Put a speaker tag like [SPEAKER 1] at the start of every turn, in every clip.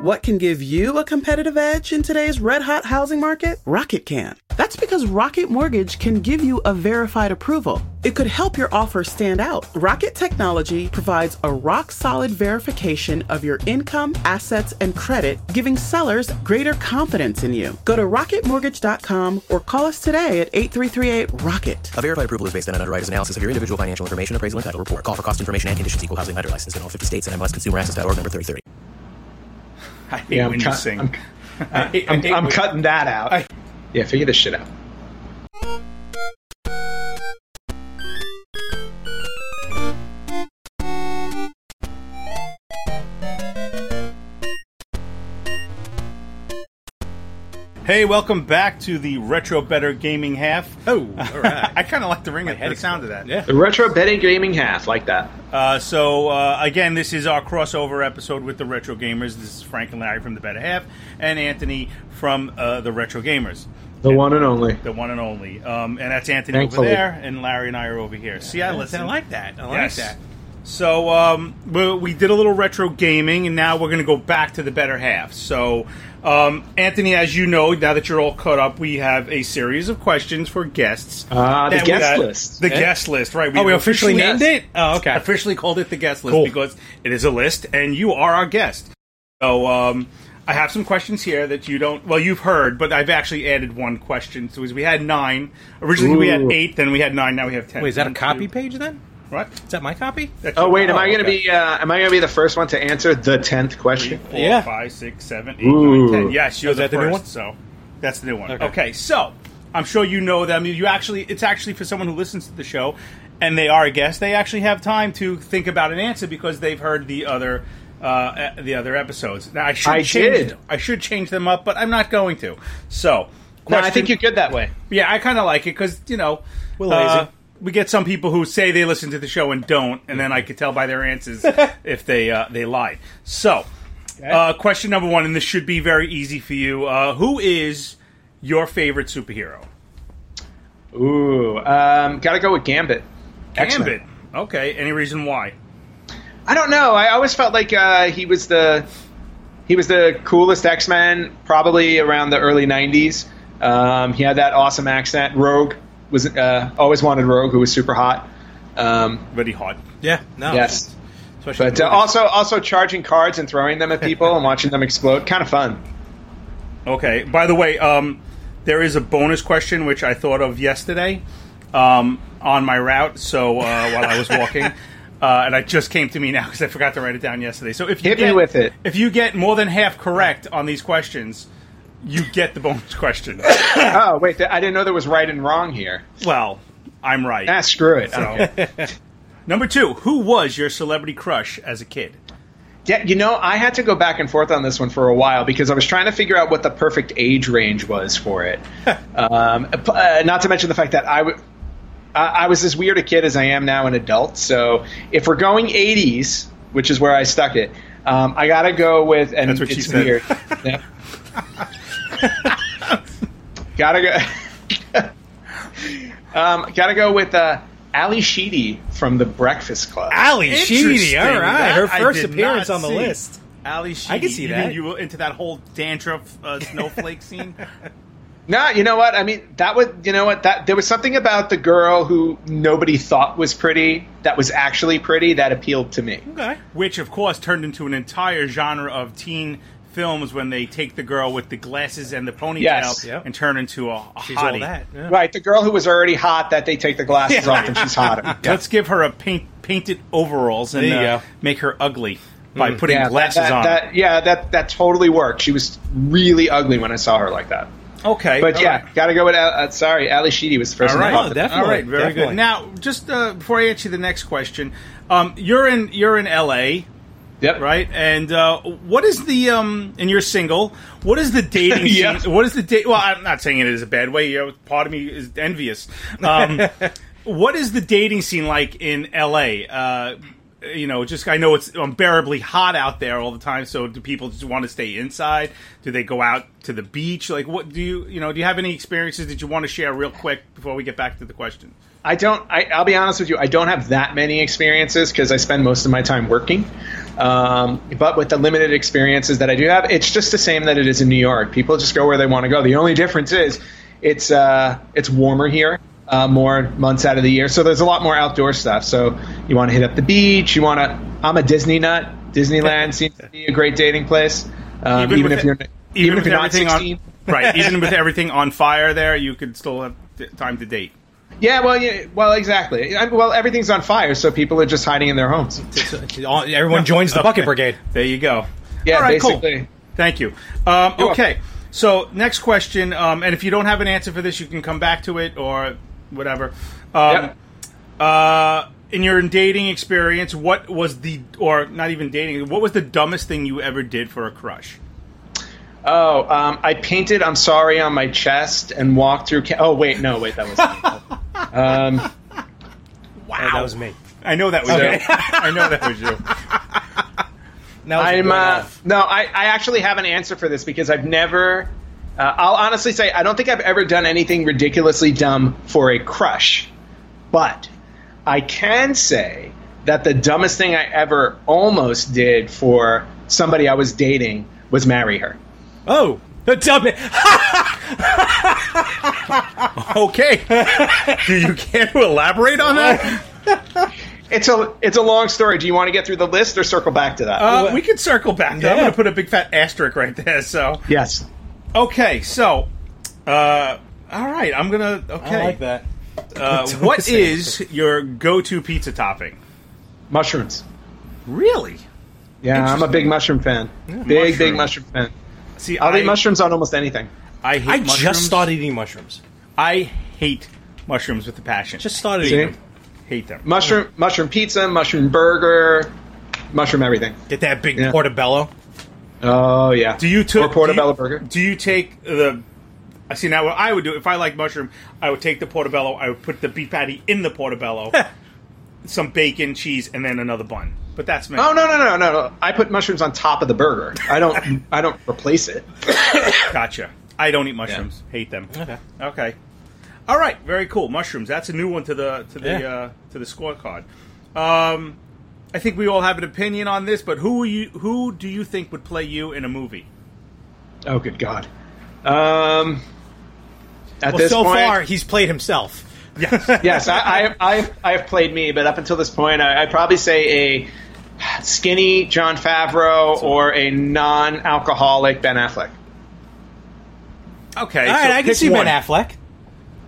[SPEAKER 1] What can give you a competitive edge in today's red hot housing market? Rocket can. That's because Rocket Mortgage can give you a verified approval. It could help your offer stand out. Rocket Technology provides a rock solid verification of your income, assets, and credit, giving sellers greater confidence in you. Go to rocketmortgage.com or call us today at 8338 Rocket.
[SPEAKER 2] A verified approval is based on an underwriter's analysis of your individual financial information appraisal and title report. Call for cost information and conditions equal housing lender license in all 50 states and MLSconsumeraccess.org number 3030.
[SPEAKER 3] I hate
[SPEAKER 4] Yeah, I'm
[SPEAKER 3] when
[SPEAKER 4] cut-
[SPEAKER 3] you sing.
[SPEAKER 4] I'm-
[SPEAKER 3] I-
[SPEAKER 4] I-
[SPEAKER 3] I'm,
[SPEAKER 4] I-
[SPEAKER 3] I'm
[SPEAKER 4] I-
[SPEAKER 3] cutting that out.
[SPEAKER 4] I- Yeah, figure this shit out.
[SPEAKER 3] hey, welcome back to the Retro Better Gaming half.
[SPEAKER 5] Oh, all right.
[SPEAKER 3] I kind of like the ring of
[SPEAKER 5] head
[SPEAKER 3] the sound of that.
[SPEAKER 5] Yeah.
[SPEAKER 4] The retro betting gaming half, like that.
[SPEAKER 3] Uh, so uh, again, this is our crossover episode with the Retro Gamers. This is Frank and Larry from the Better Half, and Anthony from uh, the Retro Gamers,
[SPEAKER 4] The one and only.
[SPEAKER 3] the one and only. Um, and that's Anthony
[SPEAKER 4] Thankfully.
[SPEAKER 3] over there, and Larry and I are over here. See, I listen.
[SPEAKER 5] I like that. I like
[SPEAKER 3] Yes.
[SPEAKER 5] that.
[SPEAKER 3] So um, we, we did a little retro gaming, and now we're going to go back to the better half. So, um, Anthony, as you know, now that you're all caught up, we have a series of questions for guests.
[SPEAKER 4] Ah, the
[SPEAKER 3] That we
[SPEAKER 4] guest
[SPEAKER 3] got-
[SPEAKER 4] list.
[SPEAKER 3] The
[SPEAKER 4] Yeah.
[SPEAKER 3] guest list, right?
[SPEAKER 5] Oh, we officially named
[SPEAKER 4] Yes.
[SPEAKER 5] it? Oh, okay.
[SPEAKER 3] Officially called it the guest list
[SPEAKER 5] Cool.
[SPEAKER 3] because it is a list, and you are our guest. So, um, I have some questions here that you don't. Well, you've heard, but I've actually added one question. So, we had nine originally, we had
[SPEAKER 4] Ooh.
[SPEAKER 3] eight, then we had nine, now we have ten.
[SPEAKER 5] Wait, is that a
[SPEAKER 3] One, two-
[SPEAKER 5] copy page then?
[SPEAKER 3] What?
[SPEAKER 5] Is that my copy?
[SPEAKER 3] That's
[SPEAKER 4] Oh
[SPEAKER 3] your-
[SPEAKER 4] wait, am I gonna
[SPEAKER 3] okay.
[SPEAKER 4] be? Uh, am I gonna be the first one to answer the tenth question?
[SPEAKER 3] Four,
[SPEAKER 5] Yeah.
[SPEAKER 3] five, six, seven, eight, nine,
[SPEAKER 4] Ooh.
[SPEAKER 3] ten. Yes, you're
[SPEAKER 5] Is that
[SPEAKER 3] the
[SPEAKER 5] the new
[SPEAKER 3] first,
[SPEAKER 5] one?
[SPEAKER 3] So that's the new one. Okay.
[SPEAKER 5] Okay.
[SPEAKER 3] so I'm sure you know them. You actually, it's actually for someone who listens to the show, and they are a guest. They actually have time to think about an answer because they've heard the other. Uh, e- the other episodes. Now I should
[SPEAKER 4] I
[SPEAKER 3] change.
[SPEAKER 4] did.
[SPEAKER 3] I should change them up, but I'm not going to. So,
[SPEAKER 4] No, I
[SPEAKER 3] question-
[SPEAKER 4] think you're good that way.
[SPEAKER 3] yeah, I kind of like it because you know uh,
[SPEAKER 5] We're lazy.
[SPEAKER 3] we get some people who say they listen to the show and don't, and then I could tell by their answers if they uh, they lied. So, uh, question number one, and this should be very easy for you: uh, Who is your favorite superhero?
[SPEAKER 4] Ooh, um, gotta go with Gambit.
[SPEAKER 3] Gambit. Okay. Any reason why?
[SPEAKER 4] I don't know. I always felt like uh, he was the he was the coolest X Men, probably around the early '90s. Um, he had that awesome accent. Rogue was uh, always wanted Rogue, who was super hot. Um,
[SPEAKER 3] Really hot.
[SPEAKER 5] Yeah. No.
[SPEAKER 4] yes,
[SPEAKER 5] Especially
[SPEAKER 4] but uh, also also charging cards and throwing them at people and watching them explode, kind of fun.
[SPEAKER 3] Okay. By the way, um, there is a bonus question which I thought of yesterday um, on my route. So uh, while I was walking, uh, and I just came to me now because I forgot to write it down yesterday. So if you
[SPEAKER 4] Hit me
[SPEAKER 3] get,
[SPEAKER 4] with it.
[SPEAKER 3] if you get more than half correct on these questions, you get the bonus question.
[SPEAKER 4] Oh wait, th- I didn't know there was right and wrong here.
[SPEAKER 3] well, I'm right.
[SPEAKER 4] Ah, screw it. Okay.
[SPEAKER 3] Number two, who was your celebrity crush as a kid?
[SPEAKER 4] Yeah, you know, I had to go back and forth on this one for a while because I was trying to figure out what the perfect age range was for it. um, p- uh, not to mention the fact that I w- I I was as weird a kid as I am now an adult. So if we're going 80s, which is where I stuck it, um, I gotta go with and
[SPEAKER 3] That's what she
[SPEAKER 4] it's
[SPEAKER 3] said.
[SPEAKER 4] weird. Yeah. gotta go. um, gotta go with uh, Ali Sheedy from The Breakfast Club.
[SPEAKER 3] Ah,
[SPEAKER 5] Ali Sheedy.
[SPEAKER 3] Interesting.
[SPEAKER 5] All right.
[SPEAKER 3] That
[SPEAKER 5] Her
[SPEAKER 3] I
[SPEAKER 5] first
[SPEAKER 3] did
[SPEAKER 5] appearance
[SPEAKER 3] not
[SPEAKER 5] on the
[SPEAKER 3] see.
[SPEAKER 5] list.
[SPEAKER 3] Ali Sheedy.
[SPEAKER 5] I can see
[SPEAKER 3] you
[SPEAKER 5] that.
[SPEAKER 3] mean you were into that whole dandruff uh, snowflake scene.
[SPEAKER 4] No, you know what? I mean, that was you know what that there was something about the girl who nobody thought was pretty that was actually pretty that appealed to me.
[SPEAKER 5] Okay.
[SPEAKER 3] which of course turned into an entire genre of teen films when they take the girl with the glasses and the ponytail
[SPEAKER 4] Yes.
[SPEAKER 5] Yep.
[SPEAKER 3] and turn into a, a
[SPEAKER 5] She's
[SPEAKER 3] hottie.
[SPEAKER 5] all that. Yeah.
[SPEAKER 4] Right, the girl who was already hot that they take the glasses off and she's hotter.
[SPEAKER 3] Let's give her a paint, painted overalls and
[SPEAKER 5] There you
[SPEAKER 3] uh,
[SPEAKER 5] go.
[SPEAKER 3] make her ugly by putting
[SPEAKER 4] Mm, Yeah,
[SPEAKER 3] glasses
[SPEAKER 4] that,
[SPEAKER 3] on.
[SPEAKER 4] that- yeah, that that totally worked. She was really ugly when I saw her like that.
[SPEAKER 3] okay,
[SPEAKER 4] But
[SPEAKER 3] all
[SPEAKER 4] yeah,
[SPEAKER 3] right.
[SPEAKER 4] gotta go with. Al- Uh, sorry, Ali Sheedy was the first
[SPEAKER 3] All
[SPEAKER 4] one.
[SPEAKER 3] right,
[SPEAKER 4] that popped in.
[SPEAKER 5] Oh, definitely.
[SPEAKER 3] all right, very
[SPEAKER 5] definitely.
[SPEAKER 3] good. Now, just uh, before I answer the next question, um, you're in you're in L.A.
[SPEAKER 4] Yep.
[SPEAKER 3] right? And uh, what is the um? And you're single. What is the dating?
[SPEAKER 4] Yeah.
[SPEAKER 3] scene? What is the date? Well, I'm not saying it is a bad way. You know, part of me is envious. Um, what is the dating scene like in L.A.? Uh, you know, just I know it's unbearably hot out there all the time. So do people just want to stay inside? Do they go out to the beach? Like, what do you you know? Do you have any experiences that you want to share real quick before we get back to the question?
[SPEAKER 4] I don't. I, I'll be honest with you. I don't have that many experiences because I spend most of my time working. Um, but with the limited experiences that I do have, it's just the same that it is in New York. People just go where they want to go. The only difference is it's uh, it's warmer here. Uh, more months out of the year, so there's a lot more outdoor stuff. So you want to hit up the beach. You want to. I'm a Disney nut. Disneyland seems to be a great dating place. Um, even,
[SPEAKER 3] with
[SPEAKER 4] if you're
[SPEAKER 3] it-
[SPEAKER 4] even, if
[SPEAKER 3] with
[SPEAKER 4] you're not
[SPEAKER 3] everything
[SPEAKER 4] 16.
[SPEAKER 3] on right, even with everything on fire there, you could still have t- time to date.
[SPEAKER 4] Yeah, well, yeah, well, exactly. I, well, everything's on fire, so people are just hiding in their homes.
[SPEAKER 5] Everyone joins the bucket brigade.
[SPEAKER 3] There you go.
[SPEAKER 4] Yeah,
[SPEAKER 3] All right,
[SPEAKER 4] basically.
[SPEAKER 3] Cool. Thank you. Um,
[SPEAKER 4] You're
[SPEAKER 3] okay, so next question, um, and if you don't have an answer for this, you can come back to it or whatever. Um,
[SPEAKER 4] Yep.
[SPEAKER 3] uh, in your dating experience, what was the or not even dating? What was the dumbest thing you ever did for a crush?
[SPEAKER 4] Oh, um, I painted "I'm sorry" on my chest and walked through. Ca- oh, wait, no, wait, that was. me. um,
[SPEAKER 5] Wow, that was me.
[SPEAKER 3] I know that was you. I know that was you.
[SPEAKER 5] Now
[SPEAKER 4] I'm uh, no, I, I actually have an answer for this because I've never. Uh, I'll honestly say I don't think I've ever done anything ridiculously dumb for a crush, but I can say that the dumbest thing I ever almost did for somebody I was dating was marry her.
[SPEAKER 5] oh, tell me.
[SPEAKER 3] Okay. Do you care to elaborate on that?
[SPEAKER 4] It's a it's a long story. Do you want to get through the list or circle back to that?
[SPEAKER 3] Uh, we can circle back. to that. I'm
[SPEAKER 5] Yeah.
[SPEAKER 3] going to put a big fat asterisk right there. So
[SPEAKER 4] yes.
[SPEAKER 3] okay, so uh, all right, I'm gonna okay.
[SPEAKER 5] I like that.
[SPEAKER 3] Uh,
[SPEAKER 5] Don't
[SPEAKER 3] what
[SPEAKER 5] say
[SPEAKER 3] is your go-to pizza topping?
[SPEAKER 4] Mushrooms.
[SPEAKER 3] Really?
[SPEAKER 4] Yeah, I'm a big mushroom fan. big
[SPEAKER 3] mushroom.
[SPEAKER 4] big mushroom fan.
[SPEAKER 3] See,
[SPEAKER 4] I'll
[SPEAKER 3] I,
[SPEAKER 4] eat mushrooms on almost anything.
[SPEAKER 3] I hate
[SPEAKER 5] I
[SPEAKER 3] mushrooms.
[SPEAKER 5] just started eating mushrooms.
[SPEAKER 3] I hate mushrooms with a passion.
[SPEAKER 5] Just started
[SPEAKER 4] See?
[SPEAKER 5] eating. them.
[SPEAKER 3] hate them.
[SPEAKER 4] Mushroom mushroom pizza, mushroom burger, mushroom everything.
[SPEAKER 5] Get that big
[SPEAKER 4] Yeah.
[SPEAKER 5] portobello.
[SPEAKER 4] Oh yeah.
[SPEAKER 3] Do you took
[SPEAKER 4] or portobello
[SPEAKER 3] do you,
[SPEAKER 4] burger?
[SPEAKER 3] Do you take the? I see now. What I would do if I like mushroom, I would take the portobello. I would put the beef patty in the portobello, some bacon, cheese, and then another bun. But that's me.
[SPEAKER 4] Oh no no no no no! I put mushrooms on top of the burger. I don't I don't replace it.
[SPEAKER 3] Gotcha. I don't eat mushrooms. Hate them.
[SPEAKER 5] Okay.
[SPEAKER 3] Okay. All right. Very cool. Mushrooms. That's a new one to the to the
[SPEAKER 5] Yeah.
[SPEAKER 3] uh, to the scorecard. Um, I think we all have an opinion on this, but who you who do you think would play you in a movie?
[SPEAKER 4] Oh good god. Um. At
[SPEAKER 5] Well,
[SPEAKER 4] this
[SPEAKER 5] so
[SPEAKER 4] point,
[SPEAKER 5] far he's played himself.
[SPEAKER 4] yes, I, I, I, I have played me, but up until this point, I, I'd probably say a skinny John Favreau or a non-alcoholic Ben Affleck.
[SPEAKER 3] Okay.
[SPEAKER 5] All right,
[SPEAKER 3] so
[SPEAKER 5] I can
[SPEAKER 3] pick
[SPEAKER 5] see
[SPEAKER 3] one.
[SPEAKER 5] Ben Affleck.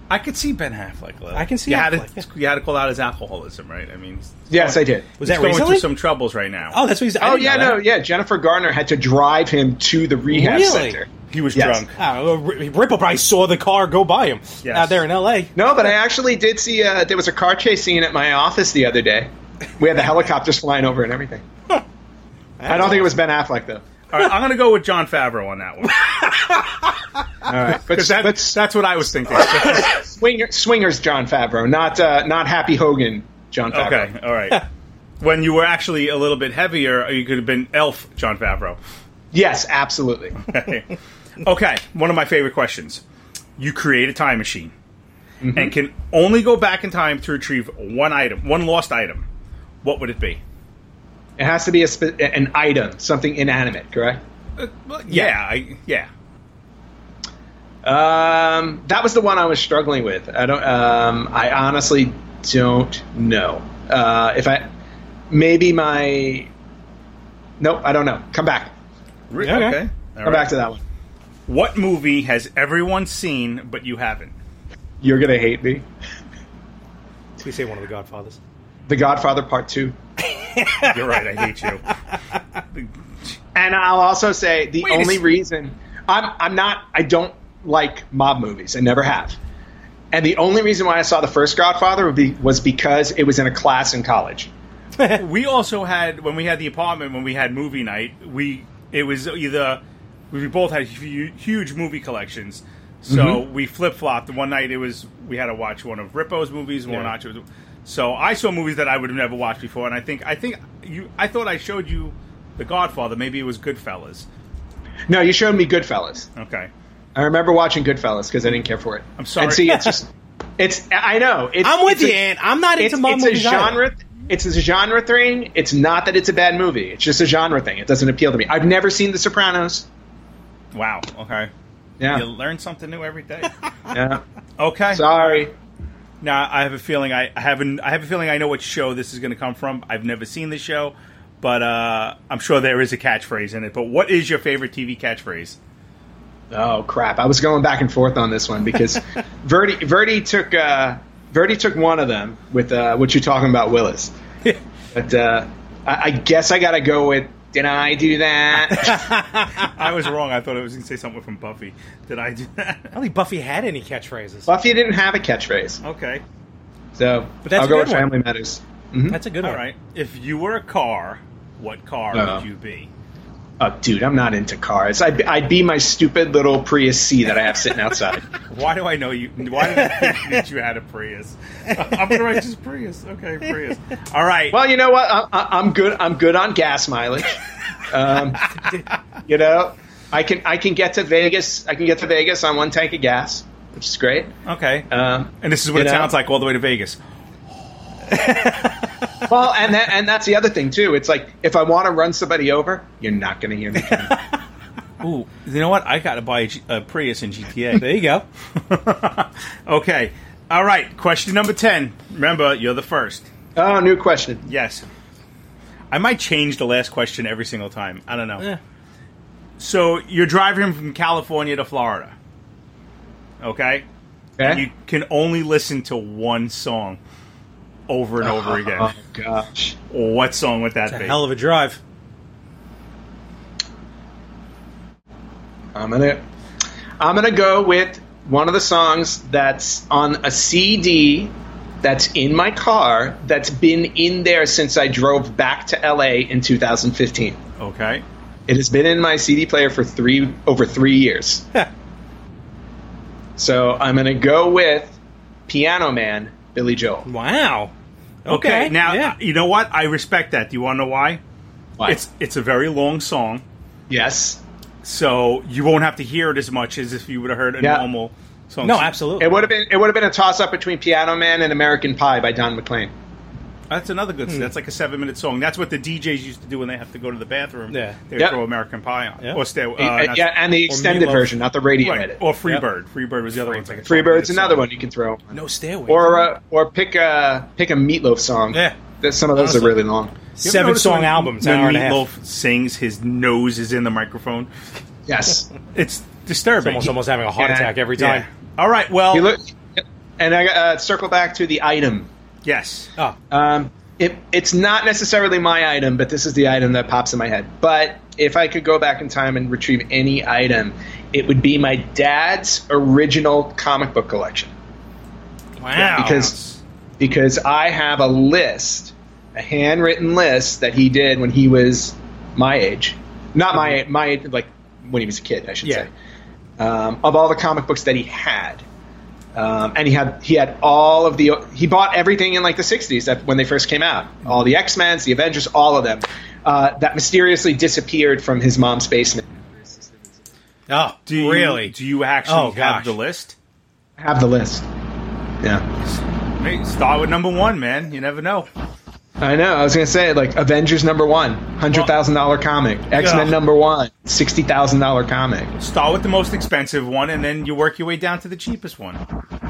[SPEAKER 3] I could see Ben Affleck. Liv.
[SPEAKER 5] I can see
[SPEAKER 3] you had
[SPEAKER 5] Affleck,
[SPEAKER 3] to,
[SPEAKER 5] yeah.
[SPEAKER 3] you had to call out his alcoholism, right? I mean, he's-
[SPEAKER 4] Yes, I did.
[SPEAKER 3] he's
[SPEAKER 5] Was that
[SPEAKER 3] going
[SPEAKER 5] recently?
[SPEAKER 3] through some troubles right now.
[SPEAKER 5] oh, that's what he's. I
[SPEAKER 4] Oh
[SPEAKER 5] didn't
[SPEAKER 4] yeah,
[SPEAKER 5] know
[SPEAKER 4] no,
[SPEAKER 5] that.
[SPEAKER 4] yeah. Jennifer Garner had to drive him to the rehab
[SPEAKER 5] Really?
[SPEAKER 4] center.
[SPEAKER 3] he was
[SPEAKER 4] Yes.
[SPEAKER 3] drunk.
[SPEAKER 5] Ah, well, R- Ripple probably saw the car go by him
[SPEAKER 3] Yes.
[SPEAKER 5] out there in L.A.
[SPEAKER 4] No, but I actually did see. Uh, there was a car chase scene at my office the other day. We had the helicopters flying over and everything. I don't think it was Ben Affleck though.
[SPEAKER 3] All right, I'm going to go with John Favreau on that one
[SPEAKER 4] All right, but,
[SPEAKER 3] because that,
[SPEAKER 4] but
[SPEAKER 3] that's what I was thinking.
[SPEAKER 4] swinger, swingers John Favreau, not uh, not Happy Hogan John Favreau.
[SPEAKER 3] Okay, all right. when you were actually a little bit heavier, you could have been Elf John Favreau.
[SPEAKER 4] Yes, absolutely.
[SPEAKER 3] Okay. okay, one of my favorite questions. You create a time machine and can only go back in time to retrieve one item, one lost item. What would it be?
[SPEAKER 4] It has to be a spe- an item, something inanimate, correct?
[SPEAKER 3] Well, yeah, I, yeah.
[SPEAKER 4] Um, that was the one I was struggling with. I don't. Um, I honestly don't know. Uh, if I maybe my nope, I don't know. Come back.
[SPEAKER 3] Re-
[SPEAKER 5] Okay.
[SPEAKER 3] All
[SPEAKER 4] Come
[SPEAKER 3] right.
[SPEAKER 4] back to that one.
[SPEAKER 3] What movie has everyone seen but you haven't?
[SPEAKER 4] You're gonna hate me.
[SPEAKER 5] We say one of the Godfathers.
[SPEAKER 4] The Godfather Part Two.
[SPEAKER 3] You're right. I hate you.
[SPEAKER 4] And I'll also say the
[SPEAKER 5] Wait a
[SPEAKER 4] only
[SPEAKER 5] s-
[SPEAKER 4] reason I'm I'm not I don't like mob movies. I never have. And the only reason why I saw the first Godfather would be, was because it was in a class in college.
[SPEAKER 3] We also had when we had the apartment when we had movie night. We it was either we both had hu- huge movie collections, so we flip flopped. One night it was we had to watch one of Rippo's movies, one
[SPEAKER 5] Yeah.
[SPEAKER 3] of Nacho's. So I saw movies that I would have never watched before, and I think I think you I thought I showed you The Godfather. Maybe it was Goodfellas.
[SPEAKER 4] No, you showed me Goodfellas.
[SPEAKER 3] Okay,
[SPEAKER 4] I remember watching Goodfellas because I didn't care for it.
[SPEAKER 3] I'm sorry.
[SPEAKER 4] And see, it's just, it's. I know. It's,
[SPEAKER 5] I'm with
[SPEAKER 4] it's
[SPEAKER 5] you,
[SPEAKER 4] a-
[SPEAKER 5] Ant. I'm not into
[SPEAKER 4] it's,
[SPEAKER 5] mob
[SPEAKER 4] it's
[SPEAKER 5] movies
[SPEAKER 4] a
[SPEAKER 5] either.
[SPEAKER 4] genre. it's a genre thing. It's not that it's a bad movie. It's just a genre thing. It doesn't appeal to me. I've never seen The Sopranos.
[SPEAKER 3] Wow. Okay. You
[SPEAKER 4] Yeah.
[SPEAKER 3] learn something new every day.
[SPEAKER 4] yeah.
[SPEAKER 3] Okay.
[SPEAKER 4] Sorry.
[SPEAKER 3] Now I have a feeling I, I haven't. I have a feeling I know what show this is going to come from. I've never seen the show, but uh, I'm sure there is a catchphrase in it. But what is your favorite TV catchphrase?
[SPEAKER 4] Oh crap! I was going back and forth on this one because Verdi Verdi took uh, Verdi took one of them with uh, what you're talking about, Willis. but uh, I, I guess I gotta go with. Did I do that?
[SPEAKER 3] I was wrong. I thought I was going to say something from Buffy. Did I do
[SPEAKER 5] I
[SPEAKER 3] that?
[SPEAKER 5] don't think Buffy had any catchphrases.
[SPEAKER 4] Buffy didn't have a catchphrase,
[SPEAKER 3] Okay.
[SPEAKER 4] so
[SPEAKER 5] But that's
[SPEAKER 4] I'll
[SPEAKER 5] a
[SPEAKER 4] go with
[SPEAKER 5] good one.
[SPEAKER 4] Family Matters.
[SPEAKER 5] That's a good
[SPEAKER 3] All
[SPEAKER 5] one.
[SPEAKER 3] right. If you were a car, what car
[SPEAKER 4] Uh-oh.
[SPEAKER 3] would you be?
[SPEAKER 4] Oh, dude, I'm not into cars. I'd, I'd be my stupid little Prius C that I have sitting outside.
[SPEAKER 3] Why do I know you? Why did I think that you had a Prius? I'm going to write just Prius. Okay, Prius. All right.
[SPEAKER 4] Well, Oh, you know what? I, I, I'm good. I'm good on gas mileage. Um, you know, I can I can get to Vegas. I can get to Vegas on one tank of gas, which is great.
[SPEAKER 3] okay.
[SPEAKER 4] Um,
[SPEAKER 3] and this is what
[SPEAKER 4] you
[SPEAKER 3] it
[SPEAKER 4] know?
[SPEAKER 3] sounds like all the way to Vegas.
[SPEAKER 4] well, and that, and that's the other thing too. It's like if I want to run somebody over, you're not going to hear me. coming.
[SPEAKER 3] Ooh, you know what? I got to buy a, G- a Prius in GTA.
[SPEAKER 5] There you go.
[SPEAKER 3] okay. All right. Question number 10. Remember, you're the first.
[SPEAKER 4] oh, new question.
[SPEAKER 3] Yes. I might change the last question every single time. I don't know.
[SPEAKER 5] Yeah.
[SPEAKER 3] So you're driving from California to Florida. Okay? And
[SPEAKER 4] Okay.
[SPEAKER 3] you can only listen to one song over and over again.
[SPEAKER 4] Oh gosh.
[SPEAKER 3] What song would that
[SPEAKER 5] It's
[SPEAKER 3] be?
[SPEAKER 5] a hell of a drive.
[SPEAKER 4] I'm gonna I'm gonna go with one of the songs that's on a CD that's in my car that's been in there since I drove back to LA in 2015.
[SPEAKER 3] okay.
[SPEAKER 4] It has been in my CD player for three over three years. so I'm gonna go with Piano Man, Billy Joel.
[SPEAKER 5] Wow.
[SPEAKER 3] Okay. Now uh,
[SPEAKER 5] yeah.
[SPEAKER 3] you know what? I respect that. Do you want to know why?
[SPEAKER 4] Why?
[SPEAKER 3] It's it's a very long song,
[SPEAKER 4] yes.
[SPEAKER 3] so you won't have to hear it as much as if you would have heard a
[SPEAKER 4] Yeah.
[SPEAKER 3] normal song.
[SPEAKER 5] no,
[SPEAKER 3] So-
[SPEAKER 5] absolutely.
[SPEAKER 4] It would have been it would have been a toss up between Piano Man and American Pie by Don
[SPEAKER 3] Uh,
[SPEAKER 4] McLean.
[SPEAKER 3] That's another good. That's like a seven-minute song. That's what the DJs used to do when they have to go to the bathroom.
[SPEAKER 5] Yeah.
[SPEAKER 3] they
[SPEAKER 4] Yeah.
[SPEAKER 3] throw American Pie on,
[SPEAKER 5] Yeah.
[SPEAKER 3] or stay, uh, not-
[SPEAKER 4] And- Eh, yeah, and the extended
[SPEAKER 5] Meatloaf.
[SPEAKER 4] version, not the radio
[SPEAKER 3] right.
[SPEAKER 4] edit.
[SPEAKER 3] or Freebird. Freebird was the other one. It's like a
[SPEAKER 4] Freebird's
[SPEAKER 3] 12-minute
[SPEAKER 4] another
[SPEAKER 3] song.
[SPEAKER 4] one you can throw. on.
[SPEAKER 5] no stairway.
[SPEAKER 4] or uh, or pick a pick a meatloaf song.
[SPEAKER 5] Yeah.
[SPEAKER 4] That- some of those
[SPEAKER 5] Honestly.
[SPEAKER 4] are really long.
[SPEAKER 3] You ever
[SPEAKER 5] seven
[SPEAKER 3] notice
[SPEAKER 5] song
[SPEAKER 3] when-
[SPEAKER 5] albums,
[SPEAKER 3] When
[SPEAKER 5] an hour and a half.
[SPEAKER 3] Meatloaf sings, his nose is in the microphone.
[SPEAKER 4] Yes,
[SPEAKER 3] It's disturbing.
[SPEAKER 5] Almost, almost having a heart
[SPEAKER 4] Yeah.
[SPEAKER 5] attack every
[SPEAKER 3] Yeah.
[SPEAKER 5] time.
[SPEAKER 3] All right. Well,
[SPEAKER 4] you look, and I uh, circle back to the item.
[SPEAKER 3] yes.
[SPEAKER 5] Oh,
[SPEAKER 4] Um, it, it's not necessarily my item, but this is the item that pops in my head. But if I could go back in time and retrieve any item, it would be my dad's original comic book collection.
[SPEAKER 5] wow.
[SPEAKER 4] because because I have a list, a handwritten list that he did when he was my age, not my my age, like when he was a kid, I should
[SPEAKER 5] Mm-hmm. Yeah.
[SPEAKER 4] say, um, of all the comic books that he had, um, and he had he had all of the he bought everything in like the '60s that when they first came out, all the X Men, the Avengers, all of them. Uh, that mysteriously disappeared from his mom's basement.
[SPEAKER 5] oh,
[SPEAKER 3] Do you,
[SPEAKER 5] really?
[SPEAKER 3] Do you actually
[SPEAKER 5] Oh,
[SPEAKER 3] have
[SPEAKER 5] gosh.
[SPEAKER 3] the list?
[SPEAKER 4] I have the list. Yeah.
[SPEAKER 3] Hey, start with number one, man. You never know.
[SPEAKER 4] I know. I was gonna say like Avengers number one, hundred thousand dollar comic. X Men
[SPEAKER 3] Yeah.
[SPEAKER 4] number one, sixty thousand dollar comic.
[SPEAKER 3] Start with the most expensive one, and then you work your way down to the cheapest one.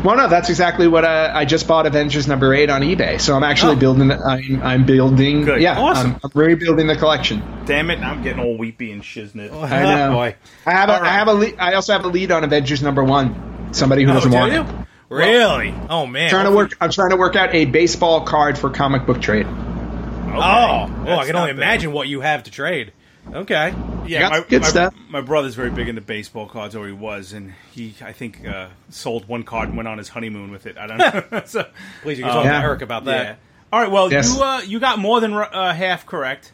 [SPEAKER 4] Well, no, that's exactly what uh, I, I just bought. Avengers number eight on eBay. So I'm actually building. I'm, I'm building.
[SPEAKER 3] Oh. Good.
[SPEAKER 4] Yeah,
[SPEAKER 3] Awesome.
[SPEAKER 4] I'm, I'm rebuilding the collection.
[SPEAKER 3] Damn it! I'm getting all weepy and shiznit.
[SPEAKER 4] I know.
[SPEAKER 5] boy.
[SPEAKER 4] I have. A,
[SPEAKER 3] All right.
[SPEAKER 4] I have a. lead I also have a lead on Avengers number one. Somebody who
[SPEAKER 5] Oh,
[SPEAKER 4] doesn't
[SPEAKER 5] do
[SPEAKER 4] want
[SPEAKER 5] you?
[SPEAKER 4] it.
[SPEAKER 5] Really? Oh man.
[SPEAKER 4] Trying to work. I'm trying to work out a baseball card for comic book trade.
[SPEAKER 3] Okay.
[SPEAKER 5] Oh, well, I
[SPEAKER 3] That's
[SPEAKER 5] can only
[SPEAKER 3] not bad.
[SPEAKER 5] imagine what you have to trade. Okay.
[SPEAKER 3] Yeah,
[SPEAKER 4] Got
[SPEAKER 3] my,
[SPEAKER 4] some good
[SPEAKER 3] my,
[SPEAKER 4] stuff.
[SPEAKER 3] my brother's very big into baseball cards, or he was, and he, I think, uh, sold one card and went on his honeymoon with it. I don't know. so,
[SPEAKER 5] Please, you can talk
[SPEAKER 4] yeah.
[SPEAKER 5] to Eric about
[SPEAKER 3] yeah.
[SPEAKER 5] that.
[SPEAKER 3] All right. Well,
[SPEAKER 4] Yes.
[SPEAKER 3] you uh, you got more than uh, half correct.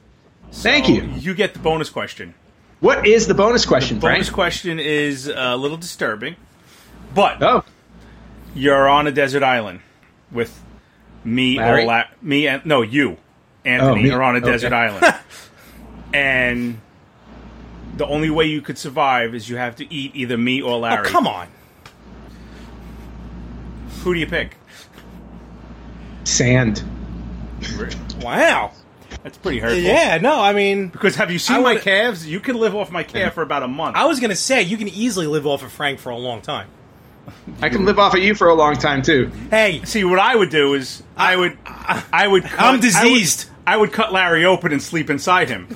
[SPEAKER 4] Thank you.
[SPEAKER 3] You get the bonus question.
[SPEAKER 4] What is the bonus question,
[SPEAKER 3] Bonus
[SPEAKER 4] Frank?
[SPEAKER 3] question is uh, a little disturbing, but
[SPEAKER 4] oh,
[SPEAKER 3] you're on a desert island with me
[SPEAKER 4] Larry?
[SPEAKER 3] or La- me and no you anthony
[SPEAKER 4] Oh, me.
[SPEAKER 3] are on a
[SPEAKER 4] Okay.
[SPEAKER 3] desert island and the only way you could survive is you have to eat either me or
[SPEAKER 5] Oh,
[SPEAKER 3] larry
[SPEAKER 5] come on.
[SPEAKER 3] who do you pick
[SPEAKER 4] sand.
[SPEAKER 5] Wow.
[SPEAKER 3] That's pretty hurtful.
[SPEAKER 5] Yeah, no, I mean,
[SPEAKER 3] Because have you seen
[SPEAKER 5] I
[SPEAKER 3] my
[SPEAKER 5] would-
[SPEAKER 3] calves? You can live off my calf for about a month.
[SPEAKER 5] I was going to say, you can easily live off of Frank for a long time.
[SPEAKER 4] I can live off of you for a long time too.
[SPEAKER 5] Hey,
[SPEAKER 3] See, what I would do is I would I would cut,
[SPEAKER 5] I'm diseased.
[SPEAKER 3] I would, I would cut Larry open and sleep inside him.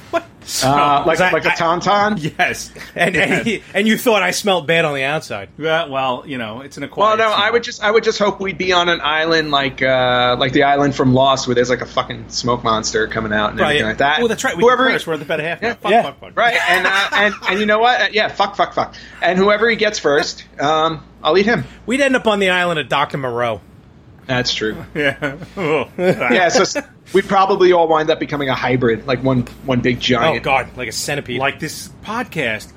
[SPEAKER 3] So,
[SPEAKER 4] Uh, like
[SPEAKER 5] I-
[SPEAKER 4] like a
[SPEAKER 5] Oh, I-
[SPEAKER 4] tauntaun.
[SPEAKER 3] yes,
[SPEAKER 5] and, and,
[SPEAKER 3] Yeah,
[SPEAKER 5] he- and you thought I smelled bad on the outside.
[SPEAKER 3] well, you know, it's an
[SPEAKER 4] Well,
[SPEAKER 3] acquired.
[SPEAKER 4] Oh, no,
[SPEAKER 3] smell.
[SPEAKER 4] I would just I would just hope we'd be on an island like uh, like the island from Lost, where there's like a fucking smoke monster coming out and
[SPEAKER 5] Right,
[SPEAKER 4] everything
[SPEAKER 5] yeah.
[SPEAKER 4] like that.
[SPEAKER 5] Well, that's right. We
[SPEAKER 4] Whoever
[SPEAKER 5] can
[SPEAKER 3] First, we're the better half. now. Fuck,
[SPEAKER 5] Yeah.
[SPEAKER 3] fuck, fuck.
[SPEAKER 4] right, and uh, and and you know what? Uh, yeah, fuck, fuck, fuck. And whoever he gets first, um, I'll eat him.
[SPEAKER 5] We'd end up on the island of Dr. Moreau.
[SPEAKER 4] That's true.
[SPEAKER 3] Yeah. Oh.
[SPEAKER 4] Yeah, so s- we probably all wind up becoming a hybrid, like one one big
[SPEAKER 5] Oh,
[SPEAKER 4] giant.
[SPEAKER 5] God, like a centipede.
[SPEAKER 3] like this podcast.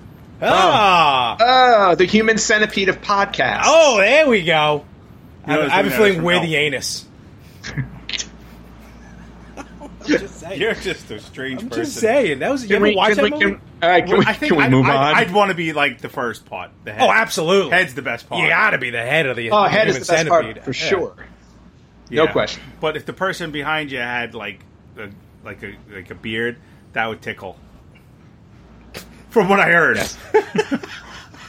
[SPEAKER 5] ah, oh,
[SPEAKER 4] Oh, the human centipede of podcasts.
[SPEAKER 5] there we go. I,
[SPEAKER 3] know,
[SPEAKER 5] I have a
[SPEAKER 3] it's
[SPEAKER 5] feeling
[SPEAKER 3] from
[SPEAKER 5] we're
[SPEAKER 3] Elf.
[SPEAKER 5] the anus.
[SPEAKER 3] You're just a strange
[SPEAKER 5] I'm
[SPEAKER 3] person.
[SPEAKER 5] just saying. That was, you
[SPEAKER 4] Can
[SPEAKER 5] ever
[SPEAKER 4] we, can,
[SPEAKER 5] watch that
[SPEAKER 4] we,
[SPEAKER 5] movie?
[SPEAKER 4] can, all right, can we,
[SPEAKER 3] I think
[SPEAKER 4] can we
[SPEAKER 3] I'd,
[SPEAKER 4] move
[SPEAKER 3] I'd,
[SPEAKER 4] on?
[SPEAKER 3] I'd want to be like the first part. The head.
[SPEAKER 5] oh, absolutely.
[SPEAKER 3] Head's the best part.
[SPEAKER 5] You gotta be the head of the
[SPEAKER 4] oh,
[SPEAKER 5] of
[SPEAKER 4] head is
[SPEAKER 5] human
[SPEAKER 4] the best
[SPEAKER 5] centipede.
[SPEAKER 4] part for
[SPEAKER 5] Yeah.
[SPEAKER 4] sure. No question.
[SPEAKER 3] But if the person behind you had like a, like a like a beard, that would tickle. From what I heard.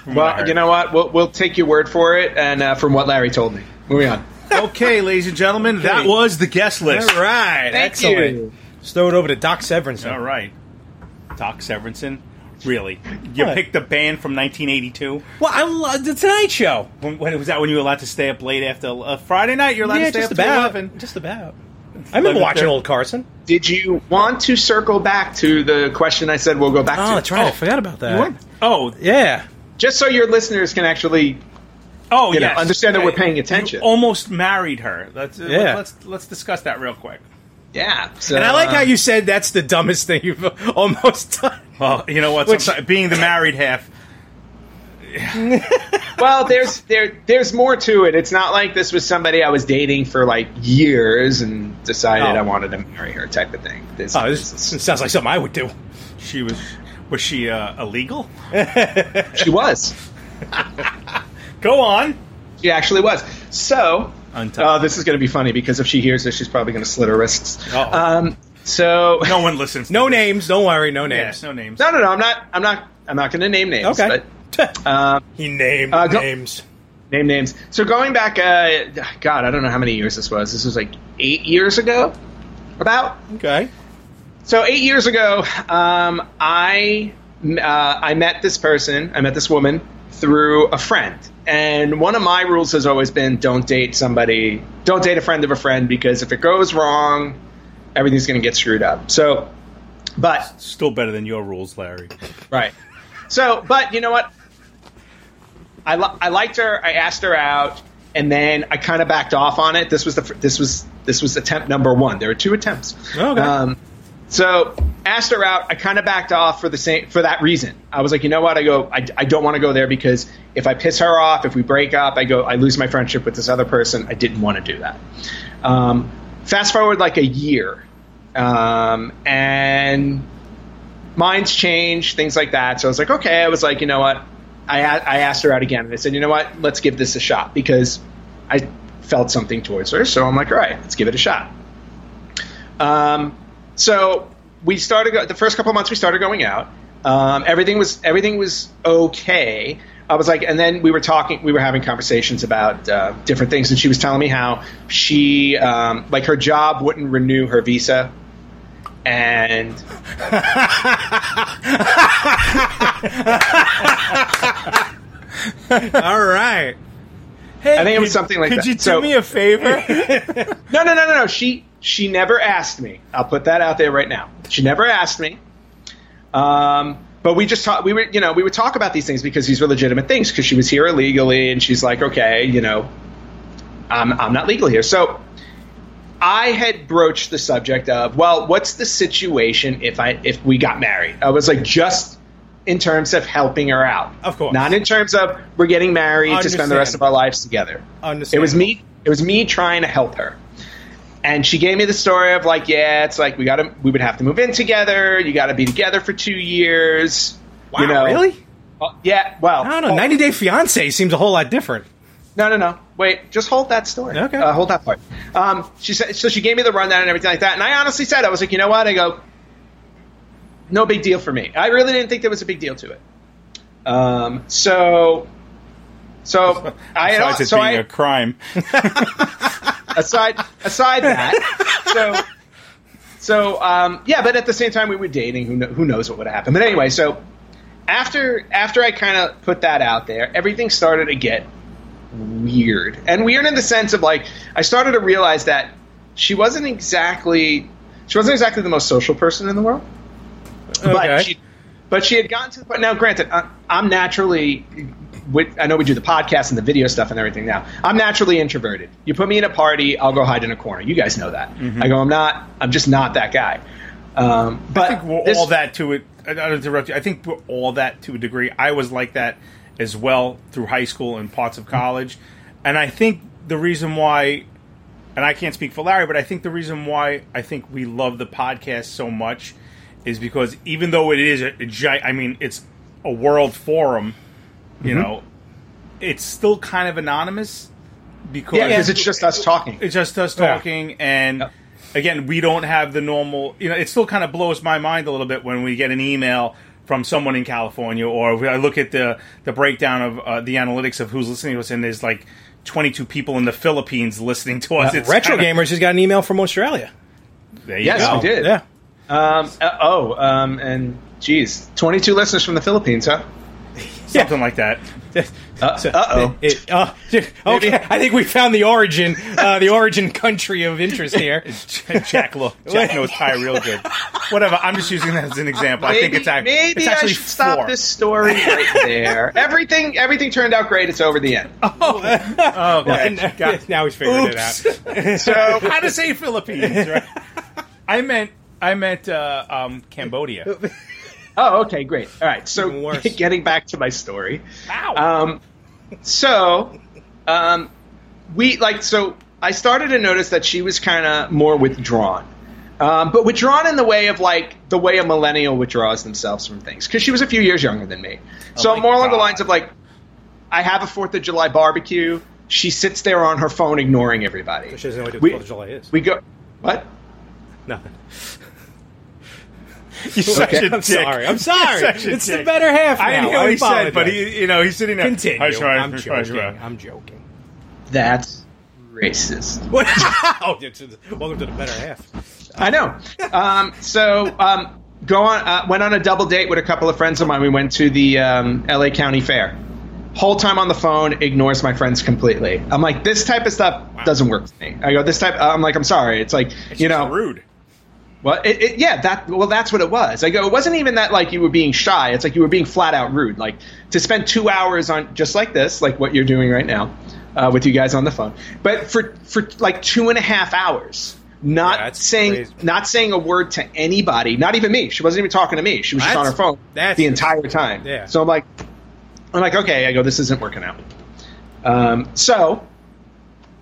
[SPEAKER 4] Well, you know what? We'll, we'll take your word for it, and uh, from what Larry told me. Moving on.
[SPEAKER 3] okay, ladies and gentlemen, that was the guest list.
[SPEAKER 5] All right. excellent.
[SPEAKER 4] you.
[SPEAKER 5] Let's throw it over to Doc Severinson.
[SPEAKER 3] All right. Doc Severinsen, really? You
[SPEAKER 5] What?
[SPEAKER 3] picked the band from 1982?
[SPEAKER 5] Well, I love The Tonight Show.
[SPEAKER 3] When, when was that when you were allowed to stay up late after uh, Friday night? You're allowed to stay
[SPEAKER 5] just
[SPEAKER 3] up till
[SPEAKER 5] about.
[SPEAKER 3] 11.
[SPEAKER 5] Just about. I remember watching old Carson.
[SPEAKER 4] Did you want to circle back to the question I said we'll go back to?
[SPEAKER 5] Oh, right. I forgot about that.
[SPEAKER 3] Oh,
[SPEAKER 5] Yeah.
[SPEAKER 4] Just so your listeners can actually
[SPEAKER 3] oh,
[SPEAKER 4] you know,
[SPEAKER 3] yes.
[SPEAKER 4] understand that
[SPEAKER 3] Yeah,
[SPEAKER 4] we're paying
[SPEAKER 3] you
[SPEAKER 4] attention.
[SPEAKER 3] almost married her. Let's, uh,
[SPEAKER 5] Yeah.
[SPEAKER 3] let's let's discuss that real quick.
[SPEAKER 4] Yeah. So,
[SPEAKER 5] And I like how
[SPEAKER 4] uh,
[SPEAKER 5] you said that's the dumbest thing you've almost done.
[SPEAKER 3] Well, you know what?
[SPEAKER 5] Which-
[SPEAKER 3] sometimes- being the married half,
[SPEAKER 4] Well, there's there there's more to it. It's not like this was somebody I was dating for like years and decided
[SPEAKER 5] Oh.
[SPEAKER 4] I wanted to marry her type of thing. This,
[SPEAKER 5] Oh, this, this sounds like something I would do.
[SPEAKER 3] she was was she uh, illegal?
[SPEAKER 4] she was.
[SPEAKER 3] Go on.
[SPEAKER 4] She actually was. So,
[SPEAKER 3] Untie.
[SPEAKER 4] oh, this is going to be funny because if she hears this, she's probably going to slit her wrists.
[SPEAKER 3] Uh-oh.
[SPEAKER 4] Um, so,
[SPEAKER 3] No one listens. to
[SPEAKER 5] No
[SPEAKER 3] this.
[SPEAKER 5] names. Don't worry. No
[SPEAKER 3] Yes,
[SPEAKER 5] names.
[SPEAKER 3] no names.
[SPEAKER 4] no, no, no. I'm not. I'm not. I'm not going to name names.
[SPEAKER 5] Okay.
[SPEAKER 4] But
[SPEAKER 5] he named
[SPEAKER 4] uh, go-
[SPEAKER 5] names.
[SPEAKER 4] name names. So going back, uh, God, I don't know how many years this was. This was like eight years ago, about.
[SPEAKER 5] Okay.
[SPEAKER 4] So eight years ago, um, I uh, I met this person. I met this woman through a friend. And one of my rules has always been: don't date somebody, don't date a friend of a friend, because if it goes wrong, everything's going to get screwed up. So, but
[SPEAKER 3] Still better than your rules, Larry.
[SPEAKER 4] Right. So, but you know what? I, li- I liked her. I asked her out, and then I kind of backed off on it. This was the fir- this was this was attempt number one. There were two attempts.
[SPEAKER 5] Okay.
[SPEAKER 4] Um, so asked her out. I kind of backed off for the same for that reason. I was like, you know what? I go. I, I don't want to go there because if I piss her off, if we break up, I go. I lose my friendship with this other person. I didn't want to do that. Um, fast forward like a year, um, and minds change, things like that. So I was like, okay. I was like, you know what? I, a- I asked her out again, and I said, you know what? Let's give this a shot because I felt something towards her. So I'm like, all right, let's give it a shot. Um, so we started go- the first couple of months. We started going out. Um, everything was everything was okay. I was like, and then we were talking. We were having conversations about uh, different things, and she was telling me how she um, like her job wouldn't renew her visa, and
[SPEAKER 5] All right. Hey,
[SPEAKER 4] I think it was something like
[SPEAKER 5] could
[SPEAKER 4] that.
[SPEAKER 5] you do
[SPEAKER 4] So-
[SPEAKER 5] me a favor?
[SPEAKER 4] No, no, no, no, no. She she never asked me. I'll put that out there right now. She never asked me. Um, but we just talk. We were, you know, we would talk about these things because these were legitimate things. Because she was here illegally, and she's like, okay, you know, I'm I'm not legal here. So I had broached the subject of, well, what's the situation if I if we got married? I was like, just in terms of helping her out,
[SPEAKER 5] Of course.
[SPEAKER 4] not in terms of we're getting married to spend the rest
[SPEAKER 5] Understand.
[SPEAKER 4] of our lives together.
[SPEAKER 5] Understand.
[SPEAKER 4] It was me. It was me trying to help her. And she gave me the story of like, yeah, it's like we got to, we would have to move in together. You got to be together for two years.
[SPEAKER 5] wow,
[SPEAKER 4] you know.
[SPEAKER 5] really?
[SPEAKER 4] Uh, yeah. Well,
[SPEAKER 5] I don't know. 90 Day Fiance seems a whole lot different.
[SPEAKER 4] No, no, no. Wait, just hold that story.
[SPEAKER 5] Okay.
[SPEAKER 4] Uh, hold that part. Um, she said, so she gave me the rundown and everything like that. And I honestly said, I was like, you know what? I go, no big deal for me. I really didn't think there was a big deal to it. Um, so, so I had,
[SPEAKER 3] Besides it
[SPEAKER 4] so
[SPEAKER 3] being
[SPEAKER 4] I,
[SPEAKER 3] a crime.
[SPEAKER 4] aside, aside that, so, so, um, yeah, but at the same time we were dating. Who, kno- who knows what would happen? But anyway, so after, after I kind of put that out there, everything started to get weird. And weird in the sense of like I started to realize that she wasn't exactly she wasn't exactly the most social person in the world.
[SPEAKER 5] Okay.
[SPEAKER 4] But she but she had gotten to the point. Now, granted, I, I'm naturally. With, I know we do the podcast and the video stuff and everything now. I'm naturally introverted. You put me in a party, I'll go hide in a corner. You guys know that. I go, I'm not. I'm just not that guy. Um, but
[SPEAKER 3] Mm-hmm. I think we're
[SPEAKER 4] this-
[SPEAKER 3] all that to it. I don't interrupt you. I think we're all that to a degree. I was like that as well through high school and parts of college, and I think the reason why, and I can't speak for Larry, but I think the reason why I think we love the podcast so much is because even though it is a, a gi- I mean, it's a world forum,
[SPEAKER 4] Mm-hmm.
[SPEAKER 3] you know, it's still kind of anonymous because
[SPEAKER 4] yeah, because it's just us talking.
[SPEAKER 3] it's just us
[SPEAKER 5] Yeah.
[SPEAKER 3] talking, and again, we don't have the normal. You know, it still kind of blows my mind a little bit when we get an email from someone in California, or if I look at the the breakdown of uh, the analytics of who's listening to us, and there's like 22 people in the Philippines listening to us. It's
[SPEAKER 5] Retro
[SPEAKER 3] kinda-
[SPEAKER 5] Gamers has got an email from Australia. Oh,
[SPEAKER 3] There you
[SPEAKER 4] Yes,
[SPEAKER 3] go.
[SPEAKER 4] we did.
[SPEAKER 5] Yeah.
[SPEAKER 4] Um, uh, oh, um, and geez, 22 listeners from the Philippines, huh?
[SPEAKER 3] Something like that.
[SPEAKER 4] Uh oh.
[SPEAKER 5] It, it- uh, okay, I think we found the origin, uh, the origin country of interest here.
[SPEAKER 3] Jack, lo- Jack knows Thai real good. Whatever. I'm just using that as an example. I think it's, act-
[SPEAKER 4] maybe
[SPEAKER 3] it's actually
[SPEAKER 4] I should stop
[SPEAKER 3] four.
[SPEAKER 4] this story right there. everything everything turned out great. It's over the end.
[SPEAKER 3] Oh, okay. Got-
[SPEAKER 5] now he's figured
[SPEAKER 3] Oops.
[SPEAKER 5] it out.
[SPEAKER 4] So
[SPEAKER 3] how to say Philippines, right? I meant I meant uh, um, Cambodia.
[SPEAKER 4] oh, okay, great. All right.
[SPEAKER 5] Even
[SPEAKER 4] So
[SPEAKER 5] worse.
[SPEAKER 4] getting back to my story.
[SPEAKER 3] Wow.
[SPEAKER 4] Um, so um, we like so I started to notice that she was kind of more withdrawn. Um, but withdrawn in the way of like the way a millennial withdraws themselves from things because she was a few years younger than me. so
[SPEAKER 3] Oh my
[SPEAKER 4] I'm more along the
[SPEAKER 3] God.
[SPEAKER 4] lines of like I have a Fourth of July barbecue. She sits there on her phone, ignoring everybody.
[SPEAKER 5] She doesn't know what
[SPEAKER 4] We-
[SPEAKER 5] 4th of July is.
[SPEAKER 4] We go. What?
[SPEAKER 5] Nothing. You're such
[SPEAKER 4] Okay.
[SPEAKER 5] a
[SPEAKER 4] I'm
[SPEAKER 5] dick. sorry. I'm sorry.
[SPEAKER 3] Such a
[SPEAKER 5] it's the
[SPEAKER 3] dick.
[SPEAKER 5] better half.
[SPEAKER 3] I
[SPEAKER 5] now.
[SPEAKER 3] didn't hear what he said,
[SPEAKER 5] apologize.
[SPEAKER 3] but he, you know, he's sitting there.
[SPEAKER 5] continue.
[SPEAKER 3] I tried-
[SPEAKER 5] I'm
[SPEAKER 3] I
[SPEAKER 5] joking.
[SPEAKER 3] tried-
[SPEAKER 5] I'm joking.
[SPEAKER 4] That's racist.
[SPEAKER 5] What? Oh, it's- it's- Welcome to the better half.
[SPEAKER 4] I know. Um, so um, go on. Uh, went on a double date with a couple of friends of mine. We went to the um, L.A. County Fair. Whole time on the phone, ignores my friends completely. I'm like, this type of stuff doesn't work for me. I go, this type. I'm like, I'm sorry. It's like, you know,
[SPEAKER 3] It's rude.
[SPEAKER 4] Well, it, it, yeah, that well, that's what it was. I go, it wasn't even that like you were being shy. It's like you were being flat out rude. Like to spend two hours on just like this, like what you're doing right now uh, with you guys on the phone, but for for like two and a half hours, not
[SPEAKER 5] Yeah, that's
[SPEAKER 4] saying
[SPEAKER 5] crazy.
[SPEAKER 4] not saying a word to anybody, not even me. She wasn't even talking to me. She was just on her
[SPEAKER 5] That's-
[SPEAKER 4] phone
[SPEAKER 5] that's-
[SPEAKER 4] the entire time.
[SPEAKER 5] Yeah.
[SPEAKER 4] So I'm like, I'm like, okay. I go, this isn't working out. Um, so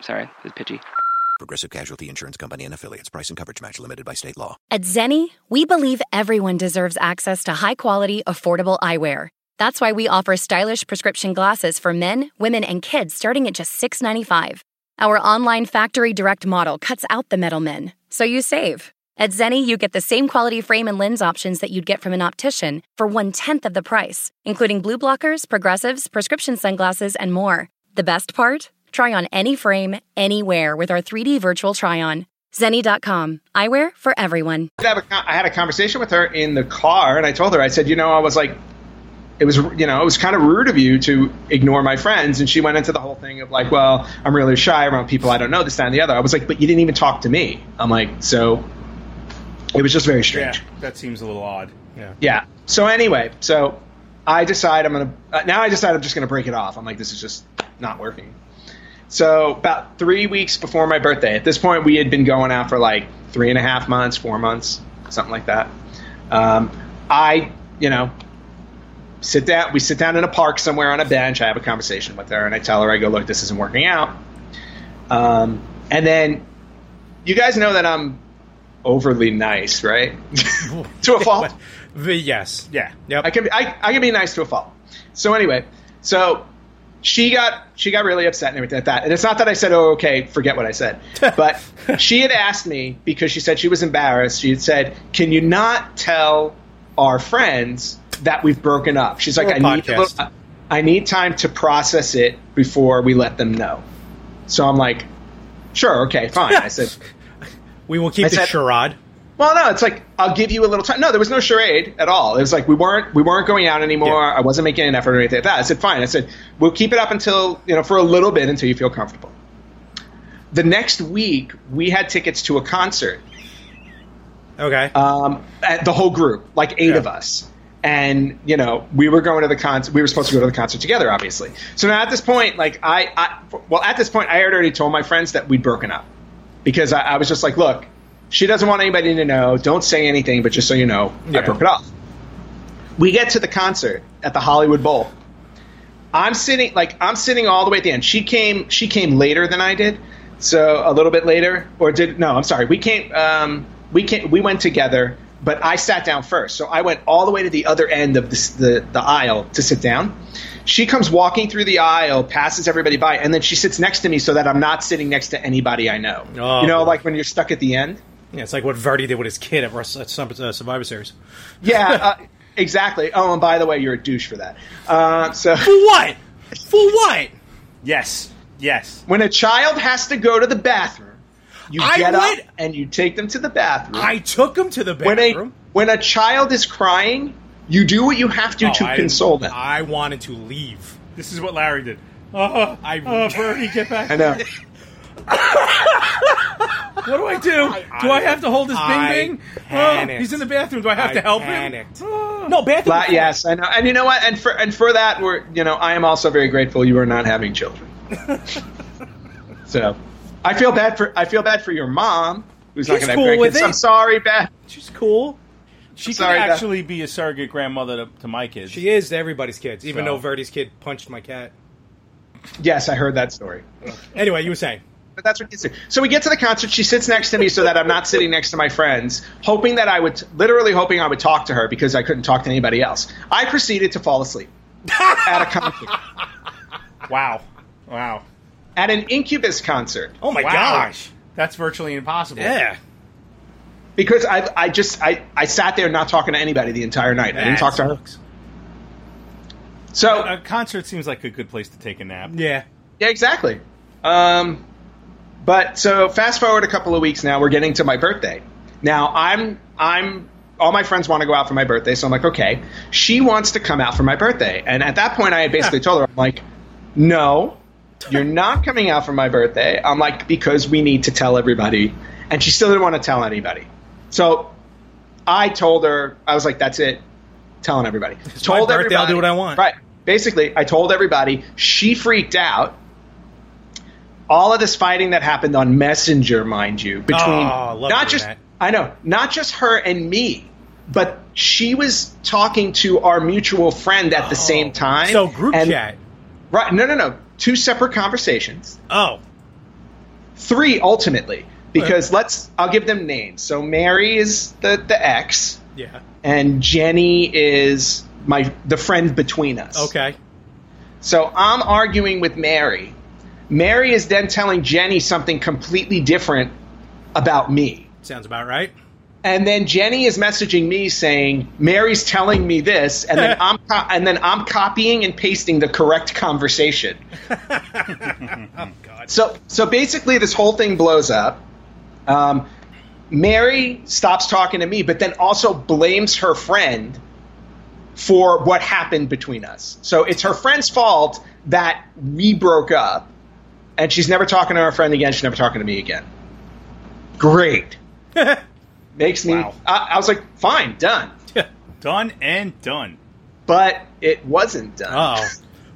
[SPEAKER 6] Sorry, this is pitchy.
[SPEAKER 2] Progressive Casualty Insurance Company and affiliates. Price and coverage match limited by state law.
[SPEAKER 7] At Zenni, we believe everyone deserves access to high quality, affordable eyewear. That's why we offer stylish prescription glasses for men, women, and kids starting at just $6.95. Our online factory direct model cuts out the middlemen, so you save. At Zenni, you get the same quality frame and lens options that you'd get from an optician for one tenth of the price, including blue blockers, progressives, prescription sunglasses, and more. The best part? Try on any frame, anywhere with our 3D virtual try on. Zenni.com. Eyewear for everyone.
[SPEAKER 4] did have a con- I had a conversation with her in the car, and I told her, I said, you know, I was like, it was, you know, it was kind of rude of you to ignore my friends. And she went into the whole thing of like, well, I'm really shy around people I don't know, this, that, and the other. I was like, but you didn't even talk to me. I'm like, so it was just very
[SPEAKER 3] Yeah,
[SPEAKER 4] strange.
[SPEAKER 3] that seems a little odd.
[SPEAKER 4] Yeah. So anyway, so I decide I'm gonna uh, now I decide I'm just gonna break it off. I'm like, this is just not working. So about three weeks before my birthday. At this point, we had been going out for like three and a half months, four months, something like that. Um, I, you know, sit down. We sit down in a park somewhere on a bench. I have a conversation with her, and I tell her, I go, look, this isn't working out. Um, and then you guys know that I'm overly nice, right? to a fault.
[SPEAKER 5] The, yes.
[SPEAKER 3] Yeah.
[SPEAKER 5] Yep.
[SPEAKER 4] I can be, I, I can be nice to a fault. So anyway, so she got she got really upset and everything like that. And it's not that I said, "Oh, okay, forget what I said," but she had asked me because she said she was embarrassed. She had said, "Can you not tell our friends that we've broken up?" She's like,
[SPEAKER 5] Or a
[SPEAKER 4] "I need a
[SPEAKER 5] podcast.
[SPEAKER 4] little, I need time to process it before we let them know." So I'm like, "Sure, okay, fine." I said.
[SPEAKER 5] we will keep
[SPEAKER 4] I
[SPEAKER 5] this
[SPEAKER 4] said-
[SPEAKER 5] charade.
[SPEAKER 4] Well, no, it's like I'll give you a little time. No, there was no charade at all. It was like we weren't we weren't going out anymore. I wasn't making an effort or anything like that. I said, fine. I said we'll keep it up until you know for a little bit until you feel comfortable. The next week, we had tickets to a concert.
[SPEAKER 5] Okay.
[SPEAKER 4] Um, at the whole group, like eight of us, and you know we were going to the concert. We were supposed to go to the concert together, obviously. So now at this point, like I, I well at this point, I had already told my friends that we'd broken up because I, I was just like, look, she doesn't want anybody to know. Don't say anything, but just so you know, I broke it off. We get to the concert at the Hollywood Bowl. I'm sitting like I'm sitting all the way at the end. She came she came later than I did, so a little bit later or did no? I'm sorry. We came um, we came we went together, but I sat down first. So I went all the way to the other end of this, the the aisle to sit down. She comes walking through the aisle, passes everybody by, and then she sits next to me so that I'm not sitting next to anybody I know.
[SPEAKER 5] Oh,
[SPEAKER 4] you know,
[SPEAKER 5] boy.
[SPEAKER 4] like when you're stuck at the end.
[SPEAKER 5] yeah, it's like what Verdi did with his kid at, Rus- at some, uh, Survivor Series.
[SPEAKER 4] Yeah, uh, exactly. Oh, and by the way, you're a douche for that. Uh, so.
[SPEAKER 5] For what? For what?
[SPEAKER 3] Yes. Yes.
[SPEAKER 4] When a child has to go to the bathroom, you
[SPEAKER 5] I
[SPEAKER 4] get
[SPEAKER 5] went-
[SPEAKER 4] up and you take them to the bathroom.
[SPEAKER 5] I took him to the
[SPEAKER 4] when a
[SPEAKER 5] bathroom.
[SPEAKER 4] when a child is crying, you do what you have to
[SPEAKER 5] Oh,
[SPEAKER 4] to
[SPEAKER 5] I-
[SPEAKER 4] console them.
[SPEAKER 5] I wanted to leave.
[SPEAKER 3] This is what Larry did. Uh,
[SPEAKER 5] I-
[SPEAKER 3] uh, Bernie, get back.
[SPEAKER 4] I know.
[SPEAKER 3] What do I do? do I have to hold this
[SPEAKER 5] I
[SPEAKER 3] Bing Bing? Oh,
[SPEAKER 5] panicked.
[SPEAKER 3] he's in the bathroom. Do I have
[SPEAKER 5] I
[SPEAKER 3] to help
[SPEAKER 5] panicked.
[SPEAKER 3] him? Oh.
[SPEAKER 5] No, bathroom.
[SPEAKER 4] La- yes, I know. And you know what? And for and for that, we're you know I am also very grateful you are not having children. so, I feel bad for I feel bad for your mom who's not going to
[SPEAKER 5] She's
[SPEAKER 4] have
[SPEAKER 5] cool
[SPEAKER 4] great
[SPEAKER 5] with
[SPEAKER 4] kids.
[SPEAKER 5] it.
[SPEAKER 4] I'm sorry, Beth.
[SPEAKER 5] She's cool.
[SPEAKER 3] She can
[SPEAKER 4] Sorry, Beth.
[SPEAKER 3] actually be a surrogate grandmother to, to my kids.
[SPEAKER 5] She is to everybody's kids, even
[SPEAKER 3] So.
[SPEAKER 5] though Verdi's kid punched my cat.
[SPEAKER 4] Yes, I heard that story.
[SPEAKER 5] Anyway, you were saying.
[SPEAKER 4] But that's what kids do. So we get to the concert. She sits next to me so that I'm not sitting next to my friends, hoping that I would, literally hoping I would talk to her because I couldn't talk to anybody else. I proceeded to fall asleep at a concert,
[SPEAKER 3] Wow. Wow.
[SPEAKER 4] at an Incubus concert,
[SPEAKER 5] Oh my
[SPEAKER 3] wow.
[SPEAKER 5] gosh.
[SPEAKER 3] That's virtually impossible.
[SPEAKER 5] Yeah.
[SPEAKER 4] because I, I just, I, I sat there not talking to anybody the entire night. I didn't talk to her. So
[SPEAKER 3] A concert seems like a good place to take a nap.
[SPEAKER 5] Yeah.
[SPEAKER 4] Yeah, exactly. Um, but so fast forward a couple of weeks now, we're getting to my birthday. Now I'm I'm all my friends want to go out for my birthday, so I'm like, okay. She wants to come out for my birthday, and at that point, I had basically told her, I'm like, no, you're not coming out for my birthday. I'm like, because we need to tell everybody, and she still didn't want to tell anybody. So I told her, I was like, that's it, telling everybody.
[SPEAKER 5] my
[SPEAKER 4] told
[SPEAKER 5] birthday, I'll do what I want.
[SPEAKER 4] Right. Basically, I told everybody. She freaked out all of this fighting that happened on Messenger, mind you, between
[SPEAKER 5] Oh, I
[SPEAKER 4] not
[SPEAKER 5] love doing
[SPEAKER 4] just
[SPEAKER 5] that.
[SPEAKER 4] I know, not just her and me, but she was talking to our mutual friend at the same time.
[SPEAKER 5] Oh. So group
[SPEAKER 4] and-
[SPEAKER 5] chat.
[SPEAKER 4] Right. No, no, no. Two separate conversations.
[SPEAKER 5] Oh.
[SPEAKER 4] Three ultimately. Because let's I'll give them names. So Mary is the the ex
[SPEAKER 5] Yeah.
[SPEAKER 4] and Jenny is my the friend between us.
[SPEAKER 5] Okay.
[SPEAKER 4] So I'm arguing with Mary. Mary is then telling Jenny something completely different about me.
[SPEAKER 5] Sounds about right.
[SPEAKER 4] And then Jenny is messaging me saying, "Mary's telling me this," and then I'm co- and then I'm copying and pasting the correct conversation. So so basically, this whole thing blows up. Um, Mary stops talking to me, but then also blames her friend for what happened between us. So it's her friend's fault that we broke up, and she's never talking to her friend again. She's never talking to me again. Great. Makes me.
[SPEAKER 3] Wow.
[SPEAKER 4] I, I was like, fine, done.
[SPEAKER 3] Done and done.
[SPEAKER 4] But it wasn't done.
[SPEAKER 5] Oh.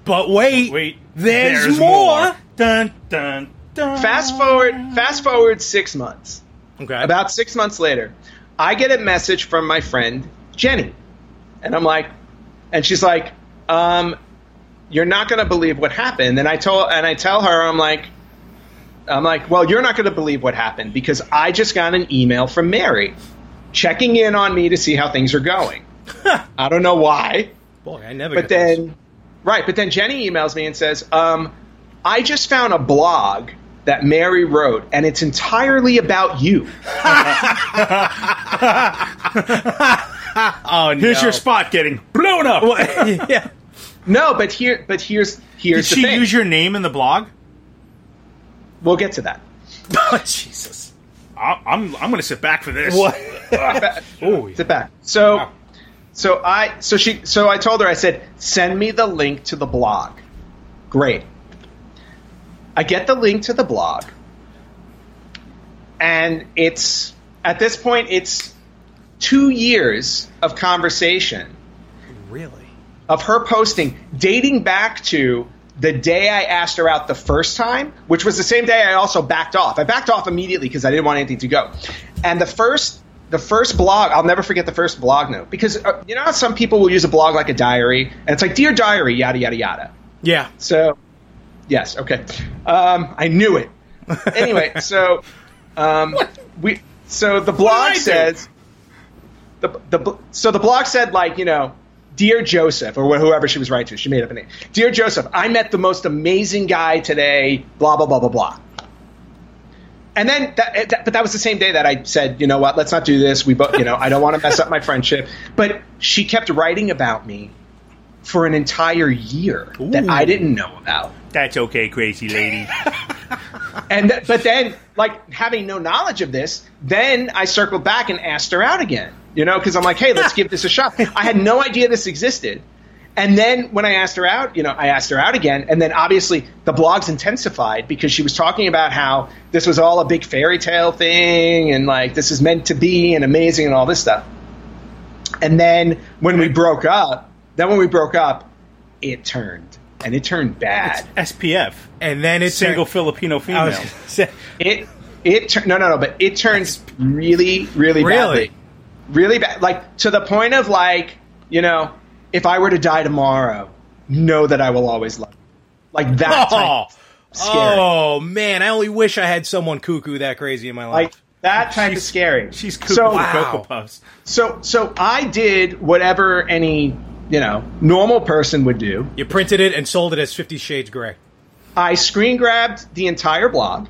[SPEAKER 5] But wait.
[SPEAKER 3] Wait,
[SPEAKER 5] There's,
[SPEAKER 3] there's
[SPEAKER 5] more.
[SPEAKER 3] more. Dun dun dun.
[SPEAKER 4] Fast forward, fast forward six months.
[SPEAKER 3] Okay.
[SPEAKER 4] About six months later, I get a message from my friend Jenny, and I'm like, and she's like, um, "You're not gonna believe what happened." And I told, and I tell her, I'm like, I'm like, "Well, you're not gonna believe what happened because I just got an email from Mary, checking in on me to see how things are going. I don't know why,
[SPEAKER 5] Boy, I never.
[SPEAKER 4] but
[SPEAKER 5] get those.
[SPEAKER 4] then, right, but then Jenny emails me and says, um, I just found a blog that Mary wrote, and it's entirely about you.
[SPEAKER 5] oh no.
[SPEAKER 3] Here's your spot getting blown up.
[SPEAKER 5] yeah.
[SPEAKER 4] No, but here, but here's
[SPEAKER 3] Did
[SPEAKER 4] here's
[SPEAKER 3] she
[SPEAKER 4] the thing.
[SPEAKER 3] use your name in the blog?
[SPEAKER 4] we'll get to that.
[SPEAKER 5] Oh, Jesus.
[SPEAKER 3] I, I'm I'm gonna sit back for this.
[SPEAKER 5] What?
[SPEAKER 3] Oh, yeah.
[SPEAKER 4] Sit back. So, so I, so she, so I told her, I said, send me the link to the blog. Great. I get the link to the blog, and it's at this point, it's two years of conversation
[SPEAKER 5] Really?
[SPEAKER 4] of her posting dating back to the day I asked her out the first time, which was the same day I also backed off. I backed off immediately because I didn't want anything to go. And the first the first blog, I'll never forget the first blog note because uh, you know how some people will use a blog like a diary and it's like dear diary yada yada yada.
[SPEAKER 5] Yeah.
[SPEAKER 4] So, yes, okay. Um, I knew it. Anyway, so um, we so the blog
[SPEAKER 3] I do?
[SPEAKER 4] says the the bl- so the blog said like you know. Dear Joseph, or wh- whoever she was writing to, she made up a name. Dear Joseph, I met the most amazing guy today. Blah blah blah blah blah. And then, that, eh, that, but that was the same day that I said, you know what, let's not do this. We both, you know, I don't want to mess up my friendship. But she kept writing about me for an entire year that I didn't know about.
[SPEAKER 3] That's okay, crazy lady.
[SPEAKER 4] And th- but then, like having no knowledge of this, then I circled back and asked her out again. You know, because I'm like, hey, let's give this a shot. I had no idea this existed. And then when I asked her out, you know, I asked her out again, and then obviously the blogs intensified because she was talking about how this was all a big fairy tale thing, and like this is meant to be and amazing and all this stuff. And then when we broke up, then when we broke up, it turned and it turned bad.
[SPEAKER 3] SPF.
[SPEAKER 5] And then it's
[SPEAKER 3] Single Filipino
[SPEAKER 5] I
[SPEAKER 3] female.
[SPEAKER 5] was gonna say,
[SPEAKER 4] It it tur- no no no, but it turns really really
[SPEAKER 5] Really?
[SPEAKER 4] badly, really bad. Like to the point of like you know, if I were to die tomorrow, know that I will always love. You. Like that.
[SPEAKER 5] oh,
[SPEAKER 4] Type, scary.
[SPEAKER 5] oh man, I only wish I had someone cuckoo that crazy in my life.
[SPEAKER 4] Like that type of scary.
[SPEAKER 3] She's cuckoo
[SPEAKER 4] so
[SPEAKER 3] for
[SPEAKER 5] Wow.
[SPEAKER 3] Cocoa Puffs.
[SPEAKER 4] so so. I did whatever any you know normal person would do.
[SPEAKER 5] you printed it and sold it as Fifty Shades Grey.
[SPEAKER 4] I screen grabbed the entire blog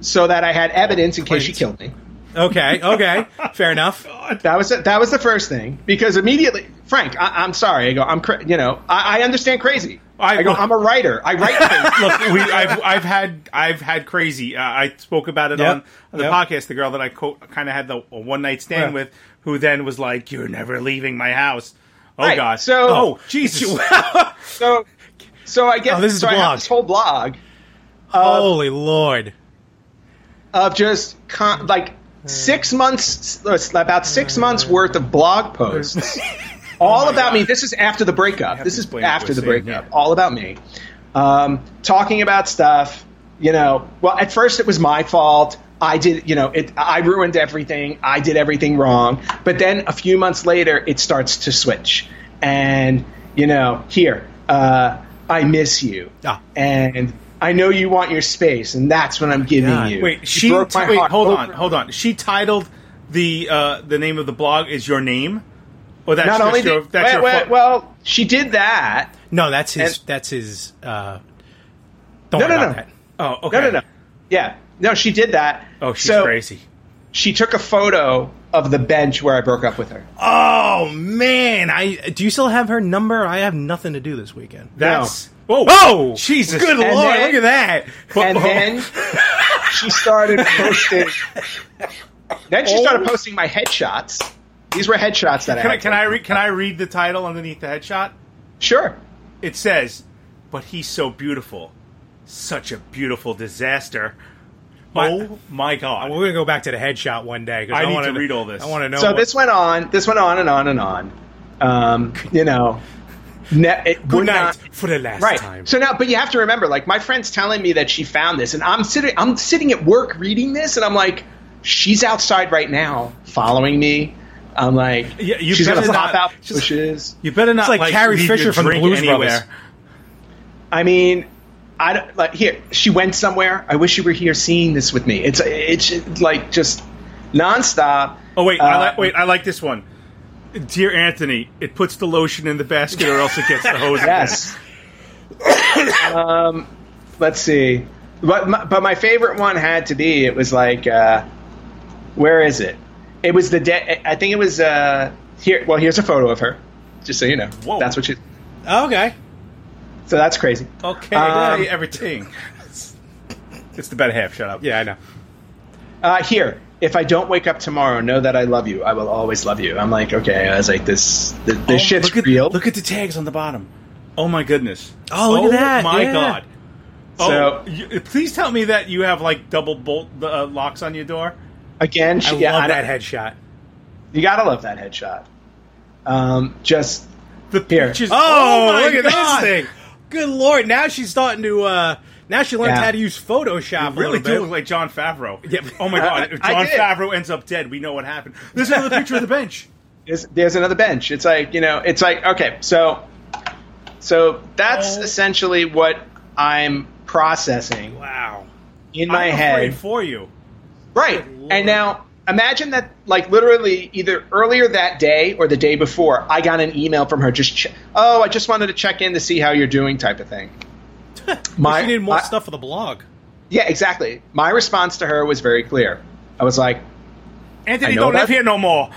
[SPEAKER 4] so that I had evidence in case she killed me.
[SPEAKER 5] Okay, okay, fair enough.
[SPEAKER 4] That was that was the first thing because immediately, Frank, I, I'm sorry. I go, I'm cra- you know, I, I understand crazy.
[SPEAKER 3] I-
[SPEAKER 4] I, go, I'm a writer. I write things.
[SPEAKER 3] Look, we, I've, I've had I've had crazy. Uh, I spoke about it
[SPEAKER 5] Yep.
[SPEAKER 3] on, on the
[SPEAKER 5] Yep.
[SPEAKER 3] podcast. The girl that I co- kind of had the one night stand
[SPEAKER 5] Yeah.
[SPEAKER 3] with, who then was like, "You're never leaving my house." Oh
[SPEAKER 4] Right,
[SPEAKER 3] God!
[SPEAKER 4] so-
[SPEAKER 3] oh Jesus!
[SPEAKER 4] So, so I get
[SPEAKER 5] Oh, this is
[SPEAKER 4] so
[SPEAKER 5] a
[SPEAKER 4] I have
[SPEAKER 5] blog.
[SPEAKER 4] this whole blog Uh,
[SPEAKER 5] Holy Lord!
[SPEAKER 4] of just con- like
[SPEAKER 3] Hmm.
[SPEAKER 4] six months, about six months worth of blog posts,
[SPEAKER 3] Oh
[SPEAKER 4] all about me. This is after the breakup. This
[SPEAKER 3] to
[SPEAKER 4] is
[SPEAKER 3] explain what
[SPEAKER 4] after
[SPEAKER 3] we're
[SPEAKER 4] the
[SPEAKER 3] saying,
[SPEAKER 4] breakup.
[SPEAKER 3] yeah.
[SPEAKER 4] All about me, um, talking about stuff. You know, well, at first it was my fault. I did, you know, it. I ruined everything. I did everything wrong. But then a few months later, it starts to switch, and you know, here, uh, I miss you,
[SPEAKER 5] Ah.
[SPEAKER 4] and. I know you want your space, and that's what I'm giving
[SPEAKER 5] God.
[SPEAKER 4] you. You
[SPEAKER 3] Wait, she.
[SPEAKER 4] broke my
[SPEAKER 3] wait,
[SPEAKER 4] heart
[SPEAKER 3] hold
[SPEAKER 4] over
[SPEAKER 3] on, hold on. She titled the uh, the name of the blog is your name. Or that's
[SPEAKER 4] not
[SPEAKER 3] just
[SPEAKER 4] only did,
[SPEAKER 3] your, that's
[SPEAKER 4] well,
[SPEAKER 3] your
[SPEAKER 4] well,
[SPEAKER 3] fault.
[SPEAKER 4] well, she did that.
[SPEAKER 5] No, that's his.
[SPEAKER 4] And-
[SPEAKER 5] that's his. Uh, don't
[SPEAKER 4] No,
[SPEAKER 5] worry
[SPEAKER 4] no,
[SPEAKER 5] about
[SPEAKER 4] no.
[SPEAKER 5] that.
[SPEAKER 3] Oh, okay.
[SPEAKER 4] No, no, no. Yeah, no, she did that.
[SPEAKER 3] Oh, she's
[SPEAKER 4] So
[SPEAKER 3] crazy.
[SPEAKER 4] She took a photo of the bench where I broke up with her.
[SPEAKER 5] Oh man, I do you still have her number? I have nothing to do this weekend.
[SPEAKER 3] That's whoa,
[SPEAKER 5] Whoa!
[SPEAKER 3] Jesus!
[SPEAKER 5] Good
[SPEAKER 4] And
[SPEAKER 5] lord,
[SPEAKER 4] then-
[SPEAKER 5] look at that.
[SPEAKER 4] and then she started posting. Then she started posting my headshots. These were headshots that
[SPEAKER 3] Can
[SPEAKER 4] I
[SPEAKER 3] I
[SPEAKER 4] had
[SPEAKER 3] can I re- can I read the title underneath the headshot?
[SPEAKER 4] Sure.
[SPEAKER 3] It says, "But he's so beautiful, such a beautiful disaster." oh my god!
[SPEAKER 5] We're gonna go back to the headshot one day. 'cause
[SPEAKER 3] I need
[SPEAKER 5] wanna,
[SPEAKER 3] to read all this.
[SPEAKER 5] I want to know.
[SPEAKER 4] So
[SPEAKER 5] what-
[SPEAKER 4] this went on. This went on and on and on. Um, you know, Ne- it
[SPEAKER 3] Good
[SPEAKER 4] would
[SPEAKER 3] night
[SPEAKER 4] not-
[SPEAKER 3] for the last
[SPEAKER 4] right.
[SPEAKER 3] time.
[SPEAKER 4] So now, but you have to remember, like my friend's telling me that she found this, and I'm sitting, I'm sitting at work reading this, and I'm like, she's outside right now, following me. I'm like,
[SPEAKER 3] Yeah, you
[SPEAKER 4] she's gonna
[SPEAKER 3] better not-
[SPEAKER 4] pop out
[SPEAKER 3] just-
[SPEAKER 4] bushes.
[SPEAKER 3] You better not
[SPEAKER 5] like Carrie
[SPEAKER 3] leave your
[SPEAKER 5] Fisher from the
[SPEAKER 3] drink
[SPEAKER 5] Blues
[SPEAKER 3] anywhere.
[SPEAKER 5] Brothers.
[SPEAKER 4] I mean, I don't, like here. She went somewhere. I wish you were here seeing this with me. It's it's like just nonstop.
[SPEAKER 3] Oh wait,
[SPEAKER 4] Uh,
[SPEAKER 3] I like wait, I like this one. Dear Anthony, it puts the lotion in the basket, or else it gets the hose. again.
[SPEAKER 4] Yes. um, let's see. But my, but my favorite one had to be it was like, uh, where is it? It was the day. I think it was uh, here. Well, here's a photo of her, just so you know.
[SPEAKER 3] Whoa.
[SPEAKER 4] That's what she.
[SPEAKER 5] Okay.
[SPEAKER 4] So that's crazy.
[SPEAKER 3] Okay,
[SPEAKER 4] Um,
[SPEAKER 3] hey, everything. It's the better half. Shut up.
[SPEAKER 5] Yeah, I know.
[SPEAKER 4] Uh, here, if I don't wake up tomorrow, know that I love you. I will always love you. I'm like, okay. I was like, this this, this shit's
[SPEAKER 3] Oh, look at,
[SPEAKER 4] real.
[SPEAKER 3] Look at the tags on the bottom. Oh my goodness.
[SPEAKER 5] Oh, look at that,
[SPEAKER 3] My
[SPEAKER 5] yeah.
[SPEAKER 3] God. Oh,
[SPEAKER 4] So-
[SPEAKER 3] you, please tell me that you have like double bolt uh, locks on your door.
[SPEAKER 4] Again, she,
[SPEAKER 5] I
[SPEAKER 4] yeah,
[SPEAKER 5] love
[SPEAKER 4] I-
[SPEAKER 5] that headshot.
[SPEAKER 4] you gotta love that headshot. Um, just
[SPEAKER 3] The
[SPEAKER 4] Here.
[SPEAKER 3] pictures.
[SPEAKER 5] Oh,
[SPEAKER 3] my
[SPEAKER 5] look at
[SPEAKER 3] God.
[SPEAKER 5] this thing. Good lord, now she's starting to uh now she learns
[SPEAKER 4] Yeah.
[SPEAKER 5] how to use Photoshop
[SPEAKER 3] You really
[SPEAKER 5] a little
[SPEAKER 3] do
[SPEAKER 5] bit.
[SPEAKER 3] look like John Favreau. Oh my God. If
[SPEAKER 4] I
[SPEAKER 3] John
[SPEAKER 4] did.
[SPEAKER 3] Favreau ends up dead, we know what happened. There's another picture of the bench.
[SPEAKER 4] there's, there's another bench. It's like you know, it's like okay, so so that's
[SPEAKER 3] Oh.
[SPEAKER 4] essentially what I'm processing
[SPEAKER 3] Wow.
[SPEAKER 4] in my
[SPEAKER 3] I'm
[SPEAKER 4] head,
[SPEAKER 3] afraid for you.
[SPEAKER 4] right?
[SPEAKER 3] Lord.
[SPEAKER 4] And now imagine that, like literally, either earlier that day or the day before, I got an email from her just, che- oh, I just wanted to check in to see how you're doing, type of thing. my
[SPEAKER 5] she needed more
[SPEAKER 4] my-
[SPEAKER 5] stuff for the blog.
[SPEAKER 4] Yeah, exactly. My response to her was very clear. I was like,
[SPEAKER 3] Anthony
[SPEAKER 4] I know
[SPEAKER 3] don't
[SPEAKER 4] that.
[SPEAKER 3] live here no more.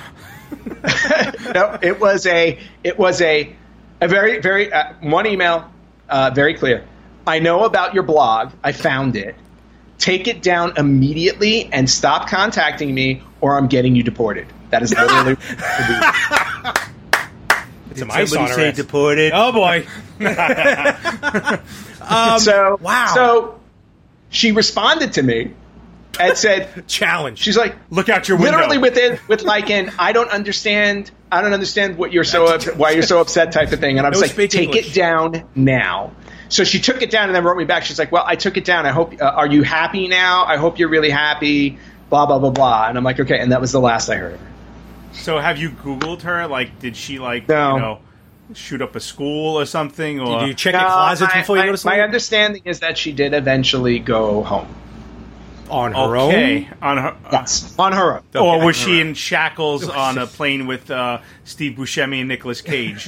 [SPEAKER 4] no, it was a it was a a very very uh, one email uh, very clear. I know about your blog. I found it. Take it down immediately and stop contacting me, or I'm getting you deported. That is literally.
[SPEAKER 5] It's some ice on her ass. Oh boy.
[SPEAKER 4] so
[SPEAKER 5] wow.
[SPEAKER 4] So she responded to me and said,
[SPEAKER 5] Challenge.
[SPEAKER 4] "She's like,
[SPEAKER 3] Look out your window.
[SPEAKER 4] literally within with like an I don't understand. I don't understand what you're so up, why you're so upset type of thing. And I was
[SPEAKER 5] No
[SPEAKER 4] like,
[SPEAKER 5] speak
[SPEAKER 4] take
[SPEAKER 5] English.
[SPEAKER 4] it down now. So she took it down and then wrote me back. She's like, well, I took it down. I hope. Uh, are you happy now? I hope you're really happy. Blah blah blah blah. And I'm like, okay. And that was the last I heard.
[SPEAKER 3] So have you Googled her? Like, did she like
[SPEAKER 4] No.
[SPEAKER 3] you know shoot up a school or something? Or
[SPEAKER 5] Do you check your closets
[SPEAKER 4] my,
[SPEAKER 5] before you
[SPEAKER 4] my-
[SPEAKER 5] go to sleep?
[SPEAKER 4] my understanding is that she did eventually go home.
[SPEAKER 5] on her
[SPEAKER 3] okay on
[SPEAKER 5] own.
[SPEAKER 3] her? uh,
[SPEAKER 4] Yes, Oh, on her own.
[SPEAKER 3] Or was she in shackles on a plane with uh, Steve Buscemi and Nicolas Cage?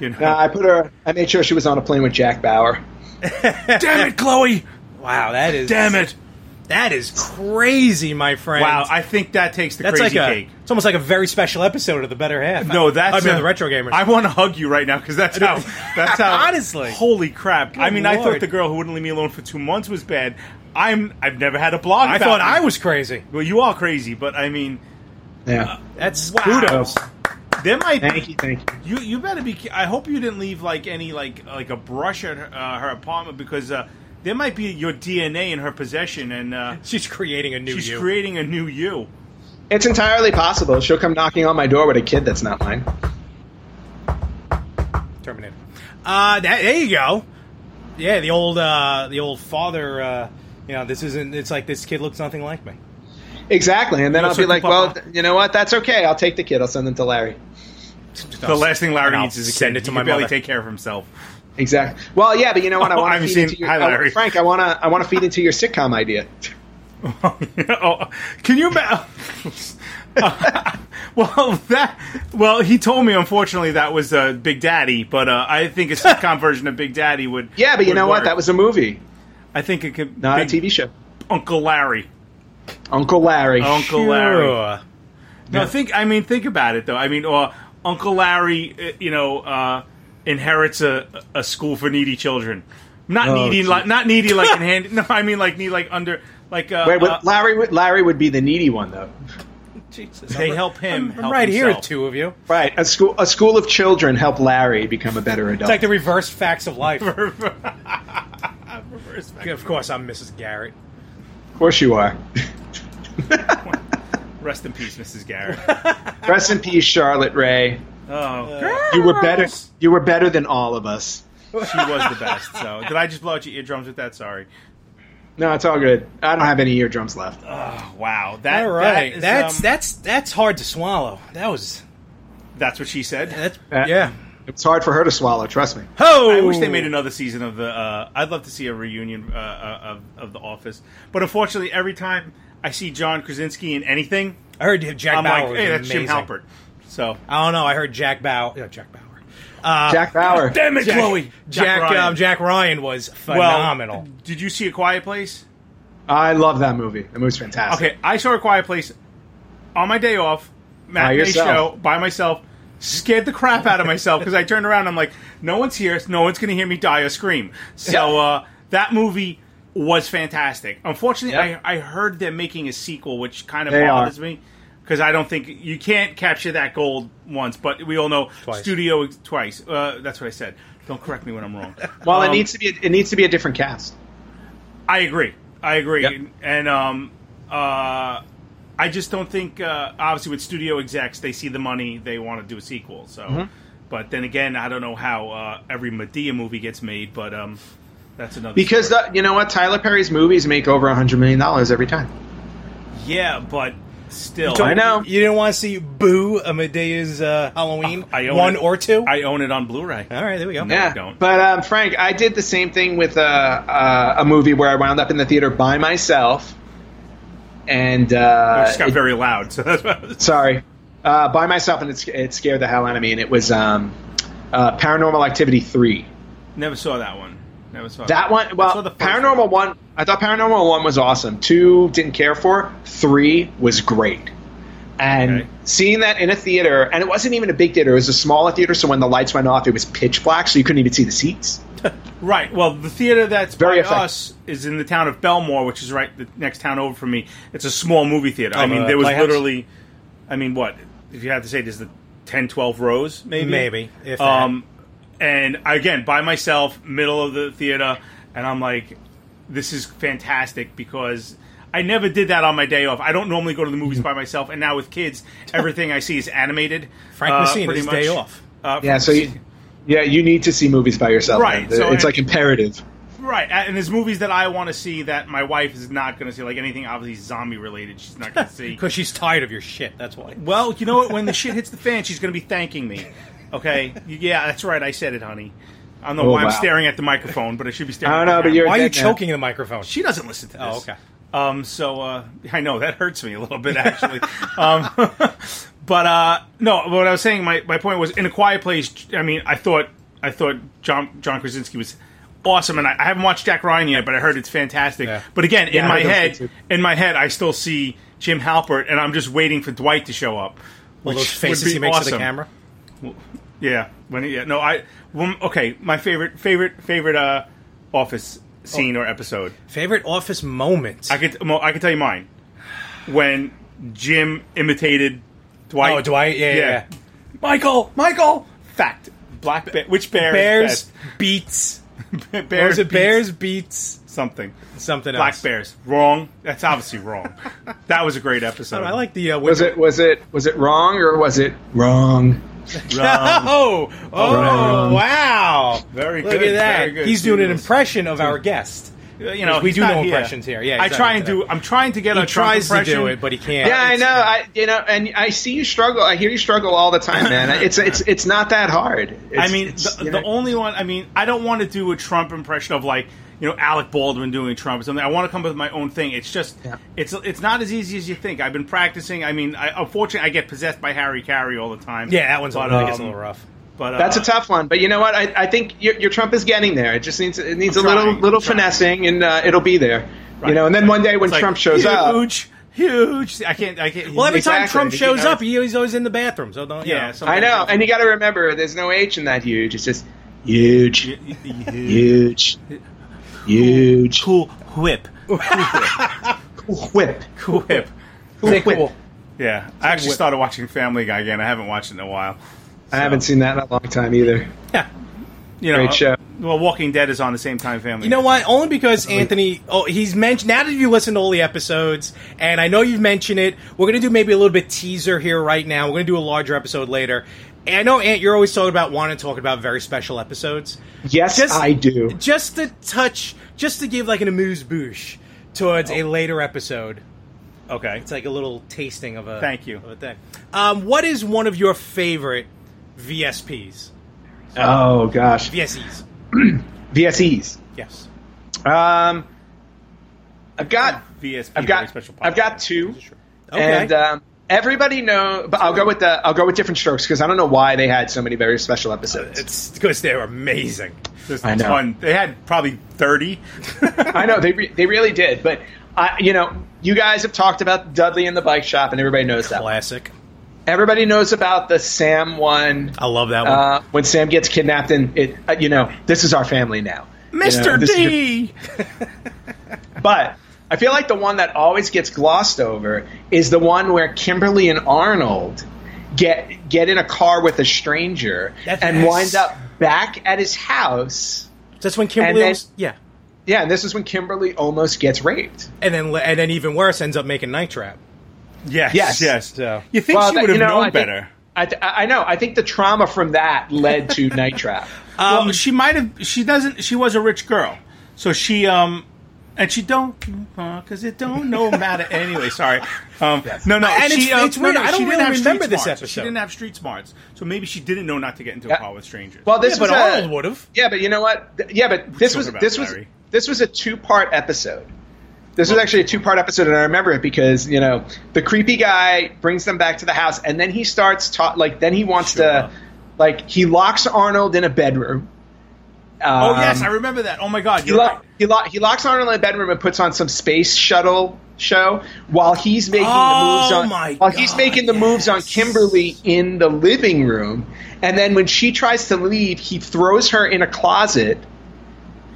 [SPEAKER 3] You know?
[SPEAKER 4] Uh, I put her. I made sure she was on a plane with Jack Bauer.
[SPEAKER 3] Damn it, Chloe!
[SPEAKER 5] Wow, that is
[SPEAKER 3] Damn it!
[SPEAKER 5] That is crazy, my friend.
[SPEAKER 3] Wow, I think that takes the
[SPEAKER 5] that's
[SPEAKER 3] crazy
[SPEAKER 5] like a
[SPEAKER 3] cake.
[SPEAKER 5] it's almost like a very special episode of the better half.
[SPEAKER 3] No, that's
[SPEAKER 5] I mean
[SPEAKER 3] uh,
[SPEAKER 5] the retro gamers.
[SPEAKER 3] I want to hug you right now because that's how. That's how.
[SPEAKER 5] Honestly.
[SPEAKER 3] holy crap! I mean, I
[SPEAKER 5] Lord.
[SPEAKER 3] thought the girl who wouldn't leave me alone for two months was bad. I'm. I've never had a blog.
[SPEAKER 5] I
[SPEAKER 3] about
[SPEAKER 5] thought
[SPEAKER 3] me.
[SPEAKER 5] I was crazy.
[SPEAKER 3] Well, you are crazy, but I mean,
[SPEAKER 4] Yeah.
[SPEAKER 5] That's
[SPEAKER 3] kudos. There might be
[SPEAKER 4] Thank you. Thank you.
[SPEAKER 3] You you better be. ca- I hope you didn't leave like any like like a brush at her, uh, her apartment because uh, there might be your DNA in her possession, and uh,
[SPEAKER 5] She's creating a new
[SPEAKER 3] she's
[SPEAKER 5] you.
[SPEAKER 3] creating a new you.
[SPEAKER 4] It's entirely possible. She'll come knocking on my door with a kid that's not mine.
[SPEAKER 5] Terminator. Uh, that, there you go. Yeah, the old uh, the old father. Uh, you know, this isn't. It's like this kid looks nothing like me.
[SPEAKER 4] Exactly. And then
[SPEAKER 3] No,
[SPEAKER 4] I'll
[SPEAKER 3] so
[SPEAKER 4] be like,
[SPEAKER 3] Papa-
[SPEAKER 4] well, th- you know what? That's okay. I'll take the kid. I'll send them to Larry.
[SPEAKER 3] The last thing Larry
[SPEAKER 5] I'll
[SPEAKER 3] needs is a
[SPEAKER 5] send
[SPEAKER 3] kid.
[SPEAKER 5] it to
[SPEAKER 3] He
[SPEAKER 5] my
[SPEAKER 3] can barely
[SPEAKER 5] mother.
[SPEAKER 3] take care of himself.
[SPEAKER 4] Exactly. Well, yeah, but you know what? I
[SPEAKER 3] Oh,
[SPEAKER 4] want
[SPEAKER 3] I'm
[SPEAKER 4] to feed
[SPEAKER 3] seeing-
[SPEAKER 4] into your,
[SPEAKER 3] hi,
[SPEAKER 4] I-
[SPEAKER 3] Larry.
[SPEAKER 4] Frank. I want to. I want to feed into your sitcom idea.
[SPEAKER 3] oh, can you imagine? well, that well, he told me unfortunately that was uh, Big Daddy, but uh, I think a sitcom version of Big Daddy would.
[SPEAKER 4] Yeah, but you
[SPEAKER 3] would
[SPEAKER 4] know what?
[SPEAKER 3] work.
[SPEAKER 4] That was a movie,
[SPEAKER 3] I think it could
[SPEAKER 4] not
[SPEAKER 3] Big
[SPEAKER 4] a TV show.
[SPEAKER 3] Uncle Larry.
[SPEAKER 4] Uncle Larry.
[SPEAKER 3] Uncle
[SPEAKER 5] Sure.
[SPEAKER 3] Larry. No, think. I mean, think about it though. I mean, or Uncle Larry, uh, you know, uh, inherits a, a school for needy children. Not
[SPEAKER 5] Oh,
[SPEAKER 3] needy, like not needy, like in hand. No, I mean like need like under like. Uh,
[SPEAKER 4] Wait,
[SPEAKER 3] uh,
[SPEAKER 4] but Larry. would- Larry would be the needy one, though.
[SPEAKER 5] Jesus,
[SPEAKER 3] they
[SPEAKER 5] I'm-
[SPEAKER 3] help him.
[SPEAKER 5] I'm
[SPEAKER 3] help
[SPEAKER 5] right here,
[SPEAKER 3] himself.
[SPEAKER 5] two of you.
[SPEAKER 4] Right. A school. A school of children help Larry become a better adult.
[SPEAKER 5] It's like the reverse facts of life.
[SPEAKER 3] uh,
[SPEAKER 5] Of course, I'm Mrs. Garrett.
[SPEAKER 4] of course you are.
[SPEAKER 3] Rest in peace, Mrs. Garrett.
[SPEAKER 4] Rest in peace, Charlotte Ray.
[SPEAKER 3] Oh,
[SPEAKER 4] You were better. You were better than all of us.
[SPEAKER 3] she was the best. So, did I just blow out your eardrums with that? Sorry.
[SPEAKER 4] No, it's all good. I don't have any eardrums left.
[SPEAKER 3] Uh, Wow, that
[SPEAKER 5] All
[SPEAKER 3] that
[SPEAKER 5] right,
[SPEAKER 3] is,
[SPEAKER 5] that's
[SPEAKER 3] um,
[SPEAKER 5] that's that's hard to swallow. That was
[SPEAKER 3] that's what she said.
[SPEAKER 5] that's
[SPEAKER 4] Uh,
[SPEAKER 5] yeah.
[SPEAKER 4] It's hard for her to swallow. Trust me.
[SPEAKER 5] Oh,
[SPEAKER 3] I wish they made another season of the. Uh, I'd love to see a reunion uh, uh, of of The Office, but unfortunately, every time I see John Krasinski in anything,
[SPEAKER 5] I heard Jack
[SPEAKER 3] I'm
[SPEAKER 5] Bauer
[SPEAKER 3] like,
[SPEAKER 5] was
[SPEAKER 3] "Hey, that's Jim
[SPEAKER 5] amazing.
[SPEAKER 3] Halpert." So
[SPEAKER 5] I don't know. I heard Jack Bauer. Yeah, Jack Bauer. Uh,
[SPEAKER 4] Jack Bauer.
[SPEAKER 5] Damn it,
[SPEAKER 3] Jack-
[SPEAKER 5] Chloe.
[SPEAKER 3] Jack
[SPEAKER 5] Jack
[SPEAKER 3] Ryan.
[SPEAKER 5] Um, Jack Ryan was phenomenal.
[SPEAKER 3] Well, did you see A Quiet Place?
[SPEAKER 4] I love that movie. That movie's fantastic.
[SPEAKER 3] Okay, I saw A Quiet Place on my day off, matinee
[SPEAKER 4] yourself.
[SPEAKER 3] show by myself. Scared the crap out of myself because I turned around. and I'm like, no one's here. No one's going to hear me die or scream. So uh, that movie was fantastic. Unfortunately,
[SPEAKER 4] Yeah.
[SPEAKER 3] I, I heard they're making a sequel, which kind of
[SPEAKER 4] They are.
[SPEAKER 3] bothers me because I don't think you can't capture that gold once. But we all know
[SPEAKER 5] Twice.
[SPEAKER 3] studio twice. Uh, that's what I said. Don't correct me when I'm wrong.
[SPEAKER 4] Well, it
[SPEAKER 3] Um,
[SPEAKER 4] needs to be. It needs to be a different cast.
[SPEAKER 3] I agree. I agree.
[SPEAKER 4] Yep.
[SPEAKER 3] And um, uh, I just don't think uh, obviously with studio execs they see the money they want to do a sequel. So,
[SPEAKER 4] Mm-hmm.
[SPEAKER 3] but then again, I don't know how uh, every Medea movie gets made, but um, that's another
[SPEAKER 4] Because
[SPEAKER 3] story.
[SPEAKER 4] uh, you know what, Tyler Perry's movies make over a hundred million dollars every time.
[SPEAKER 3] yeah, but still,
[SPEAKER 4] I know.
[SPEAKER 5] You didn't want to see Boo Amadeus uh, Halloween
[SPEAKER 3] I own
[SPEAKER 5] one
[SPEAKER 3] it.
[SPEAKER 5] or two.
[SPEAKER 3] I own it on Blu-ray.
[SPEAKER 4] Uh,
[SPEAKER 5] All right, there we go.
[SPEAKER 3] No. I
[SPEAKER 4] Yeah,
[SPEAKER 3] don't.
[SPEAKER 4] but um, Frank, I did the same thing with uh, uh, a movie where I wound up in the theater by myself, and
[SPEAKER 3] It
[SPEAKER 4] uh,
[SPEAKER 3] just got
[SPEAKER 4] it-
[SPEAKER 3] very loud. So that's what I was-
[SPEAKER 4] sorry, uh, by myself, and it, sc- it scared the hell out of me. And it was um, uh, Paranormal Activity three.
[SPEAKER 3] never saw that one. Never saw
[SPEAKER 4] That one,
[SPEAKER 3] I
[SPEAKER 4] well,
[SPEAKER 3] saw the first
[SPEAKER 4] Paranormal
[SPEAKER 3] one.
[SPEAKER 4] one, I thought Paranormal one was awesome. Two didn't care for. Three was great. And
[SPEAKER 3] Okay.
[SPEAKER 4] seeing that in a theater, and it wasn't even a big theater; it was a smaller theater. So when the lights went off, it was pitch black, so you couldn't even see the seats.
[SPEAKER 3] Right. Well, the theater that's
[SPEAKER 4] Very
[SPEAKER 3] by
[SPEAKER 4] effective.
[SPEAKER 3] us is in the town of Belmore, which is right the next town over from me. It's a small movie theater. I
[SPEAKER 5] Um,
[SPEAKER 3] mean,
[SPEAKER 5] uh,
[SPEAKER 3] there was
[SPEAKER 5] Playhouse?
[SPEAKER 3] literally, I mean, what if you have to say? There's the 10, 12 rows, maybe,
[SPEAKER 5] Maybe, if that.
[SPEAKER 3] um, and again, by myself, middle of the theater, and I'm like, this is fantastic because. I never did that on my day off. I don't normally go to the movies by myself, and now with kids, everything I see is animated.
[SPEAKER 5] Frank
[SPEAKER 3] uh,
[SPEAKER 5] Messina
[SPEAKER 3] pretty
[SPEAKER 5] his day
[SPEAKER 3] much.
[SPEAKER 5] off.
[SPEAKER 3] Uh,
[SPEAKER 4] Yeah, so you, yeah, you need to see movies by yourself.
[SPEAKER 3] Right,
[SPEAKER 4] man.
[SPEAKER 3] so
[SPEAKER 4] it's
[SPEAKER 3] I-
[SPEAKER 4] like imperative.
[SPEAKER 3] Right, a- and there's movies that I want to see that my wife is not going to see, like anything obviously zombie related. She's not going to see.
[SPEAKER 5] Because she's tired of your shit. That's why.
[SPEAKER 3] well, you know what? When the shit hits the fan, she's going to be thanking me. Okay, yeah, that's right. I said it, honey. I don't know
[SPEAKER 4] Oh,
[SPEAKER 3] why
[SPEAKER 4] wow.
[SPEAKER 3] I'm staring at the microphone, but I should be staring.
[SPEAKER 4] I don't
[SPEAKER 3] at the
[SPEAKER 4] know, but
[SPEAKER 3] camera.
[SPEAKER 4] you're.
[SPEAKER 5] Why are you
[SPEAKER 4] dead now.
[SPEAKER 5] choking the microphone?
[SPEAKER 3] She doesn't listen to this.
[SPEAKER 5] Oh, okay.
[SPEAKER 3] Um, so uh, I know that hurts me a little bit actually. um, but uh, no, what I was saying, my, my point was in a quiet place. I mean, I thought I thought John John Krasinski was awesome, and I, I haven't watched Jack Ryan yet, but I heard it's fantastic.
[SPEAKER 5] Yeah.
[SPEAKER 3] But again, in
[SPEAKER 4] I
[SPEAKER 3] my
[SPEAKER 4] heard those
[SPEAKER 3] head,
[SPEAKER 4] too.
[SPEAKER 3] in my head, I still see Jim Halpert, and I'm just waiting for Dwight to show up.
[SPEAKER 5] All
[SPEAKER 3] which
[SPEAKER 5] those faces
[SPEAKER 3] would be
[SPEAKER 5] he makes to the
[SPEAKER 3] awesome.
[SPEAKER 5] camera.
[SPEAKER 3] Yeah, when yeah, no, I when, okay. My favorite favorite favorite uh, office
[SPEAKER 5] Oh.
[SPEAKER 3] scene or episode.
[SPEAKER 5] Favorite office moment.
[SPEAKER 3] I could well, I could tell you mine. When Jim imitated Dwight.
[SPEAKER 5] oh, Dwight. Yeah, yeah. yeah.
[SPEAKER 3] Michael, Michael. Fact. Black bear. Which bear?
[SPEAKER 5] Bears
[SPEAKER 3] Is
[SPEAKER 5] beats.
[SPEAKER 3] best?
[SPEAKER 5] Bears, was it
[SPEAKER 3] beats
[SPEAKER 5] Bears beats
[SPEAKER 3] Something.
[SPEAKER 5] something
[SPEAKER 3] Black
[SPEAKER 5] else.
[SPEAKER 3] bears. Wrong. That's obviously wrong. that was a great episode.
[SPEAKER 5] I like the uh,
[SPEAKER 4] Was it? Was it? Was it wrong or was it wrong?
[SPEAKER 3] Um,
[SPEAKER 5] Oh, oh,
[SPEAKER 4] Wrong.
[SPEAKER 5] wow!
[SPEAKER 3] Very
[SPEAKER 5] Look
[SPEAKER 3] good,
[SPEAKER 5] at that.
[SPEAKER 3] very good.
[SPEAKER 5] He's doing an
[SPEAKER 3] Kudos.
[SPEAKER 5] impression of our guest.
[SPEAKER 3] you know,
[SPEAKER 5] we
[SPEAKER 3] he's
[SPEAKER 5] do
[SPEAKER 3] not
[SPEAKER 5] no
[SPEAKER 3] here.
[SPEAKER 5] impressions here. Yeah,
[SPEAKER 3] I
[SPEAKER 5] he's
[SPEAKER 3] try
[SPEAKER 5] not
[SPEAKER 3] and
[SPEAKER 5] here.
[SPEAKER 3] do. I'm trying to get
[SPEAKER 5] He
[SPEAKER 3] a Trump
[SPEAKER 5] tries to do
[SPEAKER 3] impression.
[SPEAKER 5] it, but he can't.
[SPEAKER 4] Yeah, I know. I you know, and I see you struggle. I hear you struggle all the time, man. It's it's it's not that hard. It's-
[SPEAKER 3] I mean,
[SPEAKER 4] it's,
[SPEAKER 3] the,
[SPEAKER 4] you
[SPEAKER 3] the
[SPEAKER 4] know-
[SPEAKER 3] only one. I mean, I don't want to do a Trump impression of like you know Alec Baldwin doing Trump or something. I want to come up with my own thing. It's just
[SPEAKER 4] Yeah.
[SPEAKER 3] it's it's not as easy as you think. I've been practicing. I mean, I, unfortunately, I get possessed by Harry Carey all the time.
[SPEAKER 5] Yeah, that one's
[SPEAKER 3] But,
[SPEAKER 5] a, little- gets a
[SPEAKER 3] um,
[SPEAKER 5] little rough.
[SPEAKER 3] But uh,
[SPEAKER 4] That's a tough one, but you know what? I, I think your, your Trump is getting there. It just needs it needs
[SPEAKER 3] I'm
[SPEAKER 4] a little
[SPEAKER 3] trying,
[SPEAKER 4] little
[SPEAKER 3] I'm trying.
[SPEAKER 4] finessing, and uh, it'll be there. You know, and then one day when
[SPEAKER 3] it's like,
[SPEAKER 4] Trump shows
[SPEAKER 3] huge,
[SPEAKER 4] up,
[SPEAKER 3] huge, huge. I can't. I can't.
[SPEAKER 5] Well, every time
[SPEAKER 4] Exactly.
[SPEAKER 5] Trump
[SPEAKER 4] You
[SPEAKER 5] shows
[SPEAKER 4] know,
[SPEAKER 5] up, he, he's always in the bathroom. So don't. you
[SPEAKER 3] Yeah,
[SPEAKER 5] know.
[SPEAKER 3] so-
[SPEAKER 4] I know. And you got to remember, there's no H in that huge. It's just huge, huge, huge.
[SPEAKER 3] cool whip,
[SPEAKER 4] Cool whip,
[SPEAKER 3] cool whip.
[SPEAKER 4] cool
[SPEAKER 5] Say
[SPEAKER 4] whip.
[SPEAKER 5] cool.
[SPEAKER 3] Yeah, I actually started watching Family Guy again. I haven't watched it in a while.
[SPEAKER 4] I haven't seen that in a long time either.
[SPEAKER 3] You know, uh,
[SPEAKER 4] Great show.
[SPEAKER 3] Well, Walking Dead is on the same time. Family.
[SPEAKER 5] You know what? Only because Anthony, oh, he's mentioned. Now that you listen to all the episodes, and I know you've mentioned it, we're gonna do maybe a little bit teaser here right now. We're gonna do a larger episode later. And I know, Ant, you're always talking about wanting to talk about very special episodes.
[SPEAKER 4] Yes, I do.
[SPEAKER 5] Just to touch, just to give like an amuse bouche towards a later episode.
[SPEAKER 3] Okay.
[SPEAKER 5] It's like a little tasting of a
[SPEAKER 3] Thank you.
[SPEAKER 5] of a thing. Um, what is one of your favorite VSPs?
[SPEAKER 3] uh,
[SPEAKER 4] Oh gosh,
[SPEAKER 5] VSEs.
[SPEAKER 4] VSEs.
[SPEAKER 5] Yes.
[SPEAKER 4] Um, I've got
[SPEAKER 3] VSP.
[SPEAKER 4] I've got
[SPEAKER 3] Oh, very special.
[SPEAKER 4] I've got
[SPEAKER 3] podcast.
[SPEAKER 4] two,
[SPEAKER 5] Okay.
[SPEAKER 4] and um, everybody know. But I'll go with the I'll go with different strokes because I don't know why they had so many very special episodes.
[SPEAKER 5] It's because they're amazing.
[SPEAKER 3] There's
[SPEAKER 4] I know.
[SPEAKER 3] ton. They had probably thirty.
[SPEAKER 4] I know they re- they really did, but I you know you guys have talked about Dudley and the bike shop, and everybody knows that. one.
[SPEAKER 5] Classic.
[SPEAKER 4] Everybody knows about the Sam one.
[SPEAKER 5] I love that one.
[SPEAKER 4] Uh, when Sam gets kidnapped, and it uh, you know this is our family now, You know,
[SPEAKER 3] Mr.
[SPEAKER 4] this is your-
[SPEAKER 3] D.
[SPEAKER 4] But I feel like the one that always gets glossed over is the one where Kimberly and Arnold get get in a car with a stranger
[SPEAKER 5] That's-
[SPEAKER 4] and wind up back at his house.
[SPEAKER 5] That's when Kimberly.
[SPEAKER 4] and
[SPEAKER 5] was, yeah.
[SPEAKER 4] Yeah, and this is when Kimberly almost gets raped.
[SPEAKER 5] And then and then even worse ends up making Night Trap.
[SPEAKER 3] Yes.
[SPEAKER 4] Yes.
[SPEAKER 3] Yes.
[SPEAKER 5] So
[SPEAKER 3] You think she
[SPEAKER 4] that-
[SPEAKER 3] would have
[SPEAKER 4] you know,
[SPEAKER 3] known
[SPEAKER 4] I think-
[SPEAKER 3] better?
[SPEAKER 4] I, th- I know. I think the trauma from that led to Night Trap.
[SPEAKER 3] well, um, she might have. She doesn't. She was a rich girl, so she um, and she don't because it don't no matter anyway. Sorry, um, no, no,
[SPEAKER 5] And
[SPEAKER 3] she,
[SPEAKER 5] it's-
[SPEAKER 3] um,
[SPEAKER 5] it's
[SPEAKER 3] no,
[SPEAKER 5] weird,
[SPEAKER 3] no,
[SPEAKER 5] I don't
[SPEAKER 3] she didn't
[SPEAKER 5] really
[SPEAKER 3] have street
[SPEAKER 5] remember this
[SPEAKER 3] smarts. She
[SPEAKER 5] episode.
[SPEAKER 3] didn't have street smarts, so maybe she didn't know not to get into a
[SPEAKER 4] Yeah.
[SPEAKER 3] car with strangers.
[SPEAKER 4] Well, this
[SPEAKER 5] Yeah, but
[SPEAKER 4] was a-
[SPEAKER 5] Arnold would have.
[SPEAKER 4] Yeah, but you know what? Th- Yeah, but this
[SPEAKER 3] talking
[SPEAKER 4] was
[SPEAKER 3] about
[SPEAKER 4] this was
[SPEAKER 3] Larry.
[SPEAKER 4] this was a two part episode. This was actually a two part episode, and I remember it because you know the creepy guy brings them back to the house, and then he starts ta- like then he wants to like he locks Arnold in a bedroom.
[SPEAKER 3] oh
[SPEAKER 4] Um,
[SPEAKER 3] yes, I remember that. Oh my God,
[SPEAKER 4] He,
[SPEAKER 3] you're
[SPEAKER 4] lo-
[SPEAKER 3] right.
[SPEAKER 4] he, lo- he locks Arnold in a bedroom and puts on some space shuttle show while he's making
[SPEAKER 5] Oh,
[SPEAKER 4] the moves on
[SPEAKER 5] my
[SPEAKER 4] while he's
[SPEAKER 5] God,
[SPEAKER 4] making the moves on
[SPEAKER 5] yes.
[SPEAKER 4] Kimberly in the living room, and then when she tries to leave, he throws her in a closet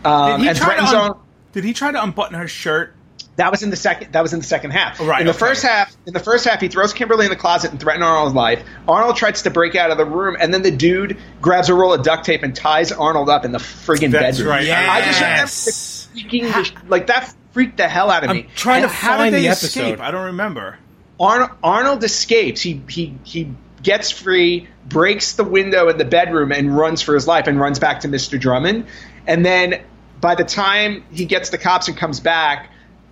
[SPEAKER 3] Did
[SPEAKER 4] um,
[SPEAKER 3] he
[SPEAKER 4] and
[SPEAKER 3] try to
[SPEAKER 4] threatens
[SPEAKER 3] un-
[SPEAKER 4] Arnold.
[SPEAKER 3] Did he try to unbutton her shirt?
[SPEAKER 4] That was in the second. That was in the second half.
[SPEAKER 3] Right,
[SPEAKER 4] In the
[SPEAKER 3] okay.
[SPEAKER 4] first half, in the first half, he throws Kimberly in the closet and threatens Arnold's life. Arnold tries to break out of the room, and then the dude grabs a roll of duct tape and ties Arnold up in the friggin'
[SPEAKER 3] That's
[SPEAKER 4] bedroom.
[SPEAKER 3] right.
[SPEAKER 5] Yes.
[SPEAKER 4] I just remember
[SPEAKER 5] Yes.
[SPEAKER 4] freaking the sh- like that freaked the hell out of
[SPEAKER 5] I'm
[SPEAKER 4] me.
[SPEAKER 5] trying
[SPEAKER 4] And
[SPEAKER 5] to
[SPEAKER 3] How
[SPEAKER 5] Find
[SPEAKER 3] did they
[SPEAKER 5] the
[SPEAKER 3] escape?
[SPEAKER 5] episode.
[SPEAKER 3] I don't remember.
[SPEAKER 4] Arnold, Arnold escapes. He he he gets free, breaks the window in the bedroom, and runs for his life, and runs back to Mister Drummond. And then by the time he gets the cops and comes back,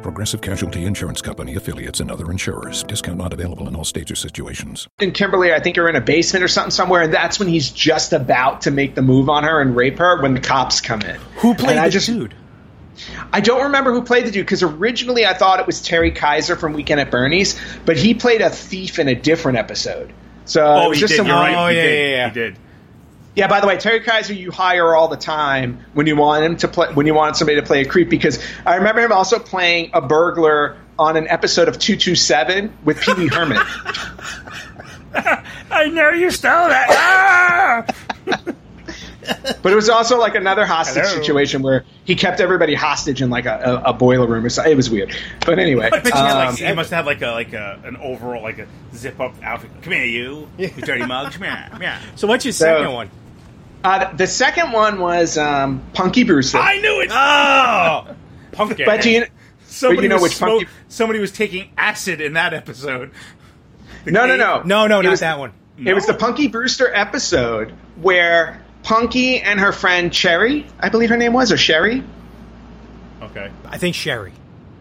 [SPEAKER 8] Progressive Casualty Insurance Company affiliates and other insurers. Discount not available in all states or situations.
[SPEAKER 4] and Kimberly, I think, are in a basement or something somewhere, and that's when he's just about to make the move on her and rape her when the cops come in.
[SPEAKER 5] Who played
[SPEAKER 4] And I
[SPEAKER 5] the
[SPEAKER 4] just-
[SPEAKER 5] dude?
[SPEAKER 4] I don't remember who played the dude because originally I thought it was Terry Kaiser from Weekend at Bernie's, but he played a thief in a different episode. So it
[SPEAKER 3] Oh,
[SPEAKER 4] was
[SPEAKER 3] he
[SPEAKER 4] just
[SPEAKER 3] did.
[SPEAKER 4] some-
[SPEAKER 3] You're right.
[SPEAKER 5] Oh,
[SPEAKER 3] he
[SPEAKER 5] yeah,
[SPEAKER 3] did.
[SPEAKER 5] yeah, yeah.
[SPEAKER 3] He did.
[SPEAKER 4] Yeah, by the way, Terry Kaiser you hire all the time when you want him to play when you want somebody to play a creep because I remember him also playing a burglar on an episode of 227 with Pee Wee Herman.
[SPEAKER 3] I know you stole that. Ah!
[SPEAKER 4] But it was also like another hostage
[SPEAKER 3] Hello.
[SPEAKER 4] situation where he kept everybody hostage in like a, a, a boiler room or something. It was weird. But anyway,
[SPEAKER 3] I bet you had,
[SPEAKER 4] um,
[SPEAKER 3] like, he must have like a like a an overall like a zip up outfit. Come here, you, you dirty mug. Come here, come here.
[SPEAKER 5] So what's your second one?
[SPEAKER 4] uh, the second one was um, Punky Brewster.
[SPEAKER 3] I knew it. Oh, pumpkin.
[SPEAKER 4] but do you,
[SPEAKER 3] somebody
[SPEAKER 4] but you know
[SPEAKER 3] was
[SPEAKER 4] which
[SPEAKER 3] smoke-
[SPEAKER 4] pumpkin-
[SPEAKER 3] somebody was taking acid in that episode. The
[SPEAKER 4] no, no,
[SPEAKER 3] cave-
[SPEAKER 4] no,
[SPEAKER 5] Oh, No, no,
[SPEAKER 4] It
[SPEAKER 5] not
[SPEAKER 4] was-
[SPEAKER 5] that one.
[SPEAKER 4] It was the Punky Brewster episode where Punky and her friend Cherry, I believe her name was, or Sherry,
[SPEAKER 3] Okay.
[SPEAKER 5] I think Sherry.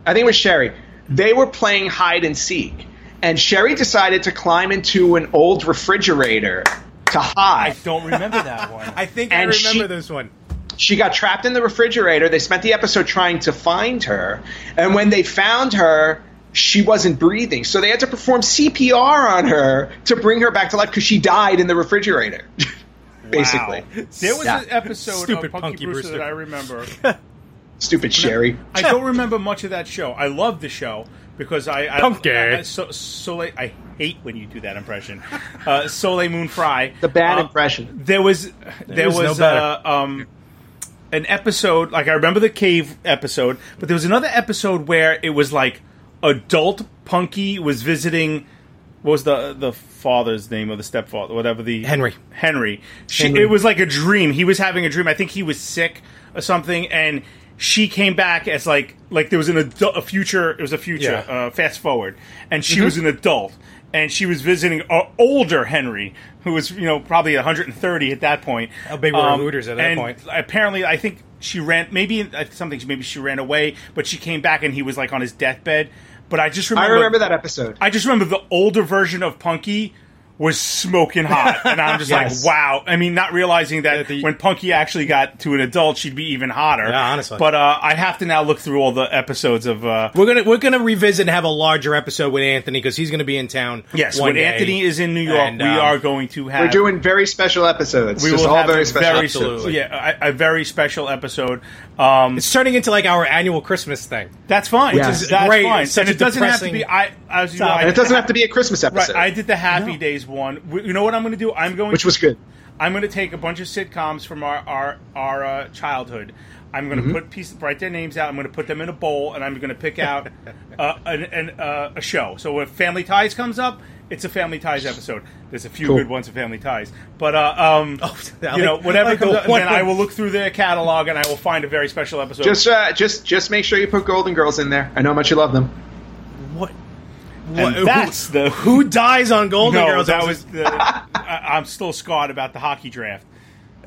[SPEAKER 4] I think it was Sherry. They were playing hide and seek, and Sherry decided to climb into an old refrigerator to hide.
[SPEAKER 3] Don't remember that one.
[SPEAKER 5] I think I
[SPEAKER 4] And
[SPEAKER 5] remember
[SPEAKER 4] she-
[SPEAKER 5] this one.
[SPEAKER 4] She got trapped in the refrigerator. They spent the episode trying to find her. And when they found her, she wasn't breathing. So they had to perform CPR on her to bring her back to life because she died in the refrigerator. Basically.
[SPEAKER 3] There was
[SPEAKER 4] Yeah.
[SPEAKER 3] an episode
[SPEAKER 5] Stupid
[SPEAKER 3] of Punky,
[SPEAKER 5] Punky
[SPEAKER 3] Brewster,
[SPEAKER 5] Brewster.
[SPEAKER 3] that I remember.
[SPEAKER 4] Stupid Sherry.
[SPEAKER 3] I don't remember much of that show. I love the show because I, I
[SPEAKER 5] Punky.
[SPEAKER 3] I, I, so, Soleil, I hate when you do that impression. Uh, Soleil Moon Fry.
[SPEAKER 4] The bad
[SPEAKER 3] Uh,
[SPEAKER 4] impression.
[SPEAKER 3] There was there
[SPEAKER 5] is no
[SPEAKER 3] was uh,
[SPEAKER 5] better.
[SPEAKER 3] um, an episode like I remember the cave episode, but there was another episode where it was like adult Punky was visiting. What was the the father's name or the stepfather, whatever the
[SPEAKER 5] Henry.
[SPEAKER 3] Henry. She,
[SPEAKER 5] Henry.
[SPEAKER 3] It was like a dream. He was having a dream. I think he was sick or something, and she came back as like like there was an adult, a future. It was a future.
[SPEAKER 5] Yeah. Mm-hmm.
[SPEAKER 3] Uh, fast forward, and she was an adult, and she was visiting a older Henry, who was you know probably 130 at that point. Um,
[SPEAKER 5] How big were her looters at that
[SPEAKER 3] and
[SPEAKER 5] point?
[SPEAKER 3] Apparently, I think she ran. Maybe uh, something. Maybe she ran away, but she came back, and he was like on his deathbed. But I just
[SPEAKER 4] I
[SPEAKER 3] remember.
[SPEAKER 4] remember that episode.
[SPEAKER 3] I just remember the older version of Punky was smoking hot, and I'm just
[SPEAKER 4] Yes.
[SPEAKER 3] like, wow. I mean, not realizing that
[SPEAKER 5] the-
[SPEAKER 3] when Punky actually got to an adult, she'd be even hotter.
[SPEAKER 5] Yeah, honestly.
[SPEAKER 3] But uh, I have to now look through all the episodes of. Uh,
[SPEAKER 5] We're gonna we're gonna revisit and have a larger episode with Anthony because he's gonna be in town.
[SPEAKER 3] yes,
[SPEAKER 5] one
[SPEAKER 3] when
[SPEAKER 5] day.
[SPEAKER 3] Anthony is in New York,
[SPEAKER 5] And,
[SPEAKER 3] we
[SPEAKER 5] um,
[SPEAKER 3] are going to have.
[SPEAKER 4] We're doing very special episodes.
[SPEAKER 3] We
[SPEAKER 4] Just
[SPEAKER 3] will
[SPEAKER 4] all
[SPEAKER 3] have
[SPEAKER 4] very
[SPEAKER 3] a
[SPEAKER 4] special
[SPEAKER 3] very
[SPEAKER 4] episodes.
[SPEAKER 5] Absolutely.
[SPEAKER 3] yeah, a, a very special episode. Um,
[SPEAKER 5] It's turning into like our annual Christmas thing.
[SPEAKER 3] that's fine.
[SPEAKER 4] Yeah.
[SPEAKER 3] Which is that's
[SPEAKER 5] Great.
[SPEAKER 3] fine.
[SPEAKER 5] It's such
[SPEAKER 3] and
[SPEAKER 5] a
[SPEAKER 3] it doesn't have to
[SPEAKER 5] depressing
[SPEAKER 3] be. I as you know,
[SPEAKER 5] topic.
[SPEAKER 3] I
[SPEAKER 4] And it
[SPEAKER 3] did-
[SPEAKER 4] doesn't have to be a Christmas
[SPEAKER 3] Right,
[SPEAKER 4] episode.
[SPEAKER 3] I did the Happy Days one. W- You know what I'm going to do? I'm going
[SPEAKER 4] which was good.
[SPEAKER 3] I'm going to take a bunch of sitcoms from our our, our uh, childhood. I'm
[SPEAKER 5] Mm-hmm.
[SPEAKER 3] going to put pieces, write their names out. I'm going to put them in a bowl, and I'm going to pick out uh, an, an, uh, a show. So if Family Ties comes up, it's a Family Ties episode. There's a few
[SPEAKER 4] Cool.
[SPEAKER 3] good ones of Family Ties, but uh, um,
[SPEAKER 5] I
[SPEAKER 3] you know
[SPEAKER 5] like-
[SPEAKER 3] whatever
[SPEAKER 5] I Oh, like
[SPEAKER 3] comes
[SPEAKER 5] the
[SPEAKER 3] up,
[SPEAKER 5] one
[SPEAKER 3] then I
[SPEAKER 5] with-
[SPEAKER 3] will look through their catalog and I will find a very special episode.
[SPEAKER 4] Just, uh, just, just make sure you put Golden Girls in there. I know how much you love them.
[SPEAKER 5] What?
[SPEAKER 3] And
[SPEAKER 5] who-
[SPEAKER 3] that's the
[SPEAKER 5] who dies on Golden
[SPEAKER 3] no,
[SPEAKER 5] Girls.
[SPEAKER 3] that was the, I, I'm still scarred about the hockey draft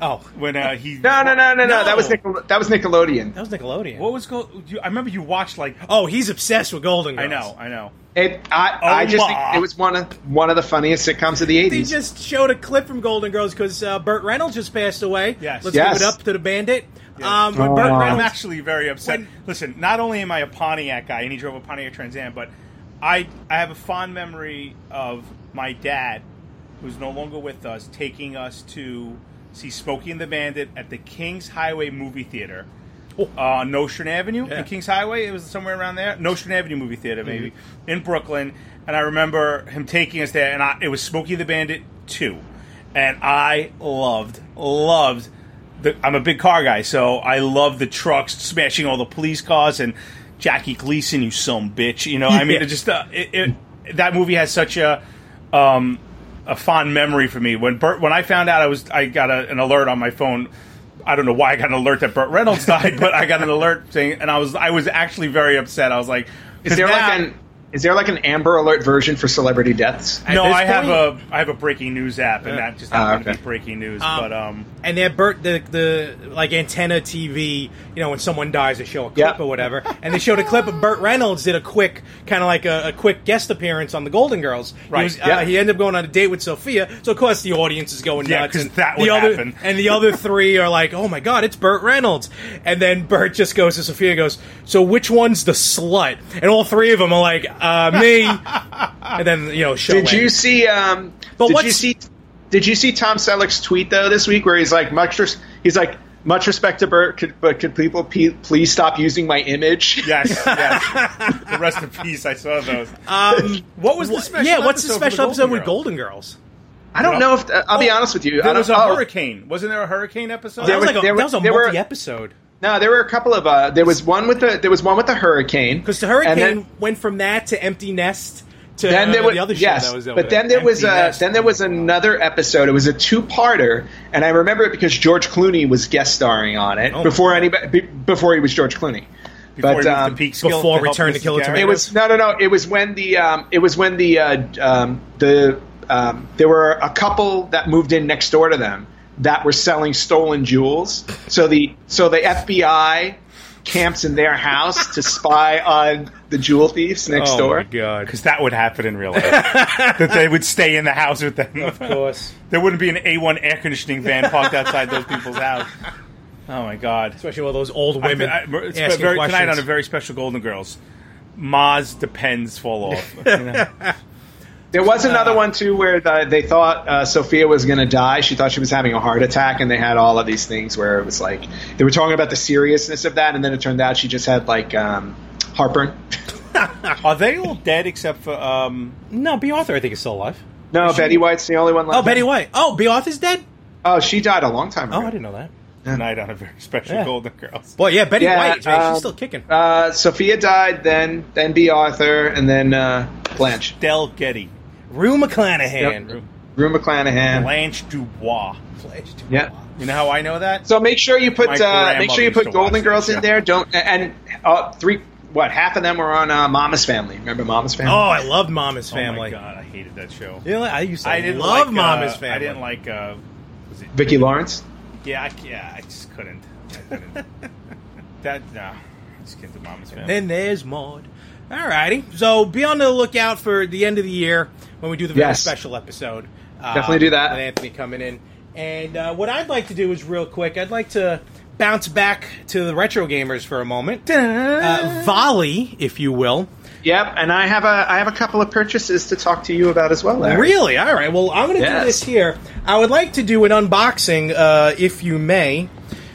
[SPEAKER 5] oh,
[SPEAKER 3] when uh, he
[SPEAKER 4] No, no, no, no, no. That was
[SPEAKER 5] No.
[SPEAKER 4] Nickel- that was Nickelodeon.
[SPEAKER 5] that was Nickelodeon.
[SPEAKER 3] What was go? You, I remember you watched like
[SPEAKER 5] Oh, he's obsessed with Golden Girls.
[SPEAKER 3] I know, I know.
[SPEAKER 4] It, I, I
[SPEAKER 3] Oh,
[SPEAKER 4] just think
[SPEAKER 3] ma.
[SPEAKER 4] it was one of one of the funniest sitcoms of the
[SPEAKER 5] They
[SPEAKER 4] eighties.
[SPEAKER 5] just showed a clip from Golden Girls because uh, Burt Reynolds just passed away.
[SPEAKER 3] Yes.
[SPEAKER 5] Let's
[SPEAKER 4] Yes.
[SPEAKER 5] give it up to the Bandit. Um, when Burt
[SPEAKER 4] Aw.
[SPEAKER 3] I'm
[SPEAKER 5] Reynolds,
[SPEAKER 3] actually very upset.
[SPEAKER 5] When-
[SPEAKER 3] Listen, not only am I a Pontiac guy, and he drove a Pontiac Trans Am, but I I have a fond memory of my dad, who's no longer with us, taking us to see Smokey and the Bandit at the Kings Highway movie theater. Uh, Notion Avenue
[SPEAKER 5] Oh. Yeah.
[SPEAKER 3] in Kings Highway. It was somewhere around there. Notion Avenue movie theater, maybe
[SPEAKER 5] Mm-hmm.
[SPEAKER 3] in Brooklyn. And I remember him taking us there, and I, it was Smokey the Bandit two, and I loved loved. The, I'm a big car guy, so I love the trucks smashing all the police cars and Jackie Gleason, you some bitch. You know, I mean,
[SPEAKER 5] Yeah.
[SPEAKER 3] it just uh, it, it, that movie has such a um, a fond memory for me. When Burt, when I found out, I was I got a, an alert on my phone. I don't know why I got an alert that Burt Reynolds died, but I got an alert saying, and I was I was actually very upset. I was like,
[SPEAKER 4] is there
[SPEAKER 3] now-
[SPEAKER 4] like an is there like an Amber Alert version for celebrity deaths?
[SPEAKER 3] no?
[SPEAKER 5] this
[SPEAKER 3] I have
[SPEAKER 5] point-
[SPEAKER 3] a I have a breaking news app, and that just
[SPEAKER 4] Ah,
[SPEAKER 3] happened to
[SPEAKER 4] okay.
[SPEAKER 3] be breaking news.
[SPEAKER 5] Um,
[SPEAKER 3] but um,
[SPEAKER 5] and they have Burt the the like antenna TV. You know, when someone dies, they show a clip
[SPEAKER 4] Yep.
[SPEAKER 5] or whatever, and they showed a clip of Burt Reynolds did a quick kind of like a, a quick guest appearance on the Golden Girls.
[SPEAKER 3] Right,
[SPEAKER 5] He, was,
[SPEAKER 4] yeah.
[SPEAKER 5] uh, he ended up going on a date with Sophia, so of course the audience is going
[SPEAKER 3] Yeah,
[SPEAKER 5] nuts.
[SPEAKER 3] 'cause
[SPEAKER 5] and
[SPEAKER 3] that
[SPEAKER 5] the
[SPEAKER 3] would
[SPEAKER 5] other,
[SPEAKER 3] happen.
[SPEAKER 5] And the other three are like, "Oh my god, it's Burt Reynolds!" And then Burt just goes to Sophia, and goes, "So which one's the slut?" And all three of them are like, uh, "Me." and then you know, show
[SPEAKER 4] Did you
[SPEAKER 5] ends.
[SPEAKER 4] see? Um,
[SPEAKER 5] But
[SPEAKER 4] did you
[SPEAKER 5] what's-
[SPEAKER 4] see? Did you see Tom Selleck's tweet though this week where he's like much res- he's like much respect to Bert, could, but could people pe- please stop using my image?
[SPEAKER 3] yes, yes. the rest in peace. I saw those.
[SPEAKER 5] Um,
[SPEAKER 3] What was the
[SPEAKER 5] wha-
[SPEAKER 3] special
[SPEAKER 5] Yeah, what's
[SPEAKER 3] episode
[SPEAKER 5] the
[SPEAKER 3] for the
[SPEAKER 5] special
[SPEAKER 3] Golden
[SPEAKER 5] episode with
[SPEAKER 3] Girls?
[SPEAKER 5] Golden Girls?
[SPEAKER 4] I don't know if uh, I'll be honest with you.
[SPEAKER 3] There
[SPEAKER 4] I don't-
[SPEAKER 3] was a
[SPEAKER 4] oh,
[SPEAKER 3] hurricane. Wasn't there a hurricane episode?
[SPEAKER 5] Oh, That was
[SPEAKER 4] were-
[SPEAKER 5] like a,
[SPEAKER 4] there
[SPEAKER 5] that
[SPEAKER 4] were-
[SPEAKER 5] was a
[SPEAKER 4] there were-
[SPEAKER 5] multi episode
[SPEAKER 4] No, there were a couple of uh, there was one with the there was one with the hurricane
[SPEAKER 5] because the
[SPEAKER 4] And
[SPEAKER 5] hurricane
[SPEAKER 4] then-
[SPEAKER 5] went from that to Empty Nest to
[SPEAKER 4] then there
[SPEAKER 5] uh,
[SPEAKER 4] was
[SPEAKER 5] the other show
[SPEAKER 4] yes,
[SPEAKER 5] that was
[SPEAKER 4] but then there was a then there was another episode. It was a two-parter, and I remember it because George Clooney was guest starring on it
[SPEAKER 5] Oh.
[SPEAKER 4] before anybody be- before he was George Clooney.
[SPEAKER 3] Before
[SPEAKER 4] but
[SPEAKER 3] he moved
[SPEAKER 4] um,
[SPEAKER 3] to Peekskill
[SPEAKER 5] Before
[SPEAKER 3] help
[SPEAKER 5] Return to
[SPEAKER 3] Mrs.
[SPEAKER 5] Kill a
[SPEAKER 3] Garrett?
[SPEAKER 5] Tomato.
[SPEAKER 4] it was no no no. It was when the um, it was when the uh, um, the um, there were a couple that moved in next door to them that were selling stolen jewels. So the so the FBI camps in their house to spy on the jewel thieves
[SPEAKER 5] Oh,
[SPEAKER 4] next door.
[SPEAKER 5] god,
[SPEAKER 3] Because that would happen in real life. that they would stay in the house with them.
[SPEAKER 5] of course.
[SPEAKER 3] There wouldn't be an A1 air conditioning van parked outside those people's house. Oh my God!
[SPEAKER 5] especially all those old women
[SPEAKER 3] I- I- it's
[SPEAKER 5] asking
[SPEAKER 3] very-
[SPEAKER 5] questions.
[SPEAKER 3] tonight on a very special Golden Girls. Maz depends fall off. You know?
[SPEAKER 4] There was another one too where the, they thought uh, Sophia was going to die. She thought she was having a heart attack, and they had all of these things where it was like they were talking about the seriousness of that, and then it turned out she just had like um, heartburn.
[SPEAKER 3] Are they all dead except for um?
[SPEAKER 5] no, B. Arthur, I think is still alive.
[SPEAKER 4] No, Betty White's the only one left.
[SPEAKER 5] Oh, Betty White. Oh, B. Arthur's dead.
[SPEAKER 4] Oh, she died a long time ago.
[SPEAKER 5] Oh, I didn't know that.
[SPEAKER 3] Tonight on a very special
[SPEAKER 5] Yeah.
[SPEAKER 3] Golden Girls.
[SPEAKER 5] Boy, yeah, Betty
[SPEAKER 4] Yeah,
[SPEAKER 5] White. man,
[SPEAKER 4] um,
[SPEAKER 5] she's still kicking.
[SPEAKER 4] Uh, Sophia died, then then B. Arthur, and then uh, Blanche.
[SPEAKER 3] Del Getty,
[SPEAKER 5] Rue McClanahan.
[SPEAKER 4] Yep. Rue McClanahan.
[SPEAKER 3] Blanche Dubois.
[SPEAKER 4] Yeah.
[SPEAKER 3] You know how I know that?
[SPEAKER 4] So make sure you
[SPEAKER 3] My
[SPEAKER 4] put uh, make sure
[SPEAKER 3] grandmother
[SPEAKER 4] you
[SPEAKER 3] used to
[SPEAKER 4] put Golden
[SPEAKER 3] watch
[SPEAKER 4] Girls
[SPEAKER 3] that
[SPEAKER 4] in
[SPEAKER 3] show.
[SPEAKER 4] there. Don't and uh, three what half of them were on uh, Mama's Family. Remember Mama's Family?
[SPEAKER 5] Oh, I loved Mama's Family.
[SPEAKER 3] Oh my god, I hated that show.
[SPEAKER 5] You know, I used to
[SPEAKER 3] I didn't
[SPEAKER 5] love
[SPEAKER 3] like,
[SPEAKER 5] Mama's
[SPEAKER 3] uh,
[SPEAKER 5] Family.
[SPEAKER 3] I didn't like. Uh, was it?
[SPEAKER 4] Vicki Lawrence.
[SPEAKER 3] Yeah, I, yeah, I just couldn't. I couldn't. that no, I just can't do Mama's Family.
[SPEAKER 5] Then there's Maud. Alrighty. So be on the lookout for the end of the year when we do the very
[SPEAKER 4] Yes.
[SPEAKER 5] special episode. Uh,
[SPEAKER 4] Definitely do that.
[SPEAKER 5] With Anthony coming in. And uh, what I'd like to do is real quick, I'd like to bounce back to the retro gamers for a moment. Uh, volley, if you will.
[SPEAKER 4] Yep, and I have a I have a couple of purchases to talk to you about as well. Larry.
[SPEAKER 5] Really? All right. Well, I'm going to
[SPEAKER 4] Yes.
[SPEAKER 5] do this here. I would like to do an unboxing, uh, if you may.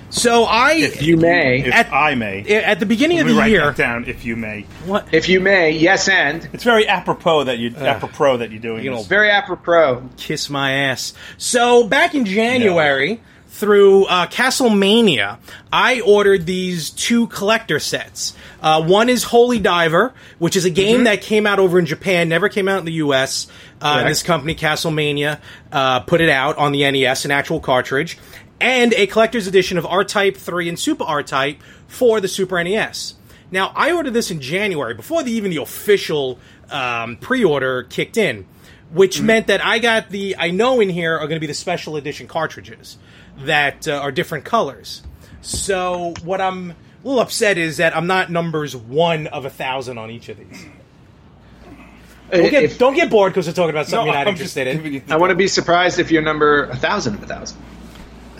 [SPEAKER 5] So I,
[SPEAKER 4] You may,
[SPEAKER 3] if
[SPEAKER 5] at-
[SPEAKER 3] I may,
[SPEAKER 5] at the beginning
[SPEAKER 3] let
[SPEAKER 5] of
[SPEAKER 3] me
[SPEAKER 5] the
[SPEAKER 3] write
[SPEAKER 5] year,
[SPEAKER 3] that down. If you may,
[SPEAKER 5] what?
[SPEAKER 4] if you may, yes, and
[SPEAKER 3] it's very apropos that you apropos that you're doing.
[SPEAKER 5] You know,
[SPEAKER 3] this.
[SPEAKER 4] very apropos.
[SPEAKER 5] kiss my ass. So back in January through uh, Castlemania, I ordered these two collector sets. Uh, one is Holy Diver, which is a game that came out over in Japan, never came out in the U.S. Uh,
[SPEAKER 4] Correct.
[SPEAKER 5] this company, Castlemania, uh, put it out on the NES, an actual cartridge, and a collector's edition of R-Type 3 and Super R-Type for the Super NES. Now, I ordered this in January before the, even the official um, pre-order kicked in which meant that I got the I know in here are going to be the special edition cartridges that uh, are different colors. So what I'm a little upset is that I'm not numbers one of a thousand on each of these. Don't get,
[SPEAKER 4] If-
[SPEAKER 5] don't get bored because we're talking about something
[SPEAKER 3] Uh, No,
[SPEAKER 5] you're not
[SPEAKER 3] I'm just
[SPEAKER 5] interested in.
[SPEAKER 3] giving you the-
[SPEAKER 4] I want to be surprised if you're number a thousand of a thousand.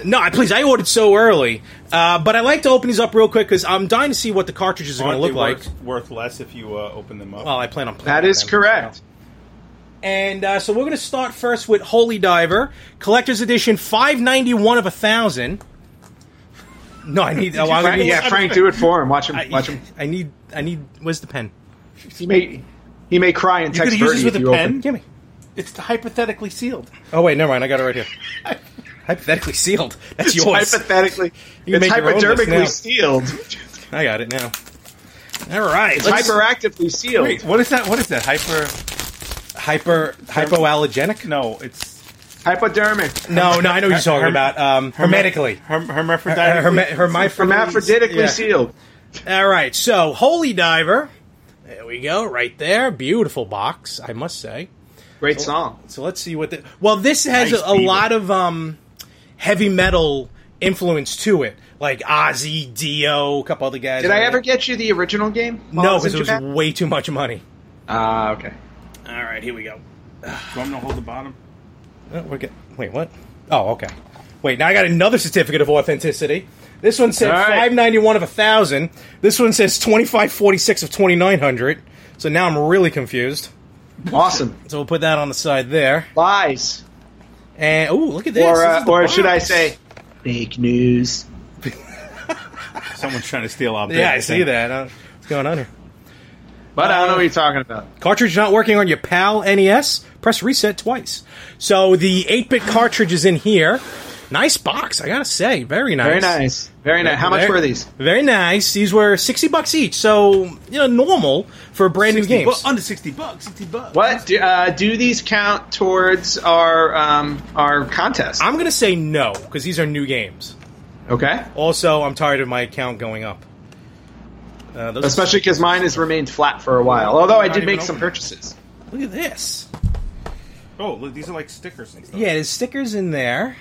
[SPEAKER 5] No, I- please, I ordered so early, uh, but I like to open these up real quick because I'm dying to see what the cartridges are going
[SPEAKER 3] Aren't
[SPEAKER 5] to look
[SPEAKER 3] they
[SPEAKER 5] like.
[SPEAKER 3] worth, worth less if you uh, open them up?
[SPEAKER 5] Well, I plan on playing
[SPEAKER 4] That is
[SPEAKER 5] them, so.
[SPEAKER 4] correct.
[SPEAKER 5] And uh, so we're going to start first with Holy Diver, Collector's Edition, five ninety one of a thousand. No, I need. oh, I'm gonna
[SPEAKER 4] Frank,
[SPEAKER 5] need-
[SPEAKER 4] yeah, Frank, do it for him. Watch him. watch him.
[SPEAKER 5] I need. I need. Where's the pen?
[SPEAKER 4] He may he may cry and
[SPEAKER 3] you could
[SPEAKER 4] text
[SPEAKER 3] use
[SPEAKER 4] Bertie
[SPEAKER 3] this
[SPEAKER 4] if
[SPEAKER 3] with
[SPEAKER 4] you
[SPEAKER 3] a pen.
[SPEAKER 4] open.
[SPEAKER 5] Give me.
[SPEAKER 3] It's hypothetically sealed.
[SPEAKER 5] Oh wait, never mind. I got it right here. Hypothetically sealed. That's
[SPEAKER 4] It's
[SPEAKER 5] yours.
[SPEAKER 4] hypothetically,
[SPEAKER 5] You can
[SPEAKER 4] it's
[SPEAKER 5] make your own list now.
[SPEAKER 4] hypodermically sealed.
[SPEAKER 5] I got it now. All right. let's-
[SPEAKER 4] Hyperactively sealed.
[SPEAKER 3] Wait, what is that? What is that? Hyper?
[SPEAKER 5] hyper hypoallergenic.
[SPEAKER 3] No, it's
[SPEAKER 4] Hypodermic.
[SPEAKER 5] No, no. I know what you're talking
[SPEAKER 3] Herm-
[SPEAKER 5] about. Um, hermetically.
[SPEAKER 3] herm-
[SPEAKER 5] Uh,
[SPEAKER 3] hermaphroditic.
[SPEAKER 5] herme- hermaphroditic.
[SPEAKER 4] Hermaphroditically
[SPEAKER 5] Yeah.
[SPEAKER 4] sealed.
[SPEAKER 5] All right, so Holy Diver. There we go, right there. Beautiful box, I must say. Oh,
[SPEAKER 4] Great song.
[SPEAKER 5] So let's see what the well. This has
[SPEAKER 3] Nice
[SPEAKER 5] a, a
[SPEAKER 3] beaver.
[SPEAKER 5] lot of um, heavy metal influence to it, like Ozzy, Dio, a couple other guys.
[SPEAKER 4] Did I
[SPEAKER 5] on
[SPEAKER 4] ever
[SPEAKER 5] it.
[SPEAKER 4] get you the original game? while I
[SPEAKER 5] No,
[SPEAKER 4] was
[SPEAKER 5] because
[SPEAKER 4] in
[SPEAKER 5] it was
[SPEAKER 4] Japan?
[SPEAKER 5] way too much money.
[SPEAKER 4] Ah, okay.
[SPEAKER 5] All right, here we go.
[SPEAKER 3] Do I'm gonna hold the bottom.
[SPEAKER 5] Oh, we're get, wait, what? Oh, okay. Wait, now I got another certificate of authenticity. This one says
[SPEAKER 4] All right.
[SPEAKER 5] five ninety one of a thousand. This one says twenty five forty six of twenty nine hundred. So now I'm really confused.
[SPEAKER 4] Awesome.
[SPEAKER 5] So we'll put that on the side there.
[SPEAKER 4] Lies.
[SPEAKER 5] And oh, look at this.
[SPEAKER 4] Or,
[SPEAKER 5] This
[SPEAKER 4] uh,
[SPEAKER 5] is the
[SPEAKER 4] or should I
[SPEAKER 5] box.
[SPEAKER 4] say, fake news?
[SPEAKER 3] Someone's trying to steal our.
[SPEAKER 5] Yeah, I
[SPEAKER 3] bid,
[SPEAKER 5] see
[SPEAKER 3] think.
[SPEAKER 5] that. Uh, what's going on here?
[SPEAKER 4] But I don't know what you're talking about.
[SPEAKER 5] Cartridge not working on your PAL NES? Press reset twice. So the 8-bit cartridge is in here. Nice box, I gotta say. Very nice.
[SPEAKER 4] Very nice. Very nice. How much
[SPEAKER 5] Very-
[SPEAKER 4] were these?
[SPEAKER 5] Very nice. These were 60 bucks each. So, you know, normal for brand new
[SPEAKER 3] 60
[SPEAKER 5] games.
[SPEAKER 3] bu- under sixty bucks. Sixty bucks.
[SPEAKER 4] What do, uh, do these count towards our um, our contest?
[SPEAKER 5] I'm gonna say no, because these are new games.
[SPEAKER 4] okay,
[SPEAKER 5] Also, I'm tired of my account going up. Uh, those
[SPEAKER 4] especially because mine has remained flat for a while. Although I did make some purchases.
[SPEAKER 5] Look at this.
[SPEAKER 3] Oh, look, these are like stickers and stuff.
[SPEAKER 5] Yeah, there's stickers in there.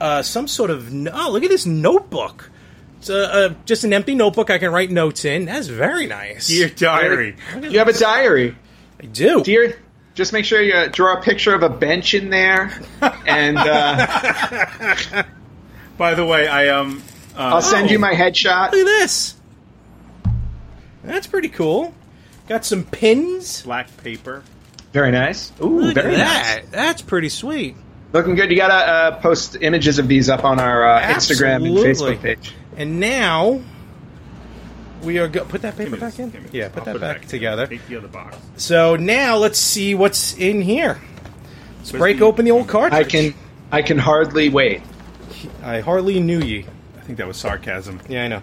[SPEAKER 5] Uh, some sort of no- oh, look at this notebook. It's uh, uh, just an empty notebook I can write notes in. That's very nice.
[SPEAKER 3] Dear diary.
[SPEAKER 4] You have a diary,
[SPEAKER 5] I do.
[SPEAKER 4] dear. Just make sure you draw a picture of a bench in there, and uh,
[SPEAKER 3] By the way, I um.
[SPEAKER 4] I'll send you my headshot.
[SPEAKER 5] Look at this. That's pretty cool. Got some pins.
[SPEAKER 3] Black paper.
[SPEAKER 4] Very nice. Ooh,
[SPEAKER 5] Look
[SPEAKER 4] very
[SPEAKER 5] at
[SPEAKER 4] nice.
[SPEAKER 5] that. That's pretty sweet.
[SPEAKER 4] Looking good. You gotta uh, post images of these up on our uh, Instagram and
[SPEAKER 5] Absolutely.
[SPEAKER 4] Facebook page.
[SPEAKER 5] And now we are go- put that paper
[SPEAKER 3] Give me this,
[SPEAKER 5] back in.
[SPEAKER 3] give me this.
[SPEAKER 5] Yeah,
[SPEAKER 3] I'll
[SPEAKER 5] put that
[SPEAKER 3] it
[SPEAKER 5] back, together.
[SPEAKER 3] Take the other box.
[SPEAKER 5] So now let's see what's in here. Let's break
[SPEAKER 3] the-
[SPEAKER 5] open the old cartridge.
[SPEAKER 4] I can, I can hardly wait.
[SPEAKER 5] I hardly knew ye.
[SPEAKER 3] I think that was sarcasm.
[SPEAKER 5] Yeah, I know.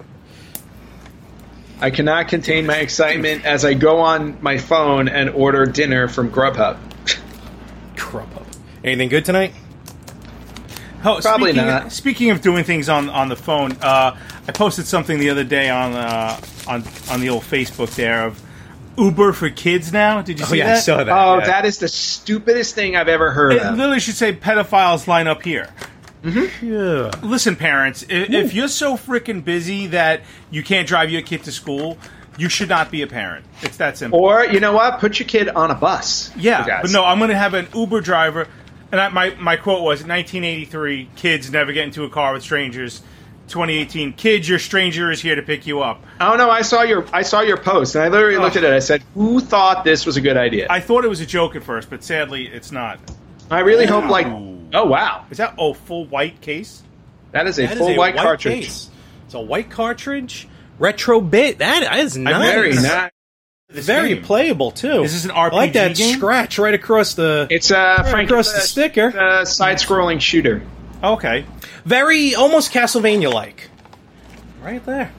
[SPEAKER 4] I cannot contain my excitement as I go on my phone and order dinner from Grubhub.
[SPEAKER 5] Crap up. Anything good tonight?
[SPEAKER 3] Oh,
[SPEAKER 4] Probably
[SPEAKER 3] speaking
[SPEAKER 4] not.
[SPEAKER 3] speaking of doing things on, on the phone, uh, I posted something the other day on uh, on on the old Facebook there of Uber for kids now. Did you
[SPEAKER 5] Oh
[SPEAKER 3] see
[SPEAKER 5] yeah,
[SPEAKER 3] that?
[SPEAKER 5] I saw that.
[SPEAKER 4] Oh,
[SPEAKER 5] yeah.
[SPEAKER 4] that is the stupidest thing I've ever heard
[SPEAKER 3] It
[SPEAKER 4] of.
[SPEAKER 3] literally should say pedophiles line up here.
[SPEAKER 5] Mm-hmm. Yeah.
[SPEAKER 3] Listen, parents, if, if you're so freaking busy that you can't drive your kid to school, you should not be a parent. It's that simple.
[SPEAKER 4] Or you know what? Put your kid on a bus. you
[SPEAKER 3] yeah,
[SPEAKER 4] guys.
[SPEAKER 3] but no, I'm going to have an Uber driver. And I, my my quote was 1983: Kids never get into a car with strangers. 2018: Kids, your stranger is here to pick you up.
[SPEAKER 4] Oh no! I saw your I saw your post and I literally looked at it. I said, "Who thought this was a good idea?" I,
[SPEAKER 3] I thought it was a joke at first, but sadly, it's not.
[SPEAKER 4] really hope like, oh wow,
[SPEAKER 3] Is that oh full white case?
[SPEAKER 4] that is a
[SPEAKER 5] That is
[SPEAKER 4] full
[SPEAKER 5] a
[SPEAKER 4] white cartridge.
[SPEAKER 5] case. It's a white cartridge. Retro bit. That is nice.
[SPEAKER 4] Very nice.
[SPEAKER 5] Very
[SPEAKER 3] game.
[SPEAKER 5] playable too.
[SPEAKER 3] Is this an
[SPEAKER 5] I like
[SPEAKER 3] RPG
[SPEAKER 5] that
[SPEAKER 3] game?
[SPEAKER 5] scratch right across the.
[SPEAKER 4] It's uh,
[SPEAKER 5] right
[SPEAKER 4] Frank
[SPEAKER 5] across the sticker.
[SPEAKER 4] uh, side-scrolling shooter.
[SPEAKER 3] Okay,
[SPEAKER 5] Very almost Castlevania like. Right there.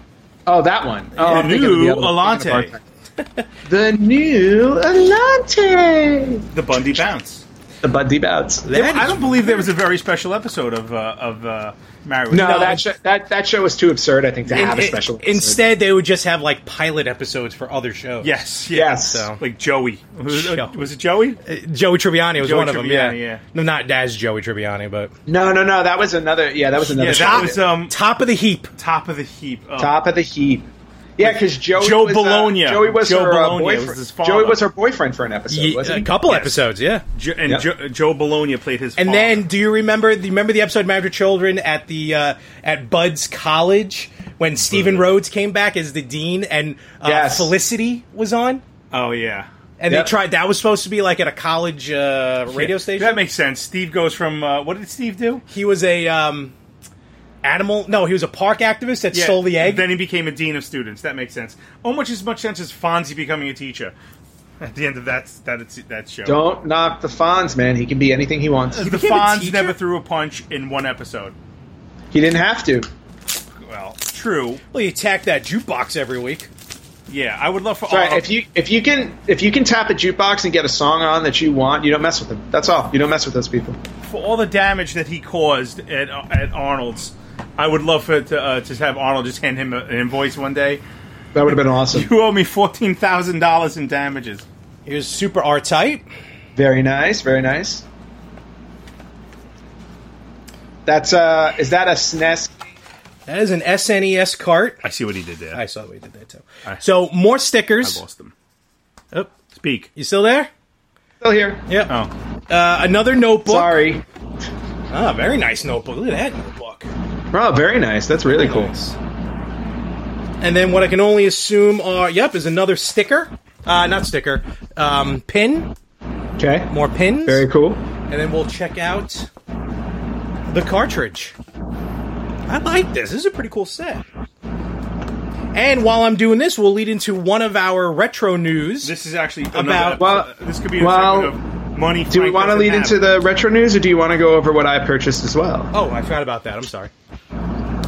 [SPEAKER 4] Oh, that one. Oh, I'm thinking of
[SPEAKER 3] new
[SPEAKER 4] other one. I'm thinking
[SPEAKER 3] Alante,
[SPEAKER 4] of Alante. The new Alante.
[SPEAKER 3] the Bundy bounce.
[SPEAKER 4] The Bud D Bouts. No,
[SPEAKER 5] That
[SPEAKER 3] I
[SPEAKER 5] is-
[SPEAKER 3] don't believe there was a very special episode of uh, of uh, Mario.
[SPEAKER 4] that, show that that show was too absurd. I think to have a
[SPEAKER 5] in-
[SPEAKER 4] special. episode.
[SPEAKER 5] Instead, they would just have like pilot episodes for other shows.
[SPEAKER 3] yes,
[SPEAKER 4] yes.
[SPEAKER 5] So.
[SPEAKER 3] like Joey. Was it,
[SPEAKER 5] Joey.
[SPEAKER 3] was it Joey?
[SPEAKER 5] Joey Tribbiani was
[SPEAKER 3] Joey
[SPEAKER 5] one of them. Yeah.
[SPEAKER 3] Tribbiani, yeah.
[SPEAKER 5] no, not as Joey Tribbiani, but
[SPEAKER 4] No, no, no. That was another. Yeah, that was another.
[SPEAKER 3] Yeah,
[SPEAKER 4] show.
[SPEAKER 3] that was um
[SPEAKER 5] top of the heap.
[SPEAKER 3] top of the heap. Oh.
[SPEAKER 4] Top of the heap. Yeah, because Joey
[SPEAKER 3] Joe
[SPEAKER 4] was, uh,
[SPEAKER 3] Bologna.
[SPEAKER 4] Joey was
[SPEAKER 3] Joe
[SPEAKER 4] her uh,
[SPEAKER 3] Bologna was
[SPEAKER 4] boyfriend.
[SPEAKER 3] his father.
[SPEAKER 4] Joey was her boyfriend for an episode,
[SPEAKER 5] Ye-
[SPEAKER 4] wasn't
[SPEAKER 5] a
[SPEAKER 4] he?
[SPEAKER 5] couple episodes, yeah.
[SPEAKER 3] Jo- and
[SPEAKER 4] Yep.
[SPEAKER 3] jo- Joe Bologna played his.
[SPEAKER 5] And
[SPEAKER 3] father.
[SPEAKER 5] then, do you remember? Do you remember the episode "Magic Children" at the uh, at Bud's college when Stephen
[SPEAKER 3] Mm-hmm.
[SPEAKER 5] Rhodes came back as the dean and uh,
[SPEAKER 4] Yes.
[SPEAKER 5] Felicity was on,
[SPEAKER 3] oh yeah,
[SPEAKER 5] and
[SPEAKER 4] Yep.
[SPEAKER 5] they tried. That was supposed to be like at a college uh, radio station.
[SPEAKER 3] that makes sense. Steve goes from uh, what did Steve do?
[SPEAKER 5] he was a um, animal. No, he was a park activist that
[SPEAKER 3] Yeah,
[SPEAKER 5] stole the egg.
[SPEAKER 3] Then he became a dean of students. That makes sense. Almost as much sense as Fonzie becoming a teacher. At the end of that that that show.
[SPEAKER 4] Don't knock the Fonz, man. He can be anything he wants.
[SPEAKER 3] the
[SPEAKER 5] became a
[SPEAKER 3] Fonz
[SPEAKER 5] teacher?
[SPEAKER 3] never threw a punch in one episode.
[SPEAKER 4] He didn't have to.
[SPEAKER 3] Well, true.
[SPEAKER 5] well, he attacked that jukebox every week.
[SPEAKER 3] Yeah, I would love for
[SPEAKER 4] Sorry,
[SPEAKER 3] all.
[SPEAKER 4] if you if you can if you can tap a jukebox and get a song on that you want, you don't mess with them. That's all. You don't mess with those people.
[SPEAKER 3] for all the damage that he caused at at Arnold's. I would love for to uh, to have Arnold just hand him a, an invoice one day.
[SPEAKER 4] That would have been awesome.
[SPEAKER 3] You owe me fourteen thousand dollars in damages.
[SPEAKER 5] He was super R type.
[SPEAKER 4] Very nice. Very nice. That's uh, is that a SNES?
[SPEAKER 5] That is an SNES cart.
[SPEAKER 3] I see what he did there.
[SPEAKER 5] I saw we did that too. So more stickers.
[SPEAKER 3] lost him.
[SPEAKER 5] Oh,
[SPEAKER 3] Speak.
[SPEAKER 5] you still there?
[SPEAKER 4] Still here?
[SPEAKER 5] Yep.
[SPEAKER 3] Oh,
[SPEAKER 5] Uh, another notebook.
[SPEAKER 4] Sorry.
[SPEAKER 5] Ah, very nice notebook. Look at that notebook.
[SPEAKER 4] Oh, very nice. That's really cool.
[SPEAKER 5] Nice. And then what I can only assume are yep is another sticker. Uh, not sticker. Um, pin.
[SPEAKER 4] Okay.
[SPEAKER 5] More pins.
[SPEAKER 4] Very cool.
[SPEAKER 5] And then we'll check out the cartridge. I like this. This is a pretty cool set. And while I'm doing this, we'll lead into one of our retro news.
[SPEAKER 3] this is actually
[SPEAKER 5] About-
[SPEAKER 3] about.
[SPEAKER 4] well,
[SPEAKER 3] this could be a
[SPEAKER 4] well,
[SPEAKER 3] segment of money.
[SPEAKER 4] Do we
[SPEAKER 3] Frank
[SPEAKER 4] want to
[SPEAKER 3] doesn't
[SPEAKER 4] lead
[SPEAKER 3] have.
[SPEAKER 4] into the retro news, or do you want to go over what I purchased as well?
[SPEAKER 5] oh, I forgot about that. I'm sorry.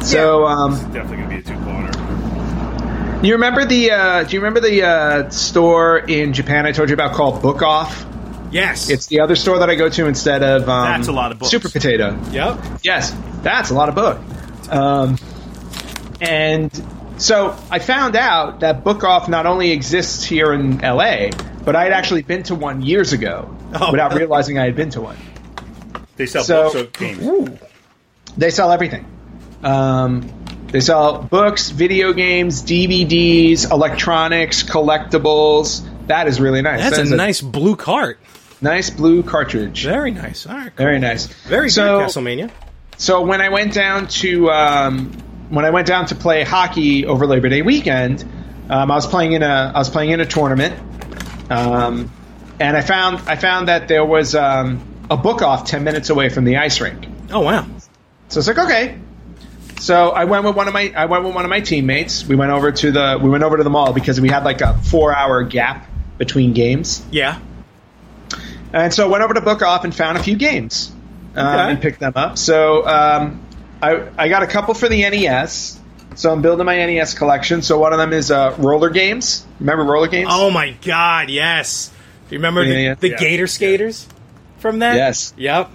[SPEAKER 4] So, um,
[SPEAKER 3] Definitely gonna be a two-parter.
[SPEAKER 4] you remember the? Uh, do you remember the uh, store in Japan I told you about called Book Off?
[SPEAKER 5] Yes.
[SPEAKER 4] It's the other store that I go to instead of. Um,
[SPEAKER 3] That's a lot of books.
[SPEAKER 4] Super Potato.
[SPEAKER 5] yep.
[SPEAKER 4] Yes, that's a lot of book. Um, and so I found out that Book Off not only exists here in LA, but I had actually been to one years ago
[SPEAKER 5] Oh,
[SPEAKER 4] without
[SPEAKER 5] really?
[SPEAKER 4] realizing I had been to one.
[SPEAKER 3] They sell
[SPEAKER 4] So-
[SPEAKER 3] books or games.
[SPEAKER 4] They sell everything. Um, they sell books, video games, DVDs, electronics, collectibles. That is really nice.
[SPEAKER 5] That's
[SPEAKER 4] That is
[SPEAKER 5] a nice blue cart.
[SPEAKER 4] nice blue cartridge.
[SPEAKER 5] Very nice. All right. cool.
[SPEAKER 4] Very nice.
[SPEAKER 5] Very
[SPEAKER 4] so,
[SPEAKER 5] good Castlevania.
[SPEAKER 4] So when I went down to um, when I went down to play hockey over Labor Day weekend, um, I was playing in a I was playing in a tournament, um, and I found I found that there was um, a book off ten minutes away from the ice rink.
[SPEAKER 5] Oh wow.
[SPEAKER 4] So it's like okay. So I went with one of my I went with one of my teammates. We went over to the we went over to the mall because we had like a four hour gap between games.
[SPEAKER 5] Yeah.
[SPEAKER 4] And so I went over to Book Off and found a few games um,
[SPEAKER 5] Okay.
[SPEAKER 4] and picked them up. So um, I, I got a couple for the NES. So I'm building my NES collection. So one of them is uh, roller games. Remember roller games?
[SPEAKER 5] Oh my god, yes. Do you remember
[SPEAKER 4] Yeah,
[SPEAKER 5] the,
[SPEAKER 4] yeah.
[SPEAKER 5] the
[SPEAKER 4] Yeah.
[SPEAKER 5] Gator Skaters from that?
[SPEAKER 4] Yes.
[SPEAKER 5] Yep.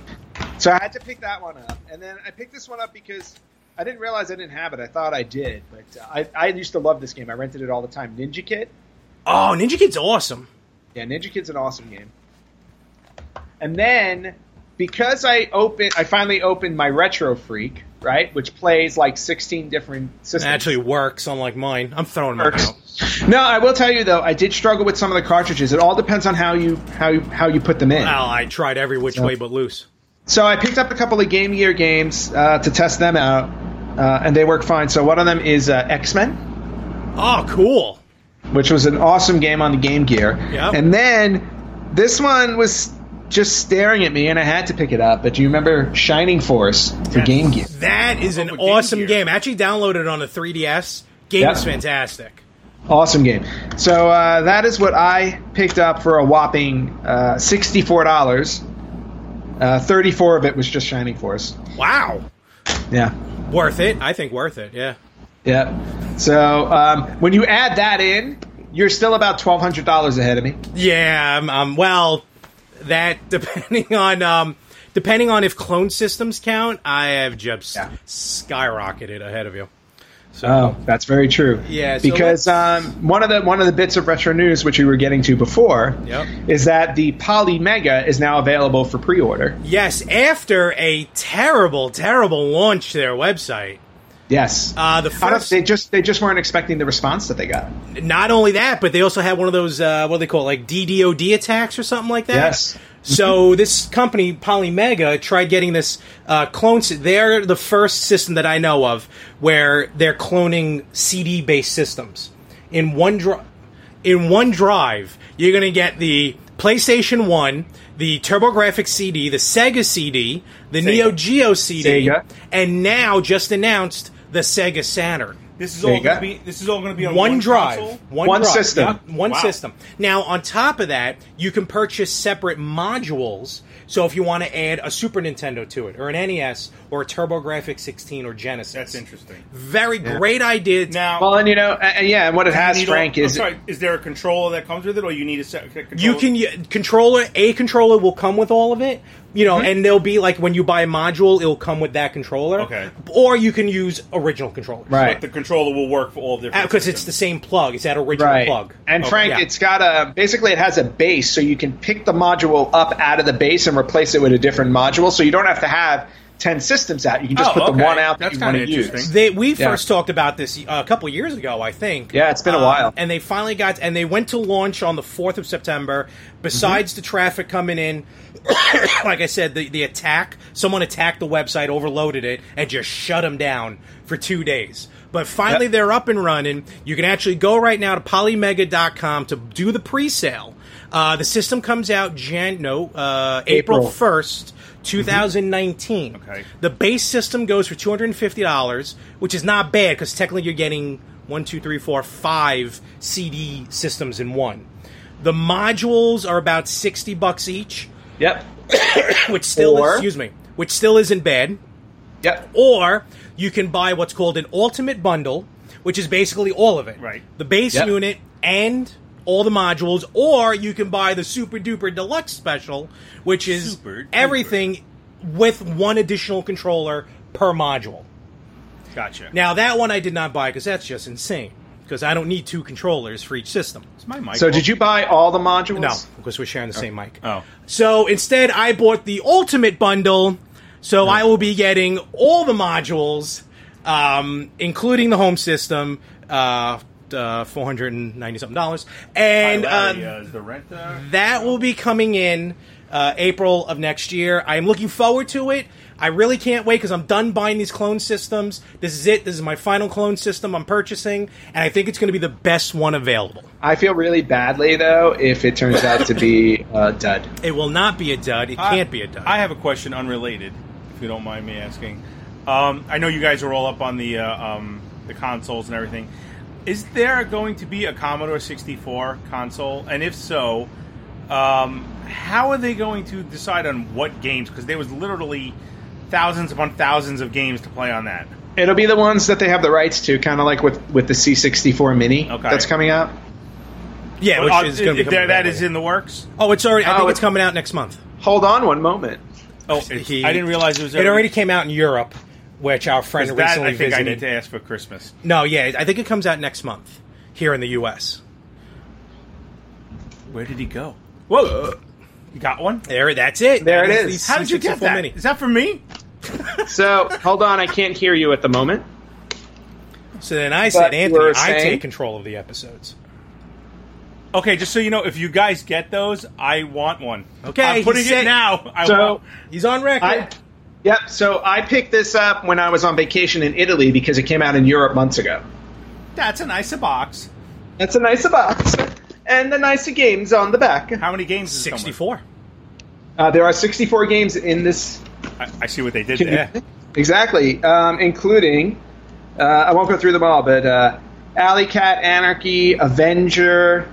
[SPEAKER 4] So I had to pick that one up, and then I picked this one up because I didn't realize I didn't have it. I thought I did, but uh, I, I used to love this game. I rented it all the time. Ninja Kid.
[SPEAKER 5] Oh, Ninja Kid's awesome.
[SPEAKER 4] Yeah, Ninja Kid's an awesome game. And then because I open, I finally opened my Retro Freak, right, which plays like sixteen different systems.
[SPEAKER 5] It actually works, unlike mine. I'm throwing mine
[SPEAKER 4] Works.
[SPEAKER 5] out.
[SPEAKER 4] No, I will tell you though, I did struggle with some of the cartridges. It all depends on how you how you, how you put them in.
[SPEAKER 5] Well, I tried every which way but loose.
[SPEAKER 4] So I picked up a couple of Game Gear games uh, to test them out, uh, and they work fine. So one of them is uh, X Men.
[SPEAKER 5] Oh, cool.
[SPEAKER 4] which was an awesome game on the Game Gear.
[SPEAKER 5] Yep.
[SPEAKER 4] And then this one was just staring at me, and I had to pick it up. But do you remember Shining Force for Game Gear?
[SPEAKER 5] That is an
[SPEAKER 3] Game
[SPEAKER 5] awesome
[SPEAKER 3] Gear.
[SPEAKER 5] game. I actually downloaded it on the 3DS. Game
[SPEAKER 4] Yeah.
[SPEAKER 5] is fantastic.
[SPEAKER 4] Awesome game. So uh, that is what I picked up for a whopping uh, sixty-four dollars. Uh, Thirty-four of it was just Shining Force.
[SPEAKER 5] Wow.
[SPEAKER 4] Yeah.
[SPEAKER 5] Worth it. I think worth it. Yeah.
[SPEAKER 4] Yep. So um, when you add that in, you're still about twelve hundred dollars ahead of me.
[SPEAKER 5] Yeah, um, um, well, that depending on um, depending on if clone systems count, I have just
[SPEAKER 4] Yeah.
[SPEAKER 5] skyrocketed ahead of you.
[SPEAKER 4] Oh, that's very true.
[SPEAKER 5] Yeah, so
[SPEAKER 4] because
[SPEAKER 5] let's-
[SPEAKER 4] um, one of the one of the bits of retro news which we were getting to before
[SPEAKER 5] Yep.
[SPEAKER 4] is that the Poly Mega is now available for pre-order.
[SPEAKER 5] Yes, after a terrible, terrible launch to their website.
[SPEAKER 4] Yes,
[SPEAKER 5] Uh, the
[SPEAKER 4] I don't-
[SPEAKER 5] first-
[SPEAKER 4] they just they just weren't expecting the response that they got.
[SPEAKER 5] Not only that, but they also had one of those uh, what do they call it, like DDoD attacks or something like that.
[SPEAKER 4] Yes.
[SPEAKER 5] So this company Polymega tried getting this uh, clone. sy- They're the first system that I know of where they're cloning CD-based systems in one drive. In one drive, you're going to get the PlayStation One, the TurboGrafx CD, the Sega CD, the Neo Geo CD,
[SPEAKER 4] Sega.
[SPEAKER 5] and now just announced the Sega Saturn
[SPEAKER 3] This is
[SPEAKER 4] There
[SPEAKER 3] all
[SPEAKER 4] you
[SPEAKER 3] going
[SPEAKER 4] go.
[SPEAKER 3] to be. This is all going to be on
[SPEAKER 5] one,
[SPEAKER 3] one
[SPEAKER 5] drive,
[SPEAKER 3] console?
[SPEAKER 5] one,
[SPEAKER 4] One
[SPEAKER 5] drive,
[SPEAKER 4] system.
[SPEAKER 5] yep, one
[SPEAKER 3] Wow.
[SPEAKER 5] system. Now, on top of that, you can purchase separate modules. So, if you want to add a Super Nintendo to it, or an NES, or a TurboGrafx 16 or Genesis,
[SPEAKER 3] That's interesting.
[SPEAKER 5] Very great idea.
[SPEAKER 3] Now,
[SPEAKER 4] Well, and you know, uh, yeah, and what it has,
[SPEAKER 3] need
[SPEAKER 4] Frank,
[SPEAKER 3] all- I'm
[SPEAKER 4] is
[SPEAKER 3] sorry, is there a controller that comes with it, or you need a set? Controller?
[SPEAKER 5] you can y- controller a controller will come with all of it. You know,
[SPEAKER 3] Mm-hmm.
[SPEAKER 5] and they'll be like when you buy a module, it'll come with that controller.
[SPEAKER 3] Okay.
[SPEAKER 5] Or you can use original controllers.
[SPEAKER 4] right,
[SPEAKER 3] The controller will work for all different
[SPEAKER 5] Because Uh, it's the
[SPEAKER 3] systems.
[SPEAKER 5] same plug. It's that original
[SPEAKER 4] right.
[SPEAKER 5] plug.
[SPEAKER 4] And
[SPEAKER 5] Okay.
[SPEAKER 4] Frank,
[SPEAKER 5] Yeah.
[SPEAKER 4] it's got a basically it has a base, so you can pick the module up out of the base and replace it with a different module, so you don't have to have ten systems out. You can just
[SPEAKER 3] Oh,
[SPEAKER 4] put the
[SPEAKER 3] okay.
[SPEAKER 4] one out that
[SPEAKER 3] That's
[SPEAKER 4] you want to
[SPEAKER 3] kinda
[SPEAKER 4] use.
[SPEAKER 3] interesting.
[SPEAKER 5] They we
[SPEAKER 4] Yeah.
[SPEAKER 5] first talked about this uh, a couple years ago, I think.
[SPEAKER 4] Yeah, it's been a
[SPEAKER 5] Um,
[SPEAKER 4] while.
[SPEAKER 5] and they finally got and they went to launch on the fourth of September.
[SPEAKER 4] Mm-hmm.
[SPEAKER 5] Besides the traffic coming in, like I said, the the attack someone attacked the website, overloaded it, and just shut them down for two days. But finally,
[SPEAKER 4] Yep.
[SPEAKER 5] they're up and running. You can actually go right now to polymega.com to do the pre-sale. Uh, the system comes out Jan no uh, April
[SPEAKER 4] April.
[SPEAKER 5] first, 2019.
[SPEAKER 3] Okay.
[SPEAKER 5] The base system goes for two hundred and fifty dollars, which is not bad because technically you're getting one, two, three, four, five CD systems in one. The modules are about sixty bucks each,
[SPEAKER 4] Yep.
[SPEAKER 5] which still
[SPEAKER 4] Or-
[SPEAKER 5] excuse me, which still isn't bad.
[SPEAKER 4] Yep.
[SPEAKER 5] Or you can buy what's called an ultimate bundle, which is basically all of it.
[SPEAKER 3] Right.
[SPEAKER 5] The base
[SPEAKER 4] Yep.
[SPEAKER 5] unit and all the modules, or you can buy the super duper deluxe special, which is
[SPEAKER 3] Super duper.
[SPEAKER 5] everything with one additional controller per module.
[SPEAKER 3] Gotcha.
[SPEAKER 5] Now that one I did not buy because that's just insane. Because I don't need two controllers for each system.
[SPEAKER 3] It's my mic.
[SPEAKER 4] So did you buy all the modules?
[SPEAKER 5] No, because we're sharing the same mic.
[SPEAKER 3] Oh.
[SPEAKER 5] So instead, I bought the ultimate bundle. So I will be getting all the modules, um, including the home system, uh, uh, four hundred and ninety something dollars, and
[SPEAKER 3] Larry,
[SPEAKER 5] uh,
[SPEAKER 3] uh, is the rent? Uh,
[SPEAKER 5] that will be coming in uh, April of next year. I am looking forward to it. I really can't wait because I'm done buying these clone systems. This is it. This is my final clone system I'm purchasing, and I think it's going to be the best one available.
[SPEAKER 4] I feel really badly though if it turns out to be a dud.
[SPEAKER 5] It will not be a dud. It can't be a dud.
[SPEAKER 3] I have a question unrelated, if you don't mind me asking. Um, I know you guys are all up on the uh, um, the consoles and everything. Is there going to be a Commodore 64 console? And if so, um, how are they going to decide on what games? Because there was literally thousands upon thousands of games to play on that.
[SPEAKER 4] It'll be the ones that they have the rights to, kind of like with with the C64 Mini
[SPEAKER 3] Okay.
[SPEAKER 4] that's coming out.
[SPEAKER 5] yeah,
[SPEAKER 3] Uh,
[SPEAKER 5] which is going to be
[SPEAKER 3] there-
[SPEAKER 5] coming
[SPEAKER 3] that
[SPEAKER 5] back
[SPEAKER 3] is in the works.
[SPEAKER 5] Oh, it's already. I think
[SPEAKER 4] Oh,
[SPEAKER 5] it's coming out next month.
[SPEAKER 4] Hold on one moment.
[SPEAKER 3] Oh, it's, I didn't realize it was.
[SPEAKER 5] It already came out in Europe, which our friend
[SPEAKER 3] 'Cause
[SPEAKER 5] recently
[SPEAKER 3] That I think I
[SPEAKER 5] visited.
[SPEAKER 3] need to ask for Christmas.
[SPEAKER 5] No, yeah, I think it comes out next month here in the U.S.
[SPEAKER 3] Where did he go? Whoa! You got one?
[SPEAKER 5] There, that's it.
[SPEAKER 4] There
[SPEAKER 5] That
[SPEAKER 4] it
[SPEAKER 5] the
[SPEAKER 4] is.
[SPEAKER 3] How did you get
[SPEAKER 5] C64
[SPEAKER 3] that? Is
[SPEAKER 5] Mini.
[SPEAKER 3] that for me?
[SPEAKER 4] So hold on, I can't hear you at the moment.
[SPEAKER 5] So then I said,
[SPEAKER 4] you
[SPEAKER 5] Anthony,
[SPEAKER 4] were
[SPEAKER 5] I
[SPEAKER 4] saying-
[SPEAKER 5] take control of the episodes.
[SPEAKER 3] Okay, just so you know, if you guys get those, I want one.
[SPEAKER 5] Okay,
[SPEAKER 3] I'm putting
[SPEAKER 5] he
[SPEAKER 3] it
[SPEAKER 5] said-
[SPEAKER 3] now. I
[SPEAKER 4] So-
[SPEAKER 3] want.
[SPEAKER 5] He's on record.
[SPEAKER 4] I Yep, so I picked this up when I was on vacation in Italy because it came out in Europe months ago.
[SPEAKER 3] That's a nice box.
[SPEAKER 4] That's a nicer box. And the nicer games on the back.
[SPEAKER 3] How many games? Is it coming?
[SPEAKER 5] Sixty-four.
[SPEAKER 4] Uh, there are 64 games in this
[SPEAKER 3] I, I see what they did
[SPEAKER 4] Yeah.
[SPEAKER 3] there.
[SPEAKER 4] Exactly, um, including uh, I won't go through them all, but uh, Alley Cat, Anarchy, Avenger.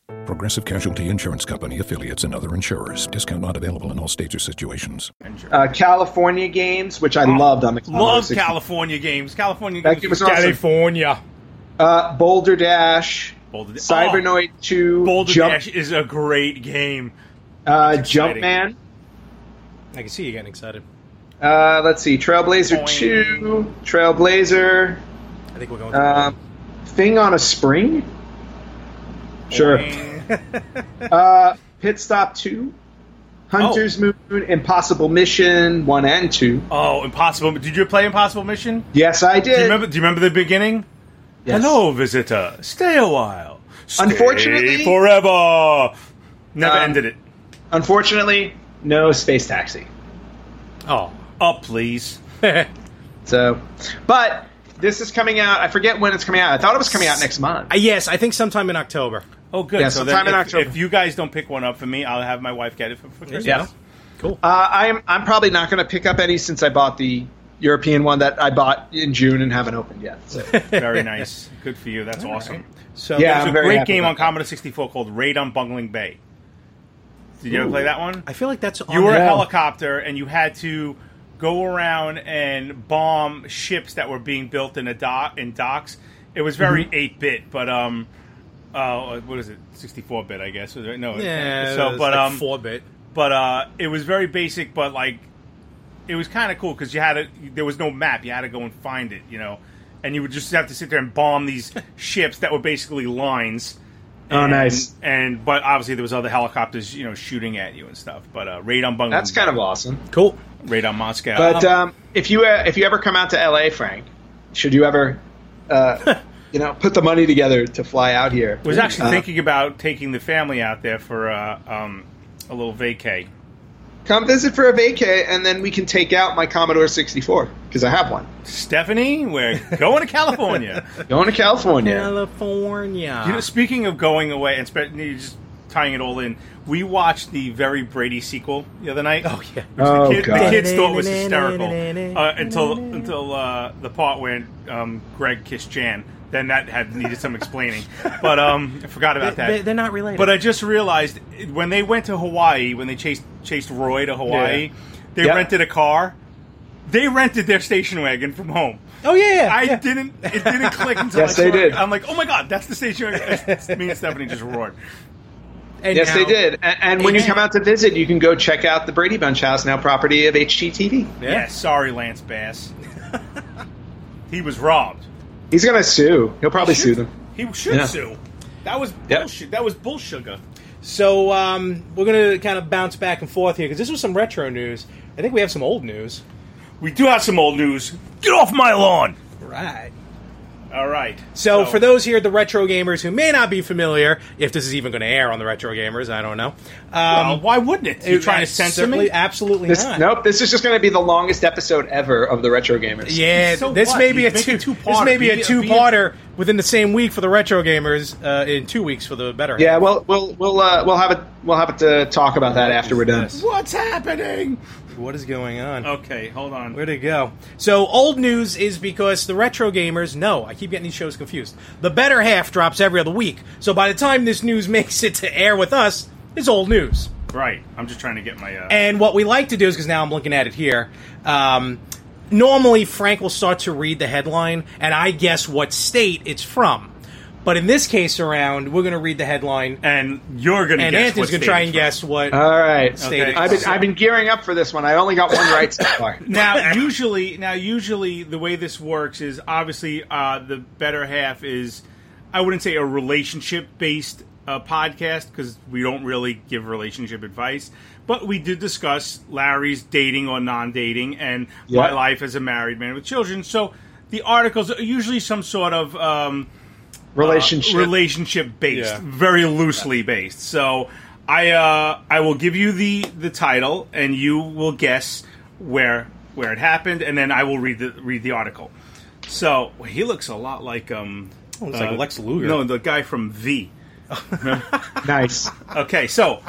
[SPEAKER 8] Progressive Casualty Insurance Company affiliates and other insurers. Discount not available in all states or situations.
[SPEAKER 4] Uh, California games, which I loved on the
[SPEAKER 3] Oh, Love
[SPEAKER 4] 60.
[SPEAKER 3] California games. California
[SPEAKER 4] That
[SPEAKER 3] games.
[SPEAKER 4] game was awesome.
[SPEAKER 5] California.
[SPEAKER 4] Uh, Boulder Dash,
[SPEAKER 3] Boulder- Oh,
[SPEAKER 4] Cybernoid Two,
[SPEAKER 3] Boulder
[SPEAKER 4] Jump,
[SPEAKER 3] Dash is a great game.
[SPEAKER 4] uh,
[SPEAKER 3] exciting.
[SPEAKER 4] Jumpman.
[SPEAKER 5] I can see you getting excited.
[SPEAKER 4] Uh, let's see, Trailblazer
[SPEAKER 3] Boing.
[SPEAKER 4] Two, Trailblazer,
[SPEAKER 5] I think we're going.
[SPEAKER 4] um, Thing on a Spring. Sure.
[SPEAKER 3] Mm,
[SPEAKER 4] Uh, Pit Stop Two, Hunter's Moon, Impossible Mission One and Two.
[SPEAKER 3] Oh, Impossible! Did you play Impossible Mission?
[SPEAKER 4] Yes, I did.
[SPEAKER 3] Do you remember? Do you remember the beginning?
[SPEAKER 4] Yes.
[SPEAKER 3] Hello, visitor. Stay a while. Stay
[SPEAKER 4] Unfortunately-
[SPEAKER 3] forever. Never
[SPEAKER 4] Um,
[SPEAKER 3] ended it.
[SPEAKER 4] Unfortunately, no space taxi.
[SPEAKER 5] oh,
[SPEAKER 3] Up, please.
[SPEAKER 4] So, but this is coming out. I forget when it's coming out. I thought it was coming out next month.
[SPEAKER 5] Uh, yes, I think sometime in October.
[SPEAKER 3] Oh, good.
[SPEAKER 4] Yeah,
[SPEAKER 3] so then
[SPEAKER 4] sometime in
[SPEAKER 3] if,
[SPEAKER 4] October.
[SPEAKER 3] if you guys don't pick one up for me, I'll have my wife get it for, for Christmas.
[SPEAKER 4] Yeah.
[SPEAKER 5] Cool.
[SPEAKER 4] Uh, I'm I'm probably not going to pick up any since I bought the European one that I bought in June and haven't opened yet. So,
[SPEAKER 3] Very nice. Good for you. That's awesome.
[SPEAKER 5] so
[SPEAKER 4] yeah,
[SPEAKER 3] There's
[SPEAKER 4] I'm
[SPEAKER 3] a
[SPEAKER 4] very
[SPEAKER 3] great
[SPEAKER 4] happy
[SPEAKER 3] game
[SPEAKER 4] about
[SPEAKER 3] on Commodore 64 called Raid on Bungling Bay. Did you ever play that one?
[SPEAKER 5] I feel like that's on
[SPEAKER 3] You were a
[SPEAKER 5] the-
[SPEAKER 3] helicopter and you had to go around and bomb ships that were being built in a dock in docks. It was very 8-bit, but um uh, what is it? 64-bit, I guess. was it? No. it-
[SPEAKER 5] Yeah.
[SPEAKER 3] so
[SPEAKER 5] it's
[SPEAKER 3] but
[SPEAKER 5] like
[SPEAKER 3] um
[SPEAKER 5] four bit.
[SPEAKER 3] but uh, it was very basic, but like it was kind of cool because you had to. There was no map; you had to go and find it, you know. And you would just have to sit there and bomb these ships that were basically lines.
[SPEAKER 4] Oh,
[SPEAKER 3] And-
[SPEAKER 4] nice.
[SPEAKER 3] And but obviously there was other helicopters, you know, shooting at you and stuff. But uh, raid on Bungo,
[SPEAKER 4] That's kind of awesome.
[SPEAKER 5] Cool.
[SPEAKER 3] raid on Moscow.
[SPEAKER 4] But um, if you uh, if you ever come out to LA, Frank, should you ever, uh, you know, put the money together to fly out here?
[SPEAKER 3] I was actually
[SPEAKER 4] Uh,
[SPEAKER 3] thinking about taking the family out there for uh, um, a little vacay.
[SPEAKER 4] Come visit for a vacay, and then we can take out my Commodore 64 because I have one.
[SPEAKER 3] Stephanie, we're going to California.
[SPEAKER 4] Going to California.
[SPEAKER 5] California. Um,
[SPEAKER 3] You know, speaking of going away, and spe- you just tying it all in, we watched the very Brady sequel the other night. Oh yeah,
[SPEAKER 4] Oh,
[SPEAKER 3] the, kid, the
[SPEAKER 4] God.
[SPEAKER 3] kids thought was hysterical uh, until until uh, the part where um, Greg kissed Jan. Then that had needed some explaining, but um, I forgot about that.
[SPEAKER 5] They, are not related.
[SPEAKER 3] But I just realized when they went to Hawaii, when they chased chased Roy to Hawaii, they
[SPEAKER 4] Yeah.
[SPEAKER 3] rented a car. They rented their station wagon from home.
[SPEAKER 5] oh yeah,
[SPEAKER 3] I
[SPEAKER 5] yeah.
[SPEAKER 3] didn't. It didn't click until
[SPEAKER 4] Yes,
[SPEAKER 3] I saw
[SPEAKER 4] they
[SPEAKER 3] it.
[SPEAKER 4] did.
[SPEAKER 3] I'm like, oh my god, that's the station wagon. Me and Stephanie just roared.
[SPEAKER 5] And
[SPEAKER 4] Yes, they
[SPEAKER 5] now-
[SPEAKER 4] did. And, and when you
[SPEAKER 5] Amen.
[SPEAKER 4] come out to visit, you can go check out the Brady Bunch house, now property of HGTV.
[SPEAKER 3] Yeah. sorry, Lance Bass. he was robbed.
[SPEAKER 4] He's going to sue. He'll probably
[SPEAKER 3] Should-
[SPEAKER 4] sue them.
[SPEAKER 3] He should
[SPEAKER 4] Yeah.
[SPEAKER 3] sue. That was
[SPEAKER 4] Yep.
[SPEAKER 3] bullshit. That was bullsugar.
[SPEAKER 5] So um, we're gonna kind of bounce back and forth here because this was some retro news. I think we have some old news.
[SPEAKER 3] We do have some old news. Get off my lawn.
[SPEAKER 5] Right.
[SPEAKER 3] All right.
[SPEAKER 5] So, for those here, at the retro gamers who may not be familiar, if this is even going to air on the retro gamers, I don't know. Um,
[SPEAKER 3] Well, why wouldn't it? You trying to censor
[SPEAKER 5] certainly-
[SPEAKER 3] me?
[SPEAKER 5] Absolutely
[SPEAKER 4] This,
[SPEAKER 5] not.
[SPEAKER 4] nope, this is just going to be the longest episode ever of the Retro Gamers.
[SPEAKER 5] Yeah,
[SPEAKER 3] So
[SPEAKER 5] this
[SPEAKER 3] what?
[SPEAKER 5] may be
[SPEAKER 3] You
[SPEAKER 5] a
[SPEAKER 3] make
[SPEAKER 5] two.
[SPEAKER 3] it
[SPEAKER 5] This
[SPEAKER 3] two-part.
[SPEAKER 5] may be
[SPEAKER 3] Be-
[SPEAKER 5] a
[SPEAKER 3] be a-
[SPEAKER 5] two-parter within the same week for the retro gamers. Uh, in two weeks for the better.
[SPEAKER 4] Yeah, well, we'll we'll uh, we'll have it. We'll have it to talk about that after we're done.
[SPEAKER 3] What's happening?
[SPEAKER 5] What is going on?
[SPEAKER 3] Okay, hold on.
[SPEAKER 5] Where'd it go? So old news is because the retro gamers. No, I keep getting these shows confused. The better half drops every other week, so by the time this news makes it to air with us, it's old news.
[SPEAKER 3] Right. I'm just trying to get my. Uh,
[SPEAKER 5] And what we like to do is because now I'm looking at it here. Um, normally, Frank will start to read the headline, and I guess what state it's from. But in this case around, we're going to read the headline,
[SPEAKER 3] and you're gonna
[SPEAKER 5] and
[SPEAKER 3] guess
[SPEAKER 5] Anthony's
[SPEAKER 3] what
[SPEAKER 5] going to try
[SPEAKER 3] stage
[SPEAKER 5] and
[SPEAKER 3] we're
[SPEAKER 5] guess what.
[SPEAKER 4] All right,
[SPEAKER 5] Stay
[SPEAKER 4] I've been I've been gearing up for this one. I only got one right so far.
[SPEAKER 3] now usually now usually the way this works is obviously uh, the better half is i wouldn't say a relationship based uh, podcast because we don't really give relationship advice but we did discuss larry's dating or non-dating and my
[SPEAKER 4] Yeah.
[SPEAKER 3] life as a married man with children so the articles are usually some sort of um,
[SPEAKER 4] Relationship.
[SPEAKER 3] relationship based,
[SPEAKER 5] Yeah.
[SPEAKER 3] very loosely based. So I uh, I will give you the the title, and you will guess where where it happened, and then I will read the read the article. So well, he looks a lot like um,
[SPEAKER 5] Oh, Looks like Lex Luger.
[SPEAKER 3] No, the guy from V.
[SPEAKER 4] nice.
[SPEAKER 3] Okay, so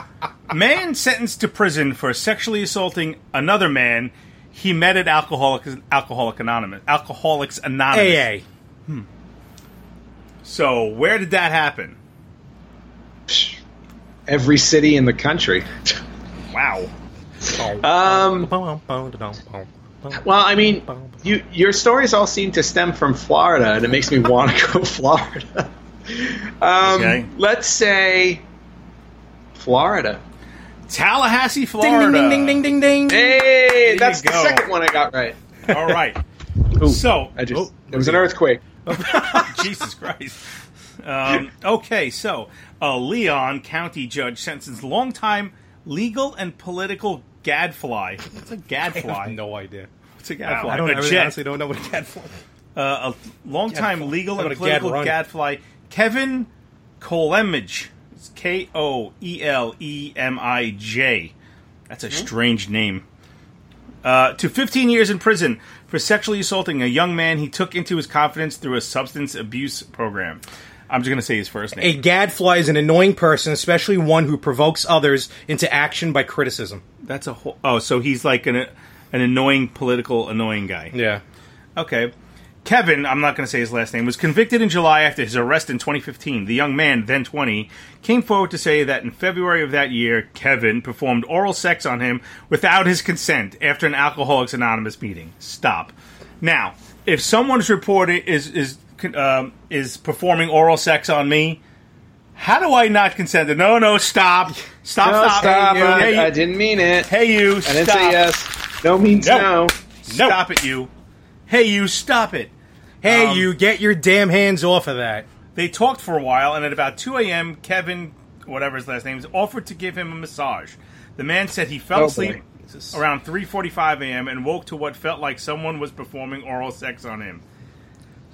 [SPEAKER 3] man sentenced to prison for sexually assaulting another man he met at Alcoholics Alcoholic Anonymous Alcoholics Anonymous.
[SPEAKER 5] AA.
[SPEAKER 3] So where did that happen?
[SPEAKER 4] Every city in the country.
[SPEAKER 3] Wow.
[SPEAKER 4] Um. Well, I mean, you your stories all seem to stem from Florida, and it makes me want to go Florida. Um,
[SPEAKER 3] Okay.
[SPEAKER 4] Let's say Florida.
[SPEAKER 3] Tallahassee,
[SPEAKER 5] Ding
[SPEAKER 3] Florida.
[SPEAKER 5] ding ding ding ding ding ding.
[SPEAKER 4] Hey, that's the
[SPEAKER 3] go.
[SPEAKER 4] second one I got right.
[SPEAKER 3] All right. so,
[SPEAKER 4] I just
[SPEAKER 3] Oh,
[SPEAKER 4] it was an earthquake.
[SPEAKER 3] Jesus Christ. Um, okay, so a Leon County judge sentenced longtime legal and political gadfly. What's a
[SPEAKER 5] I
[SPEAKER 3] gadfly?
[SPEAKER 5] have no idea.
[SPEAKER 3] What's a gadfly?
[SPEAKER 5] I don't. I
[SPEAKER 3] a
[SPEAKER 5] really
[SPEAKER 3] jet.
[SPEAKER 5] honestly don't know what gadfly.
[SPEAKER 3] Uh, a longtime
[SPEAKER 5] Gadfly.
[SPEAKER 3] legal
[SPEAKER 5] What
[SPEAKER 3] and
[SPEAKER 5] about a
[SPEAKER 3] political
[SPEAKER 5] gad run?
[SPEAKER 3] gadfly, Kevin Kolemij. It's K O E L E M I J. That's a
[SPEAKER 5] Hmm?
[SPEAKER 3] strange name. Uh, to 15 years in prison for sexually assaulting a young man he took into his confidence through a substance abuse program. I'm just going to say his first
[SPEAKER 5] A
[SPEAKER 3] name.
[SPEAKER 5] gadfly is an annoying person, especially one who provokes others into action by criticism.
[SPEAKER 3] That's a whole. Oh, so he's like an, an annoying, political, annoying guy.
[SPEAKER 5] Yeah.
[SPEAKER 3] Okay. Kevin, I'm not going to say his last name, was convicted in July after his arrest in 2015. The young man, then 20, came forward to say that in February of that year, Kevin performed oral sex on him without his consent after an Alcoholics Anonymous meeting. Stop. Now, if someone's reported is is um, is performing oral sex on me, how do I not consent? to- No, no, stop, stop,
[SPEAKER 4] No,
[SPEAKER 3] stop.
[SPEAKER 4] stop!
[SPEAKER 3] Hey, you,
[SPEAKER 4] I,
[SPEAKER 3] hey, you,
[SPEAKER 4] I didn't mean it.
[SPEAKER 3] hey, you,
[SPEAKER 4] I
[SPEAKER 3] stop.
[SPEAKER 4] didn't say yes. No means
[SPEAKER 3] No.
[SPEAKER 4] no.
[SPEAKER 3] Stop it, you. Hey, you, stop it.
[SPEAKER 5] Hey,
[SPEAKER 3] Um,
[SPEAKER 5] you get your damn hands off of that.
[SPEAKER 3] They talked for a while, and at about 2 a.m., Kevin, whatever his last name is, offered to give him a massage. The man said he fell
[SPEAKER 4] Oh,
[SPEAKER 3] asleep
[SPEAKER 4] boy.
[SPEAKER 3] around 3:45 a.m. and woke to what felt like someone was performing oral sex on him.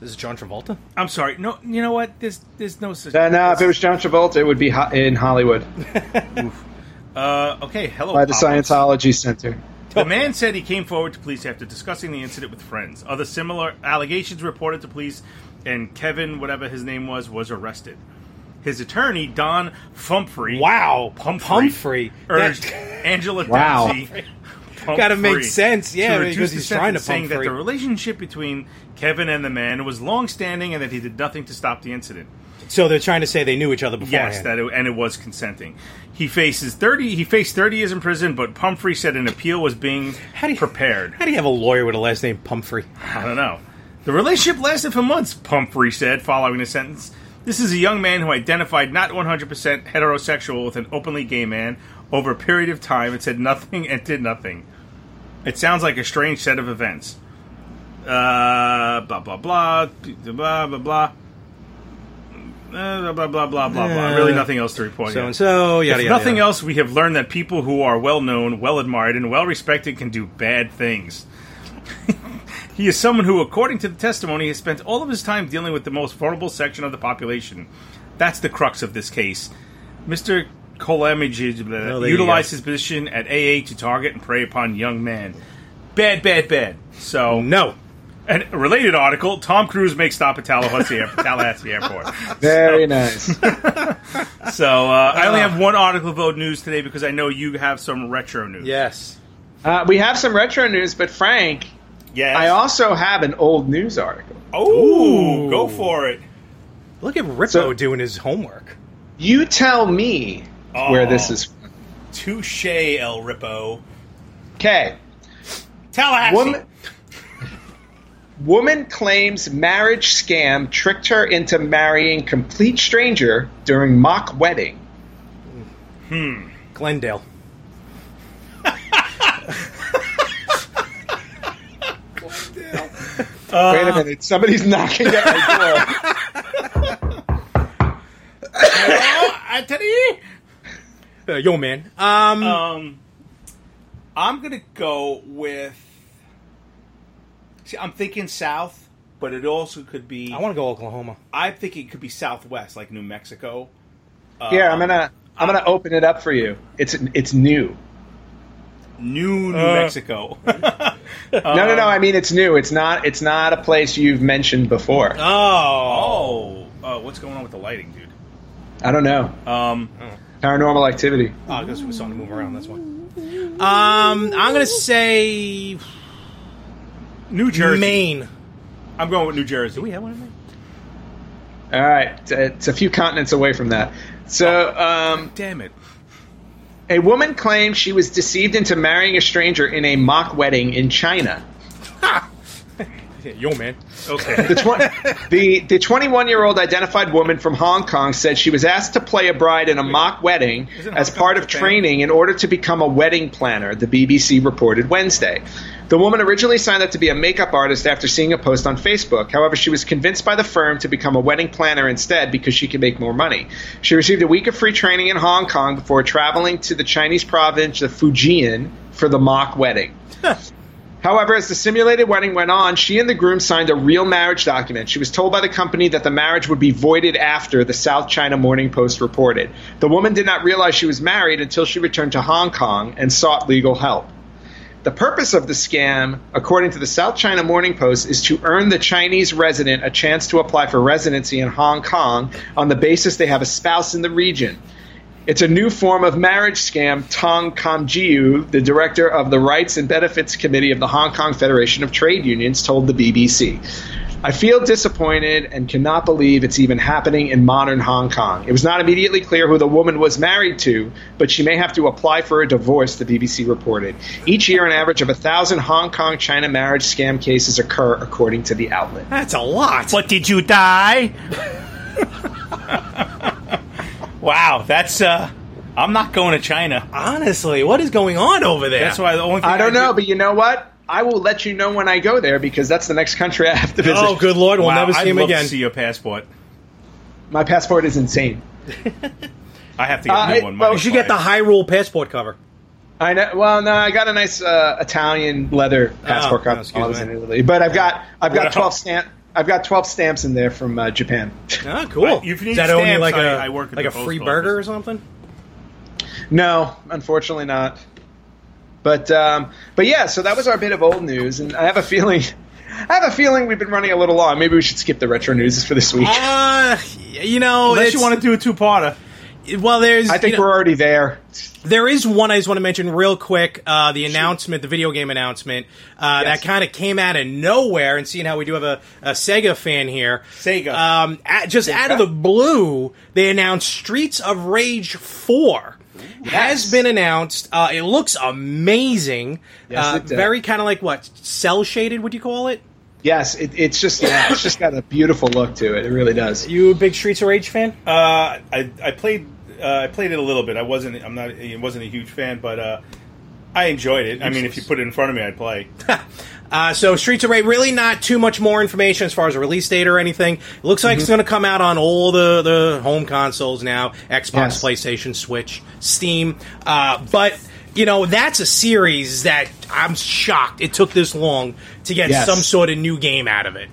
[SPEAKER 5] This is John Travolta.
[SPEAKER 3] I'm sorry. No, you know what? There's there's no such.
[SPEAKER 4] Uh, No, no, if it was John Travolta, it would be ho- in Hollywood
[SPEAKER 3] uh, okay. Hello.
[SPEAKER 4] by the
[SPEAKER 3] Papa.
[SPEAKER 4] Scientology Center.
[SPEAKER 3] The man said he came forward to police after discussing the incident with friends. Other similar allegations reported to police, and Kevin, whatever his name was, was arrested. his attorney, Don Pumphrey.
[SPEAKER 5] Wow,
[SPEAKER 3] Pumphrey.
[SPEAKER 5] Pumphrey.
[SPEAKER 3] Urged
[SPEAKER 5] That-
[SPEAKER 3] Angela
[SPEAKER 4] Wow.
[SPEAKER 3] Dempsey.
[SPEAKER 5] Gotta make
[SPEAKER 3] Pumphrey
[SPEAKER 5] sense, yeah,
[SPEAKER 3] to
[SPEAKER 5] because
[SPEAKER 3] reduce
[SPEAKER 5] he's
[SPEAKER 3] the
[SPEAKER 5] trying
[SPEAKER 3] sentence,
[SPEAKER 5] to
[SPEAKER 3] saying that
[SPEAKER 5] Pumphrey.
[SPEAKER 3] the relationship between Kevin and the man was long-standing and that he did nothing to stop the incident.
[SPEAKER 5] So they're trying to say they knew each other beforehand.
[SPEAKER 3] Yes, that it, and it was consenting. He faces thirty. He faced thirty years in prison, but Pumphrey said an appeal was being
[SPEAKER 5] How do you-
[SPEAKER 3] prepared.
[SPEAKER 5] How do you have a lawyer with a last name Pumphrey?
[SPEAKER 3] I don't know. The relationship lasted for months, Pumphrey said, following the sentence. This is a young man who identified not 100% heterosexual with an openly gay man over a period of time and said nothing and did nothing. It sounds like a strange set of events. Uh, blah, blah, blah, blah, blah, blah. Uh, blah blah blah blah blah. Really, nothing else to report.
[SPEAKER 5] So
[SPEAKER 3] yet.
[SPEAKER 5] and so, yada
[SPEAKER 3] If
[SPEAKER 5] yada.
[SPEAKER 3] nothing
[SPEAKER 5] yada.
[SPEAKER 3] else, we have learned that people who are well known, well admired, and well respected can do bad things. he is someone who, according to the testimony, has spent all of his time dealing with the most vulnerable section of the population. That's the crux of this case. Mr. Kolamidze
[SPEAKER 5] Oh, there you
[SPEAKER 3] utilized
[SPEAKER 5] go.
[SPEAKER 3] his position at AA to target and prey upon young men. Bad, bad, bad. So,
[SPEAKER 5] No.
[SPEAKER 3] And a related article Tom Cruise makes stop at Tallahassee, Tallahassee Airport.
[SPEAKER 4] Very nice.
[SPEAKER 3] So uh, I
[SPEAKER 5] Ah.
[SPEAKER 3] only have one article about news today because I know you have some retro news.
[SPEAKER 5] Yes.
[SPEAKER 4] Uh, we have some retro news, but Frank,
[SPEAKER 3] Yes.
[SPEAKER 4] I also have an old news article.
[SPEAKER 3] Oh, go for it.
[SPEAKER 5] Look at Rippo
[SPEAKER 4] So-
[SPEAKER 5] doing his homework.
[SPEAKER 4] You tell me where this is.
[SPEAKER 3] Touche, El Ripo.
[SPEAKER 4] Okay.
[SPEAKER 3] Tallahassee.
[SPEAKER 4] Woman, woman claims marriage scam tricked her into marrying complete stranger during mock wedding.
[SPEAKER 5] Glendale.
[SPEAKER 4] Wait a minute, somebody's knocking at my door.
[SPEAKER 3] Ah,
[SPEAKER 5] Uh, yo, man. Um,
[SPEAKER 3] Um, I'm gonna go with. See, I'm thinking south, but it also could be.
[SPEAKER 5] I want to go Oklahoma.
[SPEAKER 3] I think it could be southwest, like New Mexico.
[SPEAKER 4] Here, I'm gonna I'm gonna open it up for you. It's it's new.
[SPEAKER 3] New New
[SPEAKER 5] Uh.
[SPEAKER 3] Mexico.
[SPEAKER 5] Um,
[SPEAKER 4] no, no, no. I mean, it's new. It's not it's not a place you've mentioned before.
[SPEAKER 5] Oh.
[SPEAKER 3] oh, uh, what's going on with the lighting, dude?
[SPEAKER 4] I don't know.
[SPEAKER 3] Um,
[SPEAKER 4] Paranormal activity.
[SPEAKER 5] Oh, I guess we saw him move around. That's why. Um, I'm gonna say
[SPEAKER 3] New Jersey.
[SPEAKER 5] Maine.
[SPEAKER 3] I'm going with New Jersey.
[SPEAKER 5] Do we have one in Maine?
[SPEAKER 4] All right, t- it's a few continents away from that. So, um,
[SPEAKER 3] Damn it.
[SPEAKER 4] a woman claims she was deceived into marrying a stranger in a mock wedding in China.
[SPEAKER 5] Yeah, yo, man.
[SPEAKER 3] Okay.
[SPEAKER 4] The the 21 year old identified woman from Hong Kong said she was asked to play a bride in a mock wedding
[SPEAKER 3] Isn't
[SPEAKER 4] as
[SPEAKER 3] Hong
[SPEAKER 4] part
[SPEAKER 3] Kong
[SPEAKER 4] of
[SPEAKER 3] Japan?
[SPEAKER 4] training in order to become a wedding planner. The BBC reported Wednesday. The woman originally signed up to be a makeup artist after seeing a post on Facebook. However, she was convinced by the firm to become a wedding planner instead because she could make more money. She received a week of free training in Hong Kong before traveling to the Chinese province of Fujian for the mock wedding. However, as the simulated wedding went on, she and the groom signed a real marriage document. She was told by the company that the marriage would be voided after, the South China Morning Post reported. The woman did not realize she was married until she returned to Hong Kong and sought legal help. The purpose of the scam, according to the South China Morning Post, is to earn the Chinese resident a chance to apply for residency in Hong Kong on the basis they have a spouse in the region. It's a new form of marriage scam, Tong Kamjiu, the director of the Rights and Benefits Committee of the Hong Kong Federation of Trade Unions, told the BBC. I feel disappointed and cannot believe it's even happening in modern Hong Kong. It was not immediately clear who the woman was married to, but she may have to apply for a divorce, the BBC reported. Each year, an average of a 1,000 Hong Kong China marriage scam cases occur, according to the outlet.
[SPEAKER 5] That's a lot.
[SPEAKER 3] What did you die? wow, that's uh I'm not going to China.
[SPEAKER 5] Honestly, what is going on over there?
[SPEAKER 3] That's why the only thing
[SPEAKER 4] I don't know,
[SPEAKER 3] do-
[SPEAKER 4] but you know what? I will let you know when I go there because that's the next country I have to visit.
[SPEAKER 5] Oh, good lord, we'll
[SPEAKER 3] wow,
[SPEAKER 5] never see
[SPEAKER 3] I'd
[SPEAKER 5] him
[SPEAKER 3] love
[SPEAKER 5] again.
[SPEAKER 3] To see your passport.
[SPEAKER 4] My passport is insane.
[SPEAKER 3] I have to get
[SPEAKER 4] Uh,
[SPEAKER 3] a new
[SPEAKER 4] it-
[SPEAKER 3] one.
[SPEAKER 4] well,
[SPEAKER 5] you
[SPEAKER 3] Money's
[SPEAKER 5] should get the
[SPEAKER 3] fine.
[SPEAKER 5] Hyrule passport cover.
[SPEAKER 4] I know. Well, no, I got a nice uh, Italian leather passport card
[SPEAKER 5] Oh, no,
[SPEAKER 4] while I
[SPEAKER 5] excuse
[SPEAKER 4] was in
[SPEAKER 5] me.
[SPEAKER 4] Italy, but I've got I've got
[SPEAKER 3] Wow.
[SPEAKER 4] twelve stamp I've got twelve stamps in there from uh, Japan.
[SPEAKER 5] Oh, cool.
[SPEAKER 3] Right, if you need
[SPEAKER 5] Is that only
[SPEAKER 3] stamps,
[SPEAKER 5] like a
[SPEAKER 3] I- I work at
[SPEAKER 5] like
[SPEAKER 3] the
[SPEAKER 5] a free
[SPEAKER 3] post
[SPEAKER 5] burger
[SPEAKER 3] office.
[SPEAKER 5] or something?
[SPEAKER 4] no, unfortunately not. But um, but yeah, so that was our bit of old news, and I have a feeling I have a feeling we've been running a little long. Maybe we should skip the retro news for this week.
[SPEAKER 5] Uh, you know,
[SPEAKER 3] Unless you
[SPEAKER 5] it's-
[SPEAKER 3] want to do a two-parter.
[SPEAKER 5] well, there's.
[SPEAKER 4] I think
[SPEAKER 5] you know-
[SPEAKER 4] we're already there.
[SPEAKER 5] There is one I just want to mention real quick. Uh, the announcement, the video game announcement, uh,
[SPEAKER 4] Yes.
[SPEAKER 5] that kind of came out of nowhere. And seeing how we do have a, a Sega fan here,
[SPEAKER 3] Sega.
[SPEAKER 5] um, at- just out of the blue, they announced Streets of Rage Four has been announced. Uh, it looks amazing.
[SPEAKER 4] Yes,
[SPEAKER 5] uh,
[SPEAKER 4] it does.
[SPEAKER 5] Very kind of like what cell shaded? Would you call it?
[SPEAKER 4] Yes, it, it's just yeah, it's just got a beautiful look to it. It really does.
[SPEAKER 5] You a big Streets of Rage fan?
[SPEAKER 3] Uh, I, I played uh, I played it a little bit. I wasn't I'm not I wasn't a huge fan, but uh, I enjoyed it. I mean, if you put it in front of me, I'd play.
[SPEAKER 5] Uh, so Streets of Rage, really not too much more information as far as a release date or anything. It looks like
[SPEAKER 4] Mm-hmm.
[SPEAKER 5] it's going to come out on all the, the home consoles now: Xbox,
[SPEAKER 4] Yes.
[SPEAKER 5] PlayStation, Switch, Steam. Uh, but you know, that's a series that I'm shocked it took this long to get
[SPEAKER 4] Yes.
[SPEAKER 5] some sort of new game out of it.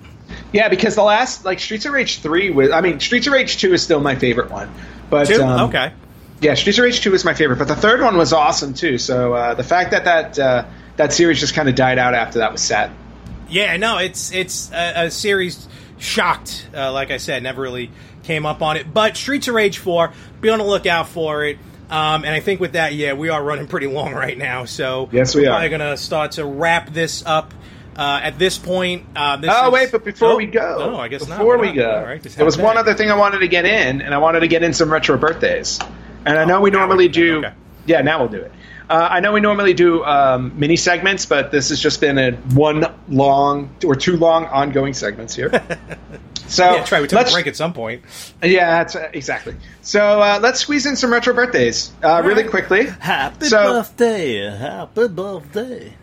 [SPEAKER 4] Yeah, because the last like Streets of Rage three was I mean Streets of Rage two is still my favorite one, but
[SPEAKER 5] Two?
[SPEAKER 4] um,
[SPEAKER 5] okay.
[SPEAKER 4] yeah, Streets of Rage two is my favorite, but the third one was awesome too. So uh, the fact that that uh, that series just kind of died out after that was sad.
[SPEAKER 5] Yeah, no, it's it's a, a series shocked. Uh, like I said, never really came up on it. But Streets of Rage four, be on the lookout for it. Um, and I think with that, yeah, we are running pretty long right now. So
[SPEAKER 4] Yes, we
[SPEAKER 5] we're
[SPEAKER 4] are.
[SPEAKER 5] Probably gonna start to wrap this up. Uh, at this point, uh, this
[SPEAKER 4] Oh
[SPEAKER 5] is-
[SPEAKER 4] wait, but before
[SPEAKER 5] Oh,
[SPEAKER 4] we go,
[SPEAKER 5] no, I guess not.
[SPEAKER 4] before
[SPEAKER 5] Why
[SPEAKER 4] we
[SPEAKER 5] not?
[SPEAKER 4] go,
[SPEAKER 5] All right, just
[SPEAKER 4] there was
[SPEAKER 5] have
[SPEAKER 4] one
[SPEAKER 5] that.
[SPEAKER 4] other thing I wanted to get in, and I wanted to get in some retro birthdays. And I know we
[SPEAKER 5] Oh, now
[SPEAKER 4] normally
[SPEAKER 5] we're doing
[SPEAKER 4] do.
[SPEAKER 5] that, okay.
[SPEAKER 4] Yeah, now we'll do it. Uh, I know we normally do um, mini segments, but this has just been a one long or two long ongoing segments here. So
[SPEAKER 5] Yeah, try. We took
[SPEAKER 4] let's-
[SPEAKER 5] a break at some point.
[SPEAKER 4] Yeah, that's, uh, exactly. So uh, let's squeeze in some retro birthdays uh, really quickly.
[SPEAKER 9] Happy
[SPEAKER 4] So-
[SPEAKER 9] birthday! Happy birthday!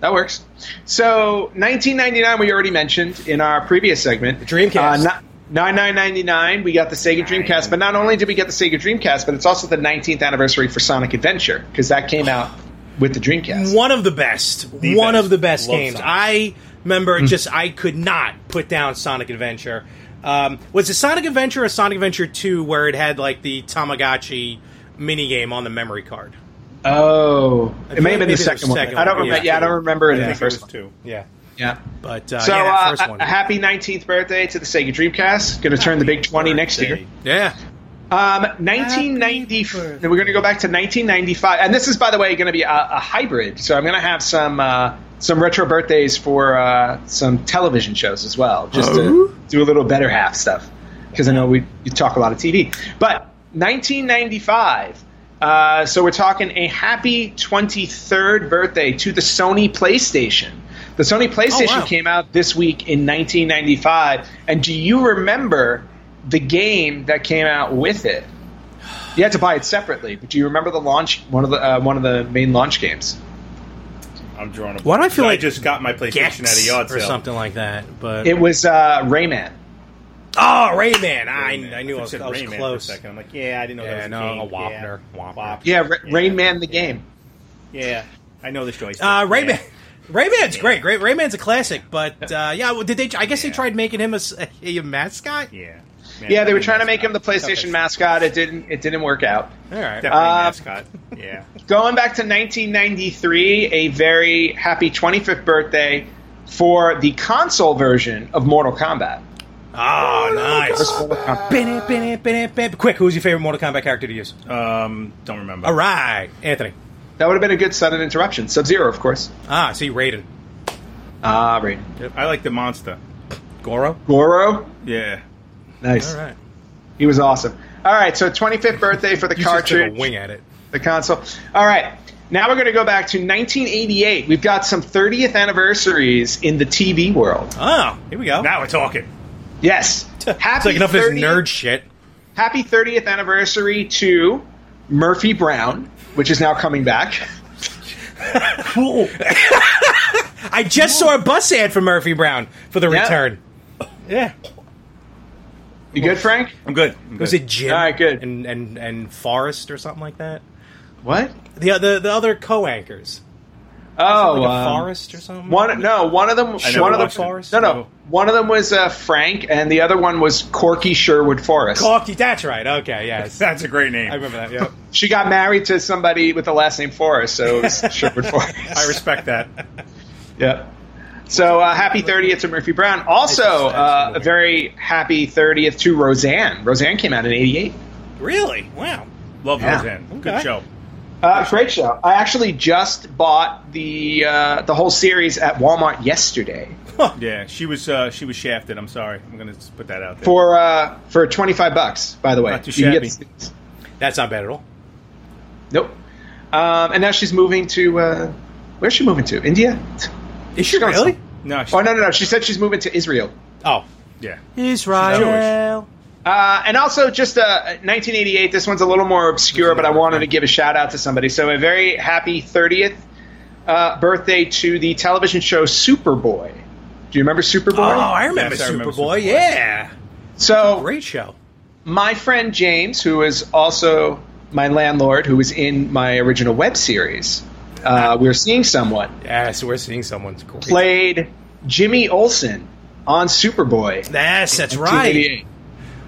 [SPEAKER 4] That works. So 1999, we already mentioned in our previous segment.
[SPEAKER 5] Dreamcast.
[SPEAKER 4] Uh, Nine nine ninety nine. We got the Sega Dreamcast, but not only did we get the Sega Dreamcast, but it's also the 19th anniversary for Sonic Adventure because that came out with the Dreamcast.
[SPEAKER 5] One of the best.
[SPEAKER 3] The
[SPEAKER 5] one
[SPEAKER 3] best.
[SPEAKER 5] of the best
[SPEAKER 3] Love
[SPEAKER 5] games.
[SPEAKER 3] Sonic.
[SPEAKER 5] I remember
[SPEAKER 4] Hmm.
[SPEAKER 5] just I could not put down Sonic Adventure. Um, was it Sonic Adventure or Sonic Adventure 2 where it had like the Tamagotchi minigame on the memory card?
[SPEAKER 4] Oh, it
[SPEAKER 5] feel
[SPEAKER 4] may
[SPEAKER 5] like
[SPEAKER 4] have been
[SPEAKER 5] maybe
[SPEAKER 4] the
[SPEAKER 5] it was
[SPEAKER 4] second one.
[SPEAKER 5] second
[SPEAKER 4] I don't
[SPEAKER 5] one,
[SPEAKER 4] remember.
[SPEAKER 5] yeah.
[SPEAKER 4] Yeah. I don't remember it in
[SPEAKER 3] I
[SPEAKER 4] the
[SPEAKER 3] think it was
[SPEAKER 4] first one.
[SPEAKER 3] two. Yeah.
[SPEAKER 4] Yeah.
[SPEAKER 5] But uh,
[SPEAKER 4] So
[SPEAKER 5] yeah, that first
[SPEAKER 4] uh,
[SPEAKER 5] one.
[SPEAKER 4] a happy 19th birthday to the Sega Dreamcast. Going to turn the big 20 next year.
[SPEAKER 5] yeah.
[SPEAKER 4] Um, 1990. We're going to go back to 1995, and this is, by the way, going to be a, a hybrid. So I'm going to have some uh, some retro birthdays for uh, some television shows as well, just to do a little better half stuff because I know we you talk a lot of TV. But 1995. Uh, so we're talking a happy 23rd birthday to the Sony PlayStation. The Sony PlayStation
[SPEAKER 5] wow.
[SPEAKER 4] came out this week in 1995, and do you remember the game that came out with it? You had to buy it separately, but do you remember the launch one of the uh, one of the main launch games?
[SPEAKER 3] I'm drawing. A
[SPEAKER 5] Why do I feel
[SPEAKER 3] I
[SPEAKER 5] like
[SPEAKER 3] just got my PlayStation at a
[SPEAKER 5] Gex
[SPEAKER 3] yard
[SPEAKER 5] or
[SPEAKER 3] sale
[SPEAKER 5] something like that. But
[SPEAKER 4] It was uh, Rayman.
[SPEAKER 5] oh, Rayman! I,
[SPEAKER 3] Rayman.
[SPEAKER 5] I knew I, was,
[SPEAKER 3] said
[SPEAKER 5] I was
[SPEAKER 3] Rayman for
[SPEAKER 5] close.
[SPEAKER 3] a second. I'm like, yeah, I didn't know
[SPEAKER 5] Yeah,
[SPEAKER 3] that was
[SPEAKER 5] no,
[SPEAKER 3] a, game.
[SPEAKER 5] a Wapner.
[SPEAKER 3] Yeah.
[SPEAKER 5] Wapner.
[SPEAKER 4] Yeah, Ra-
[SPEAKER 3] yeah.
[SPEAKER 4] Rayman the game.
[SPEAKER 3] Yeah, I know this joystick.
[SPEAKER 5] Uh, Rayman.
[SPEAKER 3] Yeah.
[SPEAKER 5] Rayman's great, great. Rayman's a classic, but uh, yeah, well, did they? I guess they tried making him a, s- a mascot.
[SPEAKER 3] Yeah.
[SPEAKER 4] Yeah, they were trying to make him the PlayStation
[SPEAKER 5] Okay.
[SPEAKER 4] mascot. It didn't. It didn't work out.
[SPEAKER 5] All right.
[SPEAKER 3] Definitely
[SPEAKER 4] Uh,
[SPEAKER 3] mascot. Yeah.
[SPEAKER 4] Going back to 1993, a very happy 25th birthday for the console version of Mortal Kombat.
[SPEAKER 5] Oh,
[SPEAKER 4] First
[SPEAKER 5] nice.
[SPEAKER 4] Mortal Kombat.
[SPEAKER 5] Bin it, bin it, bin it, bin it. Quick, who's your favorite Mortal Kombat character to use?
[SPEAKER 3] Um, don't remember.
[SPEAKER 5] All right, Anthony.
[SPEAKER 4] That would have been a good sudden interruption. Sub Zero, of course.
[SPEAKER 5] Ah, see Raiden.
[SPEAKER 4] Ah, right.
[SPEAKER 3] I like the monster.
[SPEAKER 5] Goro.
[SPEAKER 4] Goro.
[SPEAKER 3] Yeah.
[SPEAKER 4] Nice.
[SPEAKER 5] All right.
[SPEAKER 4] He was awesome. All right, so 25th birthday for the
[SPEAKER 5] You just took
[SPEAKER 4] cartridge.
[SPEAKER 5] a wing at it.
[SPEAKER 4] the console. All right. Now we're going to go back to 1988. We've got some 30th anniversaries in the TV world.
[SPEAKER 5] Oh, here we go.
[SPEAKER 3] Now we're talking.
[SPEAKER 4] Yes.
[SPEAKER 5] it's like enough of this nerd shit.
[SPEAKER 4] Happy 30th anniversary to Murphy Brown, which is now coming back.
[SPEAKER 5] I just saw a bus ad for Murphy Brown for the
[SPEAKER 4] Yeah.
[SPEAKER 5] return. Yeah.
[SPEAKER 4] You good, Frank?
[SPEAKER 3] I'm good. I'm good.
[SPEAKER 5] Was it Jim?
[SPEAKER 4] All right, good.
[SPEAKER 5] And and and Forrest or something like that.
[SPEAKER 4] What?
[SPEAKER 5] The the the other co-anchors.
[SPEAKER 4] Oh,
[SPEAKER 5] like a
[SPEAKER 4] um,
[SPEAKER 5] Forrest or something?
[SPEAKER 4] One, no, one of them.
[SPEAKER 3] never
[SPEAKER 4] One of them.
[SPEAKER 3] watched Oh. Forrest.
[SPEAKER 4] No,
[SPEAKER 3] No.
[SPEAKER 4] no. One of them was uh, Frank, and the other one was Corky Sherwood Forrest.
[SPEAKER 5] Corky, that's right. Okay, yes.
[SPEAKER 3] That's a great name.
[SPEAKER 5] I remember that, yeah.
[SPEAKER 4] She got married to somebody with the last name Forrest, so it was Sherwood Forrest.
[SPEAKER 3] I respect that.
[SPEAKER 4] Yep. So uh, happy 30th to Murphy Brown. Also, uh, a very happy 30th to Roseanne. Roseanne came out in 88.
[SPEAKER 5] Really? Wow.
[SPEAKER 3] Love
[SPEAKER 4] Yeah.
[SPEAKER 3] Roseanne. Good
[SPEAKER 5] Okay.
[SPEAKER 3] show.
[SPEAKER 4] Uh, great show. I actually just bought the uh, the whole series at Walmart yesterday
[SPEAKER 3] Yeah, she was uh, she was shafted. I'm sorry. I'm gonna just put that out there.
[SPEAKER 4] for uh, for 25 bucks, by the way.
[SPEAKER 3] Not too
[SPEAKER 4] You can get
[SPEAKER 3] shabby.
[SPEAKER 4] this-
[SPEAKER 5] That's not bad at all.
[SPEAKER 4] Nope. Um, and now she's moving to uh, where's she moving to? India?
[SPEAKER 5] Is she
[SPEAKER 4] She's going
[SPEAKER 5] really?
[SPEAKER 4] some-
[SPEAKER 3] no, she,
[SPEAKER 4] Oh no no no! She said she's moving to Israel.
[SPEAKER 5] Oh.
[SPEAKER 3] yeah.
[SPEAKER 5] Israel.
[SPEAKER 4] Uh, and also, just uh, 1988. This one's a little more obscure, but I wanted to give a shout out to somebody. So, a very happy 30th uh, birthday to the television show Superboy. Do you remember Superboy?
[SPEAKER 5] Oh, I remember
[SPEAKER 3] Yes, I remember
[SPEAKER 5] Superboy.
[SPEAKER 3] Superboy.
[SPEAKER 5] Yeah.
[SPEAKER 4] so
[SPEAKER 5] Great show.
[SPEAKER 4] my friend James, who is also my landlord, who was in my original web series, uh, we're seeing someone
[SPEAKER 5] Yeah, so we're seeing someone's cool.
[SPEAKER 4] played Jimmy Olsen on Superboy.
[SPEAKER 5] Yes, that's right.
[SPEAKER 4] 1988,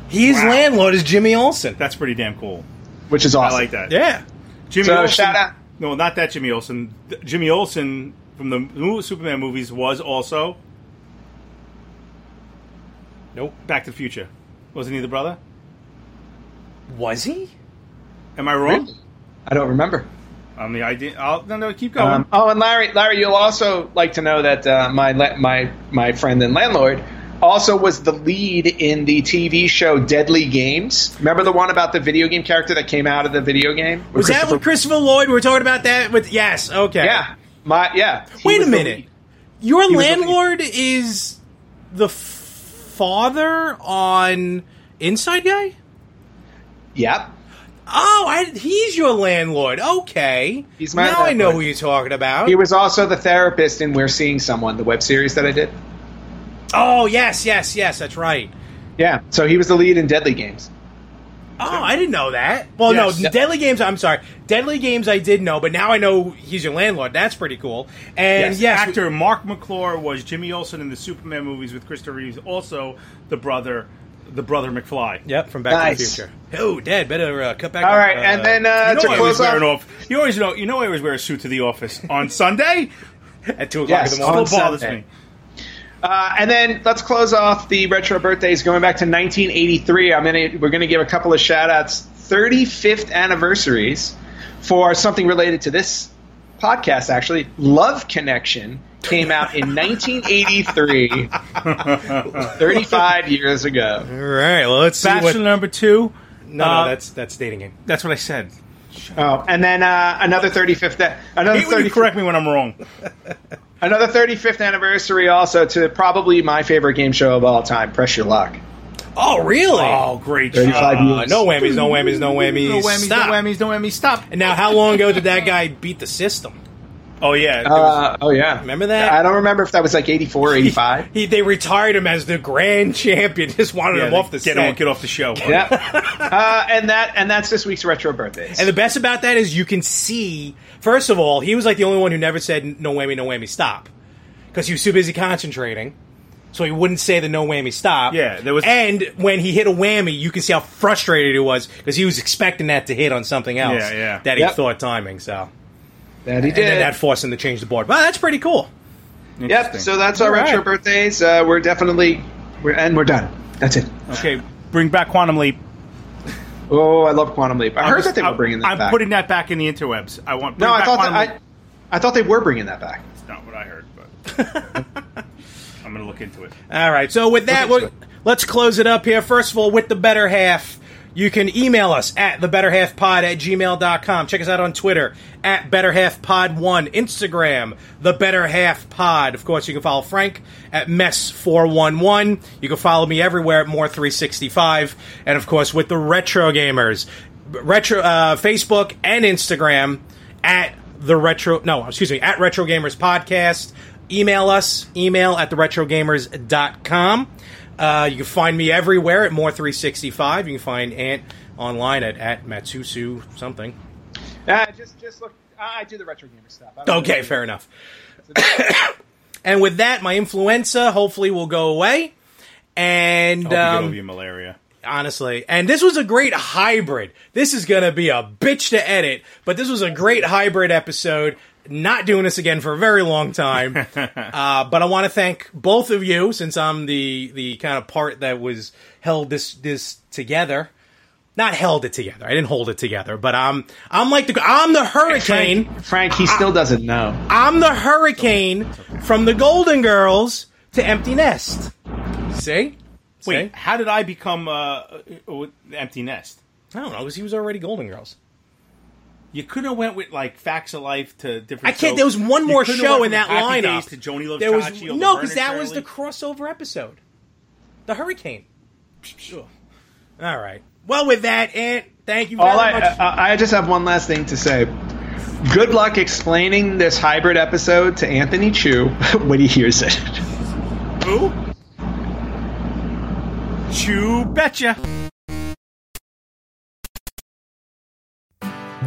[SPEAKER 5] His landlord is Jimmy Olsen.
[SPEAKER 3] That's pretty damn cool.
[SPEAKER 4] Which is
[SPEAKER 3] I
[SPEAKER 4] awesome.
[SPEAKER 3] like that.
[SPEAKER 5] Yeah.
[SPEAKER 3] Jimmy
[SPEAKER 4] So,
[SPEAKER 3] Olsen.
[SPEAKER 4] shout out-
[SPEAKER 3] No, not that Jimmy Olsen. Th- Jimmy Olsen from the mo- Superman movies was also
[SPEAKER 5] Nope.
[SPEAKER 3] Back to the Future. Wasn't he the brother?
[SPEAKER 5] Was he?
[SPEAKER 3] Am I wrong?
[SPEAKER 4] I don't remember.
[SPEAKER 3] On the idea. I'll, no, no, keep going.
[SPEAKER 4] Um, oh, and Larry, Larry, you'll also like to know that uh, my la- my my friend and landlord also was the lead in the TV show Deadly Games. Remember the one about the video game character that came out of the video game? With
[SPEAKER 5] Was that
[SPEAKER 4] Christopher-
[SPEAKER 5] with Christopher Lloyd? We were talking about that with yes, okay.
[SPEAKER 4] Yeah, my yeah. He
[SPEAKER 5] Wait a
[SPEAKER 4] was the
[SPEAKER 5] minute.
[SPEAKER 4] lead.
[SPEAKER 5] Your
[SPEAKER 4] was the
[SPEAKER 5] landlord is the f- father on Inside Guy?
[SPEAKER 4] Yep.
[SPEAKER 5] Oh, I, he's your landlord. Okay.
[SPEAKER 4] He's my
[SPEAKER 5] Now I know
[SPEAKER 4] landlord.
[SPEAKER 5] who you're talking about.
[SPEAKER 4] He was also the therapist in We're Seeing Someone, the web series that I did.
[SPEAKER 5] oh, yes, yes, yes, that's right.
[SPEAKER 4] Yeah, so he was the lead in Deadly Games.
[SPEAKER 5] Oh, I didn't know that. Well,
[SPEAKER 3] Yes.
[SPEAKER 5] no, Deadly Games, I'm sorry. Deadly Games I did know, but now I know he's your landlord. That's pretty cool. And yes,
[SPEAKER 3] Yes, actor Mark McClure was Jimmy Olsen in the Superman movies with Christopher Reeves, also the brother, the brother McFly.
[SPEAKER 5] Yep, from Back to the
[SPEAKER 4] Nice.
[SPEAKER 5] Future. Oh, Dad, better uh, cut back.
[SPEAKER 4] All
[SPEAKER 5] on,
[SPEAKER 4] right, and then, uh,
[SPEAKER 5] you know
[SPEAKER 4] to
[SPEAKER 5] I
[SPEAKER 3] I
[SPEAKER 5] was-
[SPEAKER 3] always
[SPEAKER 4] close
[SPEAKER 3] wear
[SPEAKER 4] off-
[SPEAKER 3] an off. You always know. You know, I always wear a suit to the office on Sunday.
[SPEAKER 5] at two o'clock
[SPEAKER 4] Yes,
[SPEAKER 5] in the morning.
[SPEAKER 4] on
[SPEAKER 3] Still bothers
[SPEAKER 4] Sunday.
[SPEAKER 3] me.
[SPEAKER 4] Uh, and then let's close off the retro birthdays going back to 1983. I'm gonna we're gonna give a couple of shout outs. 35th anniversaries for something related to this podcast. Actually, Love Connection came out in 1983, 35 years ago.
[SPEAKER 5] All right, well, let's see what.
[SPEAKER 3] Bachelor number two.
[SPEAKER 5] No,
[SPEAKER 3] uh,
[SPEAKER 5] no, that's that's dating game.
[SPEAKER 3] That's what I said.
[SPEAKER 4] Oh, and then uh, another 35th a- another
[SPEAKER 3] Hate when you
[SPEAKER 4] 35th
[SPEAKER 3] correct me when I'm wrong.
[SPEAKER 4] another 35th anniversary also to probably my favorite game show of all time, Press Your Luck.
[SPEAKER 5] Oh, really? Uh,
[SPEAKER 3] Oh, great!
[SPEAKER 4] 35
[SPEAKER 3] job.
[SPEAKER 4] years.
[SPEAKER 5] no whammies, no whammies, no whammies.
[SPEAKER 3] No whammies,
[SPEAKER 5] Stop.
[SPEAKER 3] no whammies, no whammies. Stop.
[SPEAKER 5] And now, how long ago did that guy beat the system?
[SPEAKER 3] Oh yeah, there was-
[SPEAKER 4] Uh, oh yeah,
[SPEAKER 5] Remember that?
[SPEAKER 4] I don't remember if that was like 84, 85.
[SPEAKER 5] He, they retired him as the grand champion. Just wanted
[SPEAKER 3] yeah,
[SPEAKER 5] him off the
[SPEAKER 3] get
[SPEAKER 5] set.
[SPEAKER 3] on, get off the show.
[SPEAKER 4] yeah. Uh, and that and that's this week's retro birthdays.
[SPEAKER 5] And the best about that is you can see. First of all, he was like the only one who never said no whammy, no whammy, stop, because he was too busy concentrating, so he wouldn't say the no whammy, stop.
[SPEAKER 3] Yeah, there was-
[SPEAKER 5] And when he hit a whammy, you can see how frustrated he was because he was expecting that to hit on something else.
[SPEAKER 3] Yeah, yeah.
[SPEAKER 5] That he
[SPEAKER 4] Yep.
[SPEAKER 5] thought timing. So
[SPEAKER 4] that he
[SPEAKER 5] and then
[SPEAKER 4] did.
[SPEAKER 5] that forced him to change the board. Well, that's pretty cool.
[SPEAKER 4] yep.
[SPEAKER 3] Interesting.
[SPEAKER 4] So that's our
[SPEAKER 5] All
[SPEAKER 4] retro
[SPEAKER 5] right.
[SPEAKER 4] birthdays. Uh, we're definitely we're and we're done. That's it.
[SPEAKER 3] Okay, bring back Quantum Leap.
[SPEAKER 4] Oh, I love Quantum Leap. I
[SPEAKER 3] I'm
[SPEAKER 4] heard
[SPEAKER 3] just-
[SPEAKER 4] that they were
[SPEAKER 3] I'm-
[SPEAKER 4] bringing that
[SPEAKER 3] I'm
[SPEAKER 4] back.
[SPEAKER 3] putting that back in the interwebs. I want.
[SPEAKER 4] no,
[SPEAKER 3] bring
[SPEAKER 4] I
[SPEAKER 3] back
[SPEAKER 4] thought that
[SPEAKER 3] Quantum Leap.
[SPEAKER 4] I, I thought they were bringing that back.
[SPEAKER 3] It's not what I heard, but I'm going to look into it.
[SPEAKER 5] All right. So with that, we'll, let's close it up here. First of all, with the better half, you can email us at thebetterhalfpod at gmail.com. Check us out on Twitter at betterhalfpod1, Instagram, the better half pod. Of course, you can follow Frank at mess411. You can follow me everywhere at more365. And of course, with the retro gamers, retro, uh, Facebook and Instagram at the retro no excuse me at retro gamers podcast email us email at the retrogamers.com uh, you can find me everywhere at more 365 you can find ant online at, at matsusu something
[SPEAKER 4] Uh, just just look. I I do the retro gamer stuff. I don't
[SPEAKER 5] okay
[SPEAKER 4] really-
[SPEAKER 5] fair enough and with that my influenza hopefully will go away
[SPEAKER 3] I hope
[SPEAKER 5] and
[SPEAKER 3] you get
[SPEAKER 5] um,
[SPEAKER 3] over your malaria.
[SPEAKER 5] honestly. And this was a great hybrid. This is going to be a bitch to edit, but this was a great hybrid episode. Not doing this again for a very long time. uh, but I want to thank both of you since I'm the the kind of part that was held this this together. Not held it together. I didn't hold it together, but I'm I'm like the I'm the hurricane.
[SPEAKER 4] Frank, he still doesn't know.
[SPEAKER 5] I'm the hurricane from the Golden Girls to Empty Nest. See?
[SPEAKER 3] Wait, how did I become uh, uh, Empty Nest?
[SPEAKER 5] I don't know. Because he was already Golden Girls.
[SPEAKER 3] You could have went with like Facts of Life to different.
[SPEAKER 5] I can't.
[SPEAKER 3] soap.
[SPEAKER 5] There was one more
[SPEAKER 3] You coulda
[SPEAKER 5] show
[SPEAKER 3] went
[SPEAKER 5] in
[SPEAKER 3] from
[SPEAKER 5] that
[SPEAKER 3] Happy
[SPEAKER 5] lineup.
[SPEAKER 3] Days to Joni Loves
[SPEAKER 5] there was
[SPEAKER 3] Chachi over
[SPEAKER 5] no,
[SPEAKER 3] Vernon
[SPEAKER 5] because that was the
[SPEAKER 3] Shirley.
[SPEAKER 5] crossover episode, the Hurricane. Ugh. All right. Well, with that, Ant, thank you very
[SPEAKER 4] All I, uh,
[SPEAKER 5] much.
[SPEAKER 4] I, I just have one last thing to say. Good luck explaining this hybrid episode to Anthony Chu when he hears it.
[SPEAKER 3] Who? Chew betcha.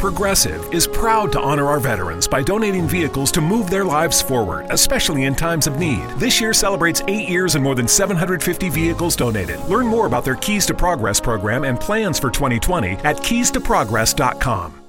[SPEAKER 10] Progressive is proud to honor our veterans by donating vehicles to move their lives forward, especially in times of need. This year celebrates eight years and more than 750 vehicles donated. Learn more about their Keys to Progress program and plans for 2020 at keystoprogress.com.